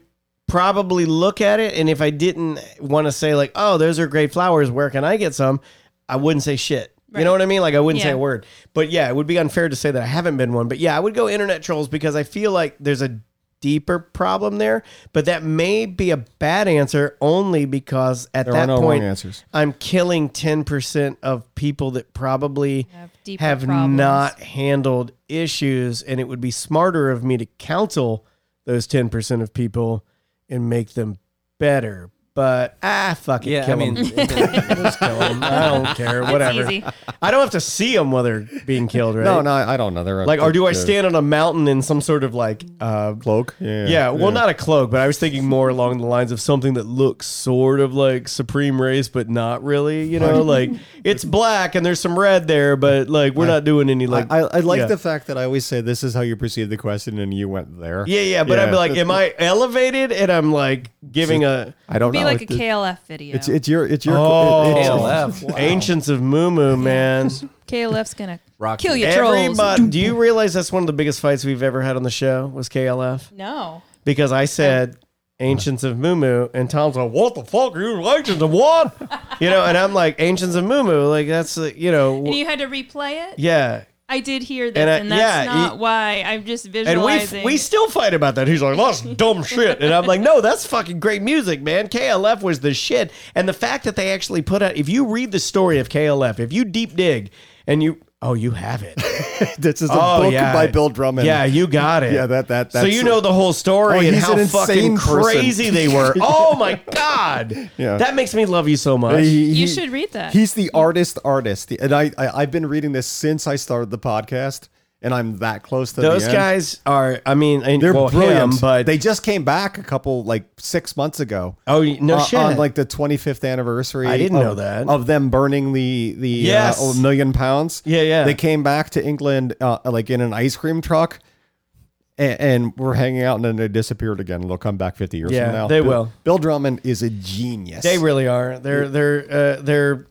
probably look at it, and if I didn't want to say like, "Oh, those are great flowers. Where can I get some?" I wouldn't say shit. You know what I mean? Like I wouldn't say Yeah. a word. But yeah, it would be unfair to say that I haven't been one. But yeah, I would go internet trolls because I feel like there's a deeper problem there. But that may be a bad answer only because at There are that no wrong point answers. I'm killing ten percent of people that probably Have deeper have problems. not handled issues and it would be smarter of me to counsel those 10% of people and make them better but ah fuck it Yeah, kill I mean, 'em. let's kill him. i don't care whatever easy. i don't have to see them while they're being killed right No, no, I I don't know. They're like or do i stand on a mountain in some sort of like uh cloak? yeah, well, not a cloak, but I was thinking more along the lines of something that looks sort of like Supreme Race, but not really. You know, like it's black and there's some red there, but like we're not doing any like. I, I like yeah. the fact that I always say this is how you perceive the question, and you went there. Yeah, yeah, but I'd be like, am I elevated? And I'm like giving a I don't Be know. like a It- KLF video. It's it's your it's your Oh. it's- KLF. Wow. Ancients of Moo Moo, man. KLF's gonna Rock kill you. your trolls. Everybody, do you realize that's one of the biggest fights we've ever had on the show was KLF? No. Because I said Ancients of Moo Moo, and Tom's like, what the fuck are you Ancients of what? You know, and I'm like, Ancients of Moo Moo, like that's, uh, you know, And you had to replay it? yeah. I did hear this, And and, I- that's yeah, not you- why. I'm just And we visualizing. we still fight about that. He's like, that's dumb shit. And I'm like, no, that's fucking great music, man. KLF was the shit. And the fact that they actually put out, if you read the story of KLF, if you deep dig and you, oh, you have it. This is a oh, book yeah. by Bill Drummond. Yeah, you got it. Yeah, that- that- so that's- you know the whole story Oh, and he's how an fucking insane person. crazy they were. Oh my God. Yeah. That makes me love you so much. He- You he- should read that. He's the artist artist, and I, I I've been reading this since I started the podcast, and I'm that close to Those the end. guys are, I mean, and, They're well, him, brilliant, but they just came back a couple like six months ago. Oh, no on- shit. On uh, like the 25th anniversary, I didn't of, know that. of them burning the the Yes. uh, million pounds. Yeah, yeah. They came back to England uh, like in an ice cream truck, and, and were hanging out, and then they disappeared again. They'll come back 50 years Yeah, from now. they Bill, will. Bill Drummond is a genius. They really are. They're they're uh, they're.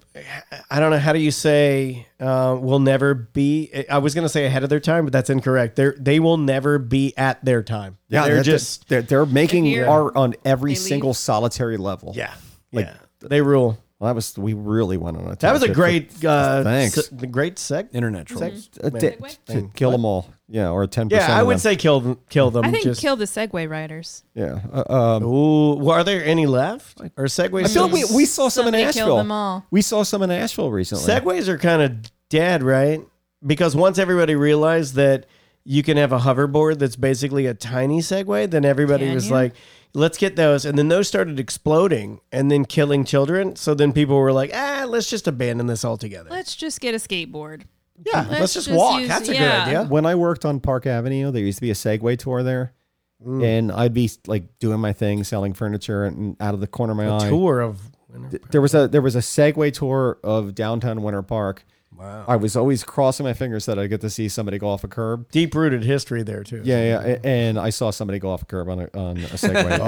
I don't know how do you say uh, will never be. I was gonna say ahead of their time, but that's incorrect. They they will never be at their time. yeah, they're that- just they're, they're making Here. art on every They leave. single solitary level. yeah Like- yeah. They rule. well, that was we really went on a. That was a tangent. great uh, Thanks. se- the great seg. Internet trolls. Uh, to, to kill them all. Yeah, or 10%. Yeah, I of would them. say kill them. Kill them. I think just, kill the Segway riders. Yeah. Uh, um, Ooh, well, are there any left? Or segways? I feel like we, we saw some in Somebody Asheville. killed them all. We saw some in Asheville recently. Segways are kind of dead, right? Because once everybody realized that you can have a hoverboard that's basically a tiny Segway, then everybody Can was you? like, let's get those. And then those started exploding and then killing children. So then people were like, ah, let's just abandon this altogether. Let's just get a skateboard. yeah, let's, let's just, just walk. use- that's a yeah. good idea. When I worked on Park Avenue, there used to be a Segway tour there. And I'd be like doing my thing, selling furniture, and out of the corner of my eye, Tour of. there was a there was a Segway tour of downtown Winter Park. Wow! I was always crossing my fingers that I'd get to see somebody go off a curb. Deep rooted history there, too. Yeah, yeah, a- and I saw somebody go off a curb on a, on a Segway.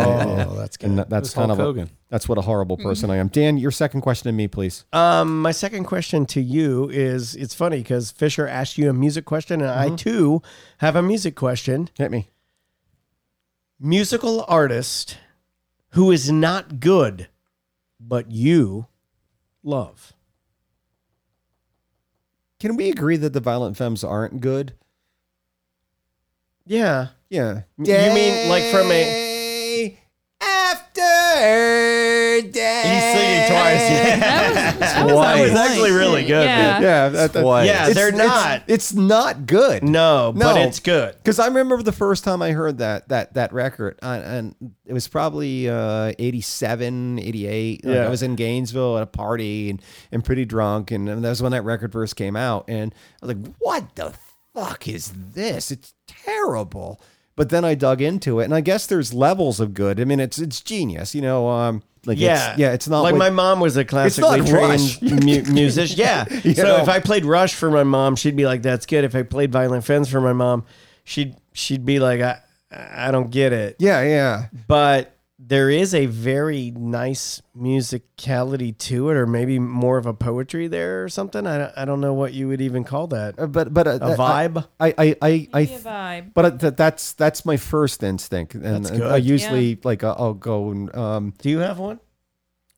Oh, that's good. and that, that's was Hulk kind of a, Hogan. that's what a horrible person I am. Dan, your second question to me, please. Um, my second question to you is it's funny because Mm-hmm. Fisher asked you a music question, and I too have a music question. Hit me. musical artist who is not good, but you love? Can we agree that the Violent Femmes aren't good? Yeah. Yeah. You mean like from a. Day after day. That was, that was, That was on point. actually really good. Yeah. Yeah, that- that- Twice. Yeah, it's- they're it's- not. It's, not good. No, but No. it's good. Because I remember the first time I heard that that that record, uh, and it was probably uh, 87, 88. Like, Yeah. I was in Gainesville at a party and, and pretty drunk, and, and that was when that record first came out. And I was like, what the fuck is this? It's terrible. But then I dug into it, and I guess there's levels of good. I mean, it's it's genius, you know. Um, like Yeah, it's, yeah, it's not like what- my mom was a classically not Rush. trained mu- musician. Yeah, You so know? if I played Rush for my mom, she'd be like, "That's good." If I played Violent Femmes for my mom, she'd she'd be like, "I I don't get it." Yeah, yeah. But there is a very nice musicality to it, or maybe more of a poetry there or something. I don't, I don't know what you would even call that. Uh, But but uh, A vibe? I I I, I, Maybe a vibe. But I- that, that's that's my first instinct, and, and I good. usually like I'll, I'll go and um, Do you have one?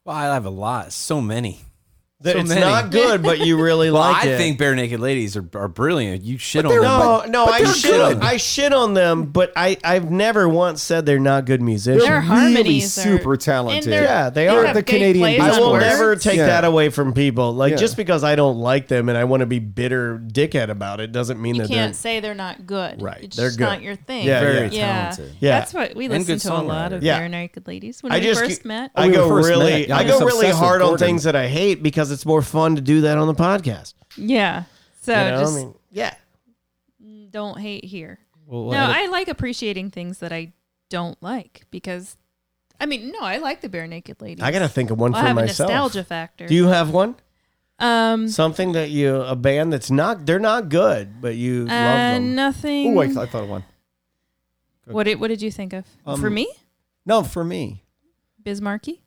Well, I have a lot, so many. That So it's many. not good, but you really Well, like I it. think bare naked ladies are, are brilliant. You shit on they're them. No, But- no, but I they're shit good. on I shit on them, but I I've never once said they're not good musicians. Their really harmonies are- super and talented. they're- Yeah, they you are have the good Canadian plays Beach I on will Boys. words. never take Yeah. that away from people. Like Yeah. just because I don't like them and I want to be bitter dickhead about it doesn't mean You that can't they're say they're not good. Right, It's they're just good. not your thing. Yeah, Very yeah. talented. Yeah. That's what we And listened good to a lot of songwriter. Yeah. Bare Naked Ladies when I we just first met. I we go were first really met. Yeah, I I go was really obsessed with hard on Gordon. things that I hate because it's more fun to do that on the podcast. yeah. So you know? I just mean, yeah. don't hate here. Well, no, I like appreciating things that I don't like because, I mean, no, I like the Bare Naked Ladies. I got to think of one I for have myself. a nostalgia factor. Do you have one? um, Something that you a band that's not they're not good, but you love uh, them. nothing. Ooh, I, I thought of one. what did What did you think of Um, for me? No, for me. Bismarcky.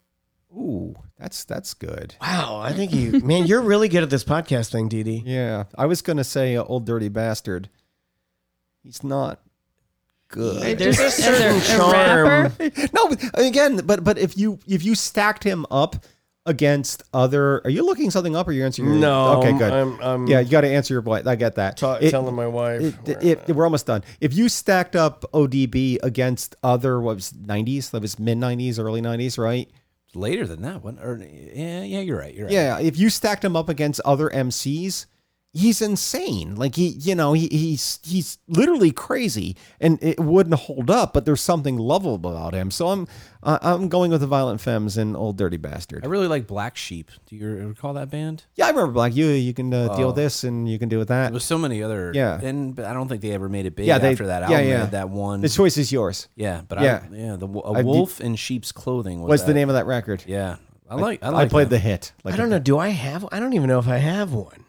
Ooh, that's that's good. Wow, I think you, man, you're really good at this podcast thing, Dee Dee. Yeah, I was gonna say uh, old dirty bastard. He's not good. There's a As a- certain a charm. rapper? no, but again, but but if you if you stacked him up against other, are you looking something up or you're answering? No, okay, good. I'm, I'm yeah, you got to answer your boy. I get that. ta- It- telling my wife. It, it, it- we're almost done. If you stacked up ODB against other what was nineties, that was mid nineties, early nineties, right? Later than that one. Or, yeah, yeah, you're right. You're right. Yeah. If you stacked him up against other MCs, he's insane. Like he, you know, he, he's he's literally crazy, and it wouldn't hold up. But there's something lovable about him. So I'm uh, I'm going with the Violent Femmes and Old Dirty Bastard. I really like Black Sheep. Do you recall that band? yeah, I remember Black. You you can uh, deal with this, and you can deal with that. There Oh. was so many other. Yeah. And but I don't think they ever made it big Yeah, they- after that yeah, album. They yeah. had That one. the choice is yours. yeah, but Yeah. I, yeah, the a I- wolf in sheep's clothing was What's the that. name of that record? Yeah, I like. I, I, like played that. the hit. Like I don't know. Do I have? I don't even know if I have one.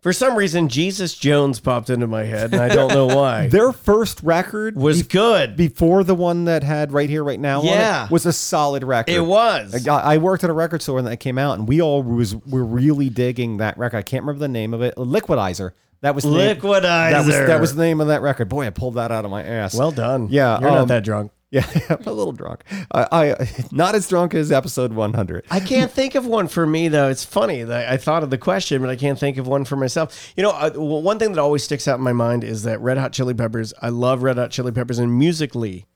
For some reason, Jesus Jones popped into my head, and I don't know why. Their first record was bef- good. before the one that had right here, right now. on it Yeah. was a solid record. It was. I, I worked at a record store when that came out, and we all was were really digging that record. I can't remember the name of it. Liquidizer. That was the name- Liquidizer. That was that was the name of that record. Boy, I pulled that out of my ass. well done. Yeah, you're not um, that drunk. yeah, I'm a little drunk. I, I not as drunk as episode 100. I can't think of one for me though. It's funny that I thought of the question, but I can't think of one for myself. You know, uh, w- one thing that always sticks out in my mind is that Red Hot Chili Peppers. I love Red Hot Chili Peppers, and musically,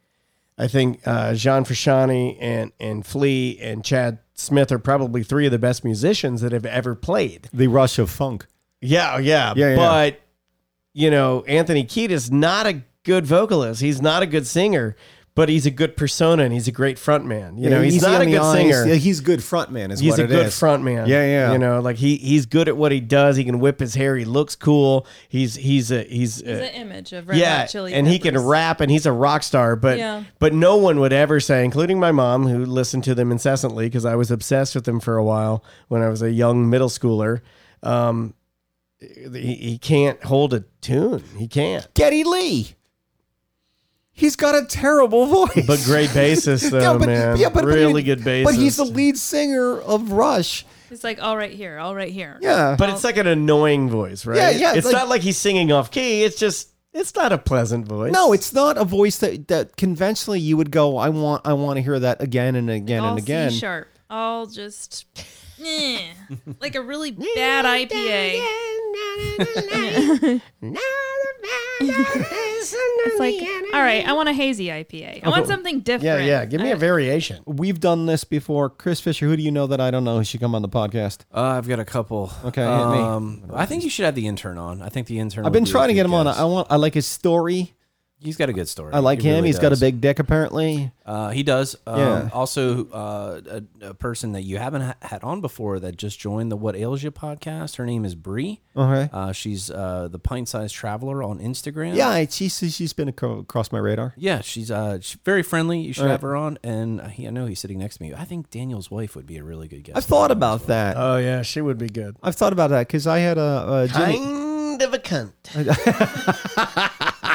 I think uh, John Frusciante and and Flea and Chad Smith are probably three of the best musicians that have ever played. The rush of funk. Yeah, yeah, Yeah, yeah. But you know, Anthony Kiedis not a good vocalist. He's not a good singer, but he's a good persona and he's a great frontman. You know, he's Easy not a on the good eyes. singer Yeah, He's good frontman. Is he's what a it good is. front man. Yeah, yeah. You know, like he he's good at what he does. He can whip his hair. He looks cool. He's he's a he's, It's an a, image of Red yeah, Hot Chili and he can Peppers. rap, and he's a rock star. But Yeah. but no one would ever say, including my mom, who listened to them incessantly because I was obsessed with them for a while when I was a young middle schooler. Um, he, he can't hold a tune. He can't. Geddy Lee. He's got a terrible voice. But great bassist though, man. really good bassist. But he's the lead singer of Rush. It's like all right here, all right here. Yeah. But it's like an annoying voice, right? Yeah, yeah, It's like- not like he's singing off key. It's just It's not a pleasant voice. No, it's not a voice that, that conventionally you would go, I want I want to hear that again and again all and again. C sharp, all just eh, like a really bad IPA. it's like, all right, I want a hazy IPA. I want something Yeah, different. yeah. Give me a variation. We've done this before. Chris Fisher, who do you know that I don't know who should come on the podcast? Uh, I've got a couple. Okay, hit me. um, I think you should have the intern on. I think the intern. I've would been be a trying to good get him on. guest. I want I like his story. He's got a good story. I like He him. really He's got a does. big dick apparently. Uh, he does. Um, Yeah. Also, uh, a, a person that you haven't ha- had on before that just joined the What Ails You podcast. Her name is Bree. Okay. Uh, she's uh, the Pint Size Traveler on Instagram. yeah, I- she's she's been acro- across my radar. Yeah, she's uh she's very friendly. You should All right. have her on, and uh, he, I know he's sitting next to me. I think Daniel's wife would be a really good guest. I've thought about that. Oh yeah, she would be good. I've thought about that because I had a, a Jimmy. Kind of a cunt.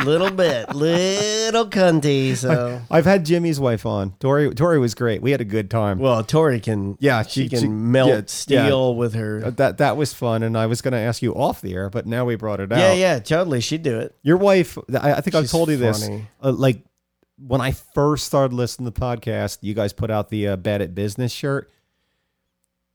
little bit, little cunty. So I've had Jimmy's wife on. Tori Tori was great. We had a good time. well, Tori can. Yeah, she, she- can she- melt yeah, steel with her. Uh, that that was fun, and I was going to ask you off the air, but now we brought it out. yeah, yeah, totally. She'd do it. Your wife, I, I think I've She's told you this. funny. Uh, like when I first started listening to the podcast, you guys put out the uh, bad at business shirt.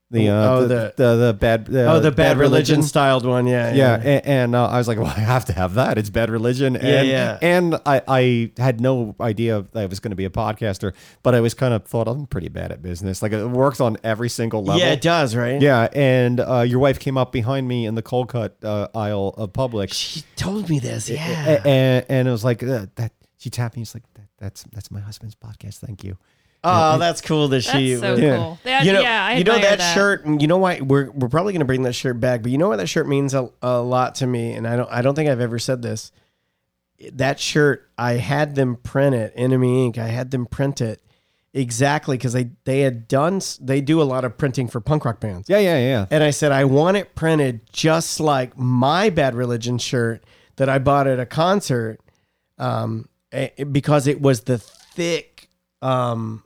The uh, Oh, the, the, the bad the, oh, the bad, religion, styled one. Yeah, Yeah, a- and, uh, I was like, well, I have to have that. It's bad religion. And, yeah. And I, I had no idea that I was going to be a podcaster, but I was kind of thought I'm pretty bad at business. Like it works on every single level. yeah, it does, right? Yeah, and uh, your wife came up behind me in the cold cut uh, aisle of Publix, She told me this. Yeah. a- and, and it was like uh, that. She tapped me. It's like that, that's that's my husband's podcast. Thank you. Oh, that's cool that That's she. so yeah. cool. That, you know, yeah, I you know admire that, shirt. You know why we're we're probably going to bring that shirt back, but you know why that shirt means a, a lot to me, and I don't I don't think I've ever said this. That shirt, I had them print it, Enemy Ink. I had them print it exactly because they they had done s- they do a lot of printing for punk rock bands. Yeah, yeah, yeah. And I said, I want it printed just like my Bad Religion shirt that I bought at a concert um, eh, because it was the thick um,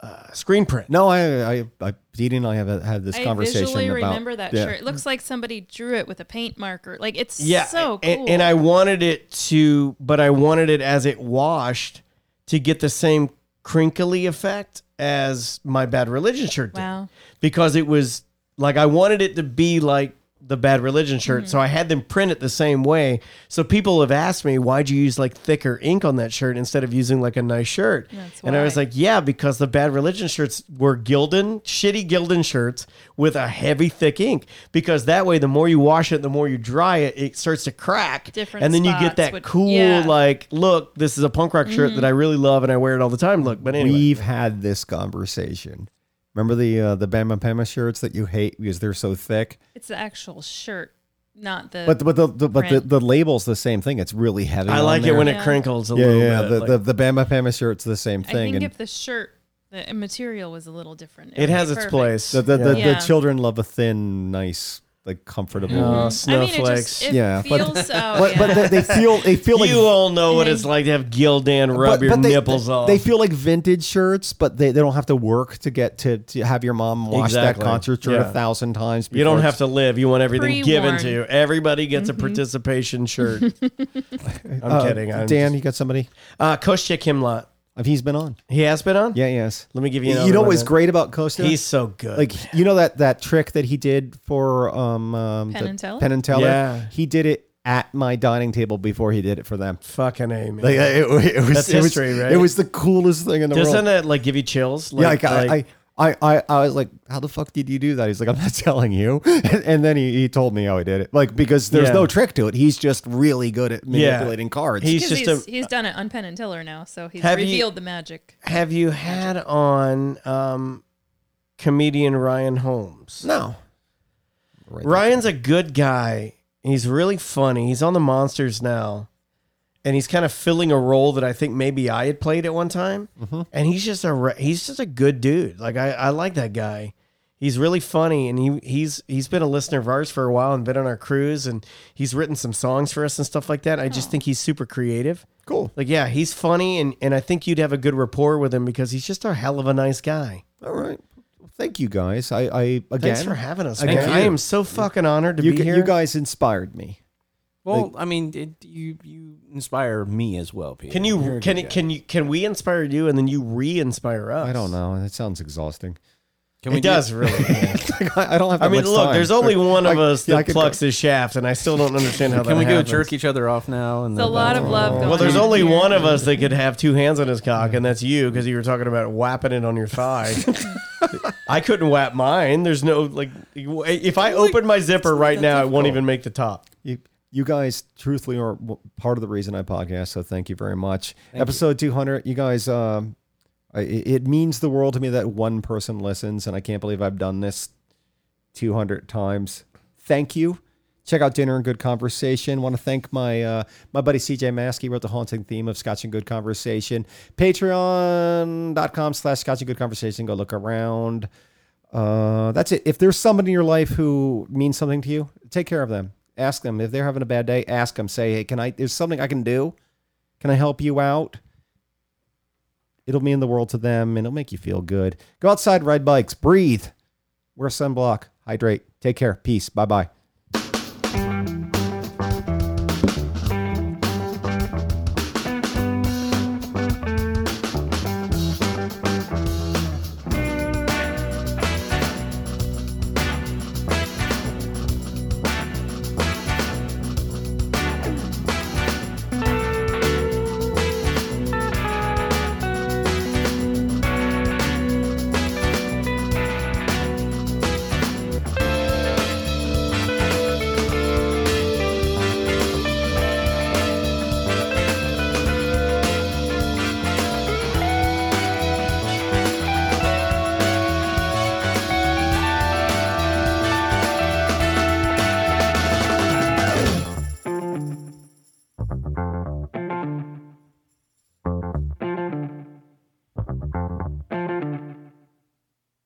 uh, screen print. No, I, I, I Dee Dee and I have had this I conversation visually about. remember that yeah. shirt. It looks like somebody drew it with a paint marker. Like it's Yeah. so cool. a- And, I wanted it to, but I wanted it as it washed to get the same crinkly effect as my Bad Religion shirt did. Wow. Because it was like I wanted it to be like the Bad Religion shirt. Mm-hmm. So I had them print it the same way. So people have asked me, why'd you use like thicker ink on that shirt instead of using like a nice shirt? That's and I was why. like, yeah, because the Bad Religion shirts were Gildan, shitty Gildan shirts with a heavy, thick ink. Because that way, the more you wash it, the more you dry it, it starts to crack. Different and then you get spots that would- cool, yeah. Mm-hmm. like, look, this is a punk rock shirt that I really love and I wear it all the time. Look, but anyway. We've had this conversation. Remember the uh, the Bama Pama shirts that you hate because they're so thick. it's the actual shirt, not the. But the- but the, the but the, Print. the label's the same thing. It's really heavy. I on like it there. when it Yeah. crinkles a yeah little yeah bit. the, like- the the Bama Pama shirt's the same I thing. think and if the shirt, the material was a little different, it would has be its perfect. place. the the, the, Yeah. the children love a thin, nice, like comfortable. Oh, Mm-hmm. I mean, it snowflakes. just it Yeah, but- feels. oh, But, but yeah. they, they feel they feel like you all know what it's like to have Gildan rub but- your but they- nipples off. They feel like vintage shirts, but they, they don't have to work to get to, to have your mom wash Exactly. that concert shirt Yeah. a thousand times. you don't before have to live. You want everything given to you. Pre-worn. Everybody gets a participation shirt. I'm it's- Uh, kidding. I'm Dan, just- you got somebody? uh, Koschek Himlot. Uh, He's been on. He has been on. Yeah, yes. Let me give you. You, Another know one what's then. great about Costa? He's so good. like you know that that trick that he did for um, um Penn the and Teller? Penn and Teller? Yeah. He did it at my dining table before he did it for them. fucking a man. Like uh, it, it was That's it was- history, right? It was the coolest thing in the Doesn't world. that like give you chills? yeah, like, I, I, I, I, I was like, how the fuck did you do that? He's like, I'm not telling you. And then he, he told me how he did it. Like, because there's Yeah. no trick to it. He's just really good at manipulating cards. He's 'Cause just he's, a. he's done it on Penn and Teller now, so he's Have you- revealed the magic. Have you had on um, comedian Ryan Holmes? no. Ryan's a good guy. He's really funny. He's on the Monsters now. And he's kind of filling a role that I think maybe I had played at one time. And he's just a re- he's just a good dude. Like I, I like that guy. He's really funny and he he's he's been a listener of ours for a while and been on our cruise and he's written some songs for us and stuff like that. I just think he's super creative. Cool. Like yeah, he's funny and and I think you'd have a good rapport with him because he's just a hell of a nice guy. All right. Thank you guys. I, I again, Thanks for having us. Again. man. I am so fucking honored to you, be g- here. you guys inspired me. Well, I mean, it, you you inspire me as well, Peter. Can You're you a can good it guy. can you can we inspire you and then you re-inspire us? I don't know. That sounds exhausting. Can It does really. I don't have. That I mean, much look, time. there's only one of us yeah, I that could go- plucks his shaft, and I still don't understand how Can that we go happens. jerk each other off now? And It's a then- lot of love going Oh. Well, there's on only here. one of us that could have two hands on his cock, and that's you because you were talking about whapping it on your thigh. I couldn't whap mine. There's no like, if I open my zipper right now, it won't even make the top. You, you guys, truthfully, are w- part of the reason I podcast. So thank you very much. Episode 200. You guys, um, I, it it means the world to me that one person listens, and I can't believe I've done this 200 times. Thank you. Check out Dinner and Good Conversation. Want to thank my uh, my buddy CJ Maskey wrote the haunting theme of Scotch and Good Conversation. Patreon.com slash Scotch and Good Conversation. Go look around. Uh, that's it. If there's somebody in your life who means something to you, take care of them. Ask them if they're having a bad day. Ask them. Say, hey, can I? There's something I can do. Can I help you out? It'll mean the world to them, and it'll make you feel good. Go outside, ride bikes, breathe, wear sunblock, hydrate. Take care. Peace. Bye bye.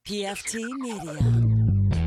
PFT Media.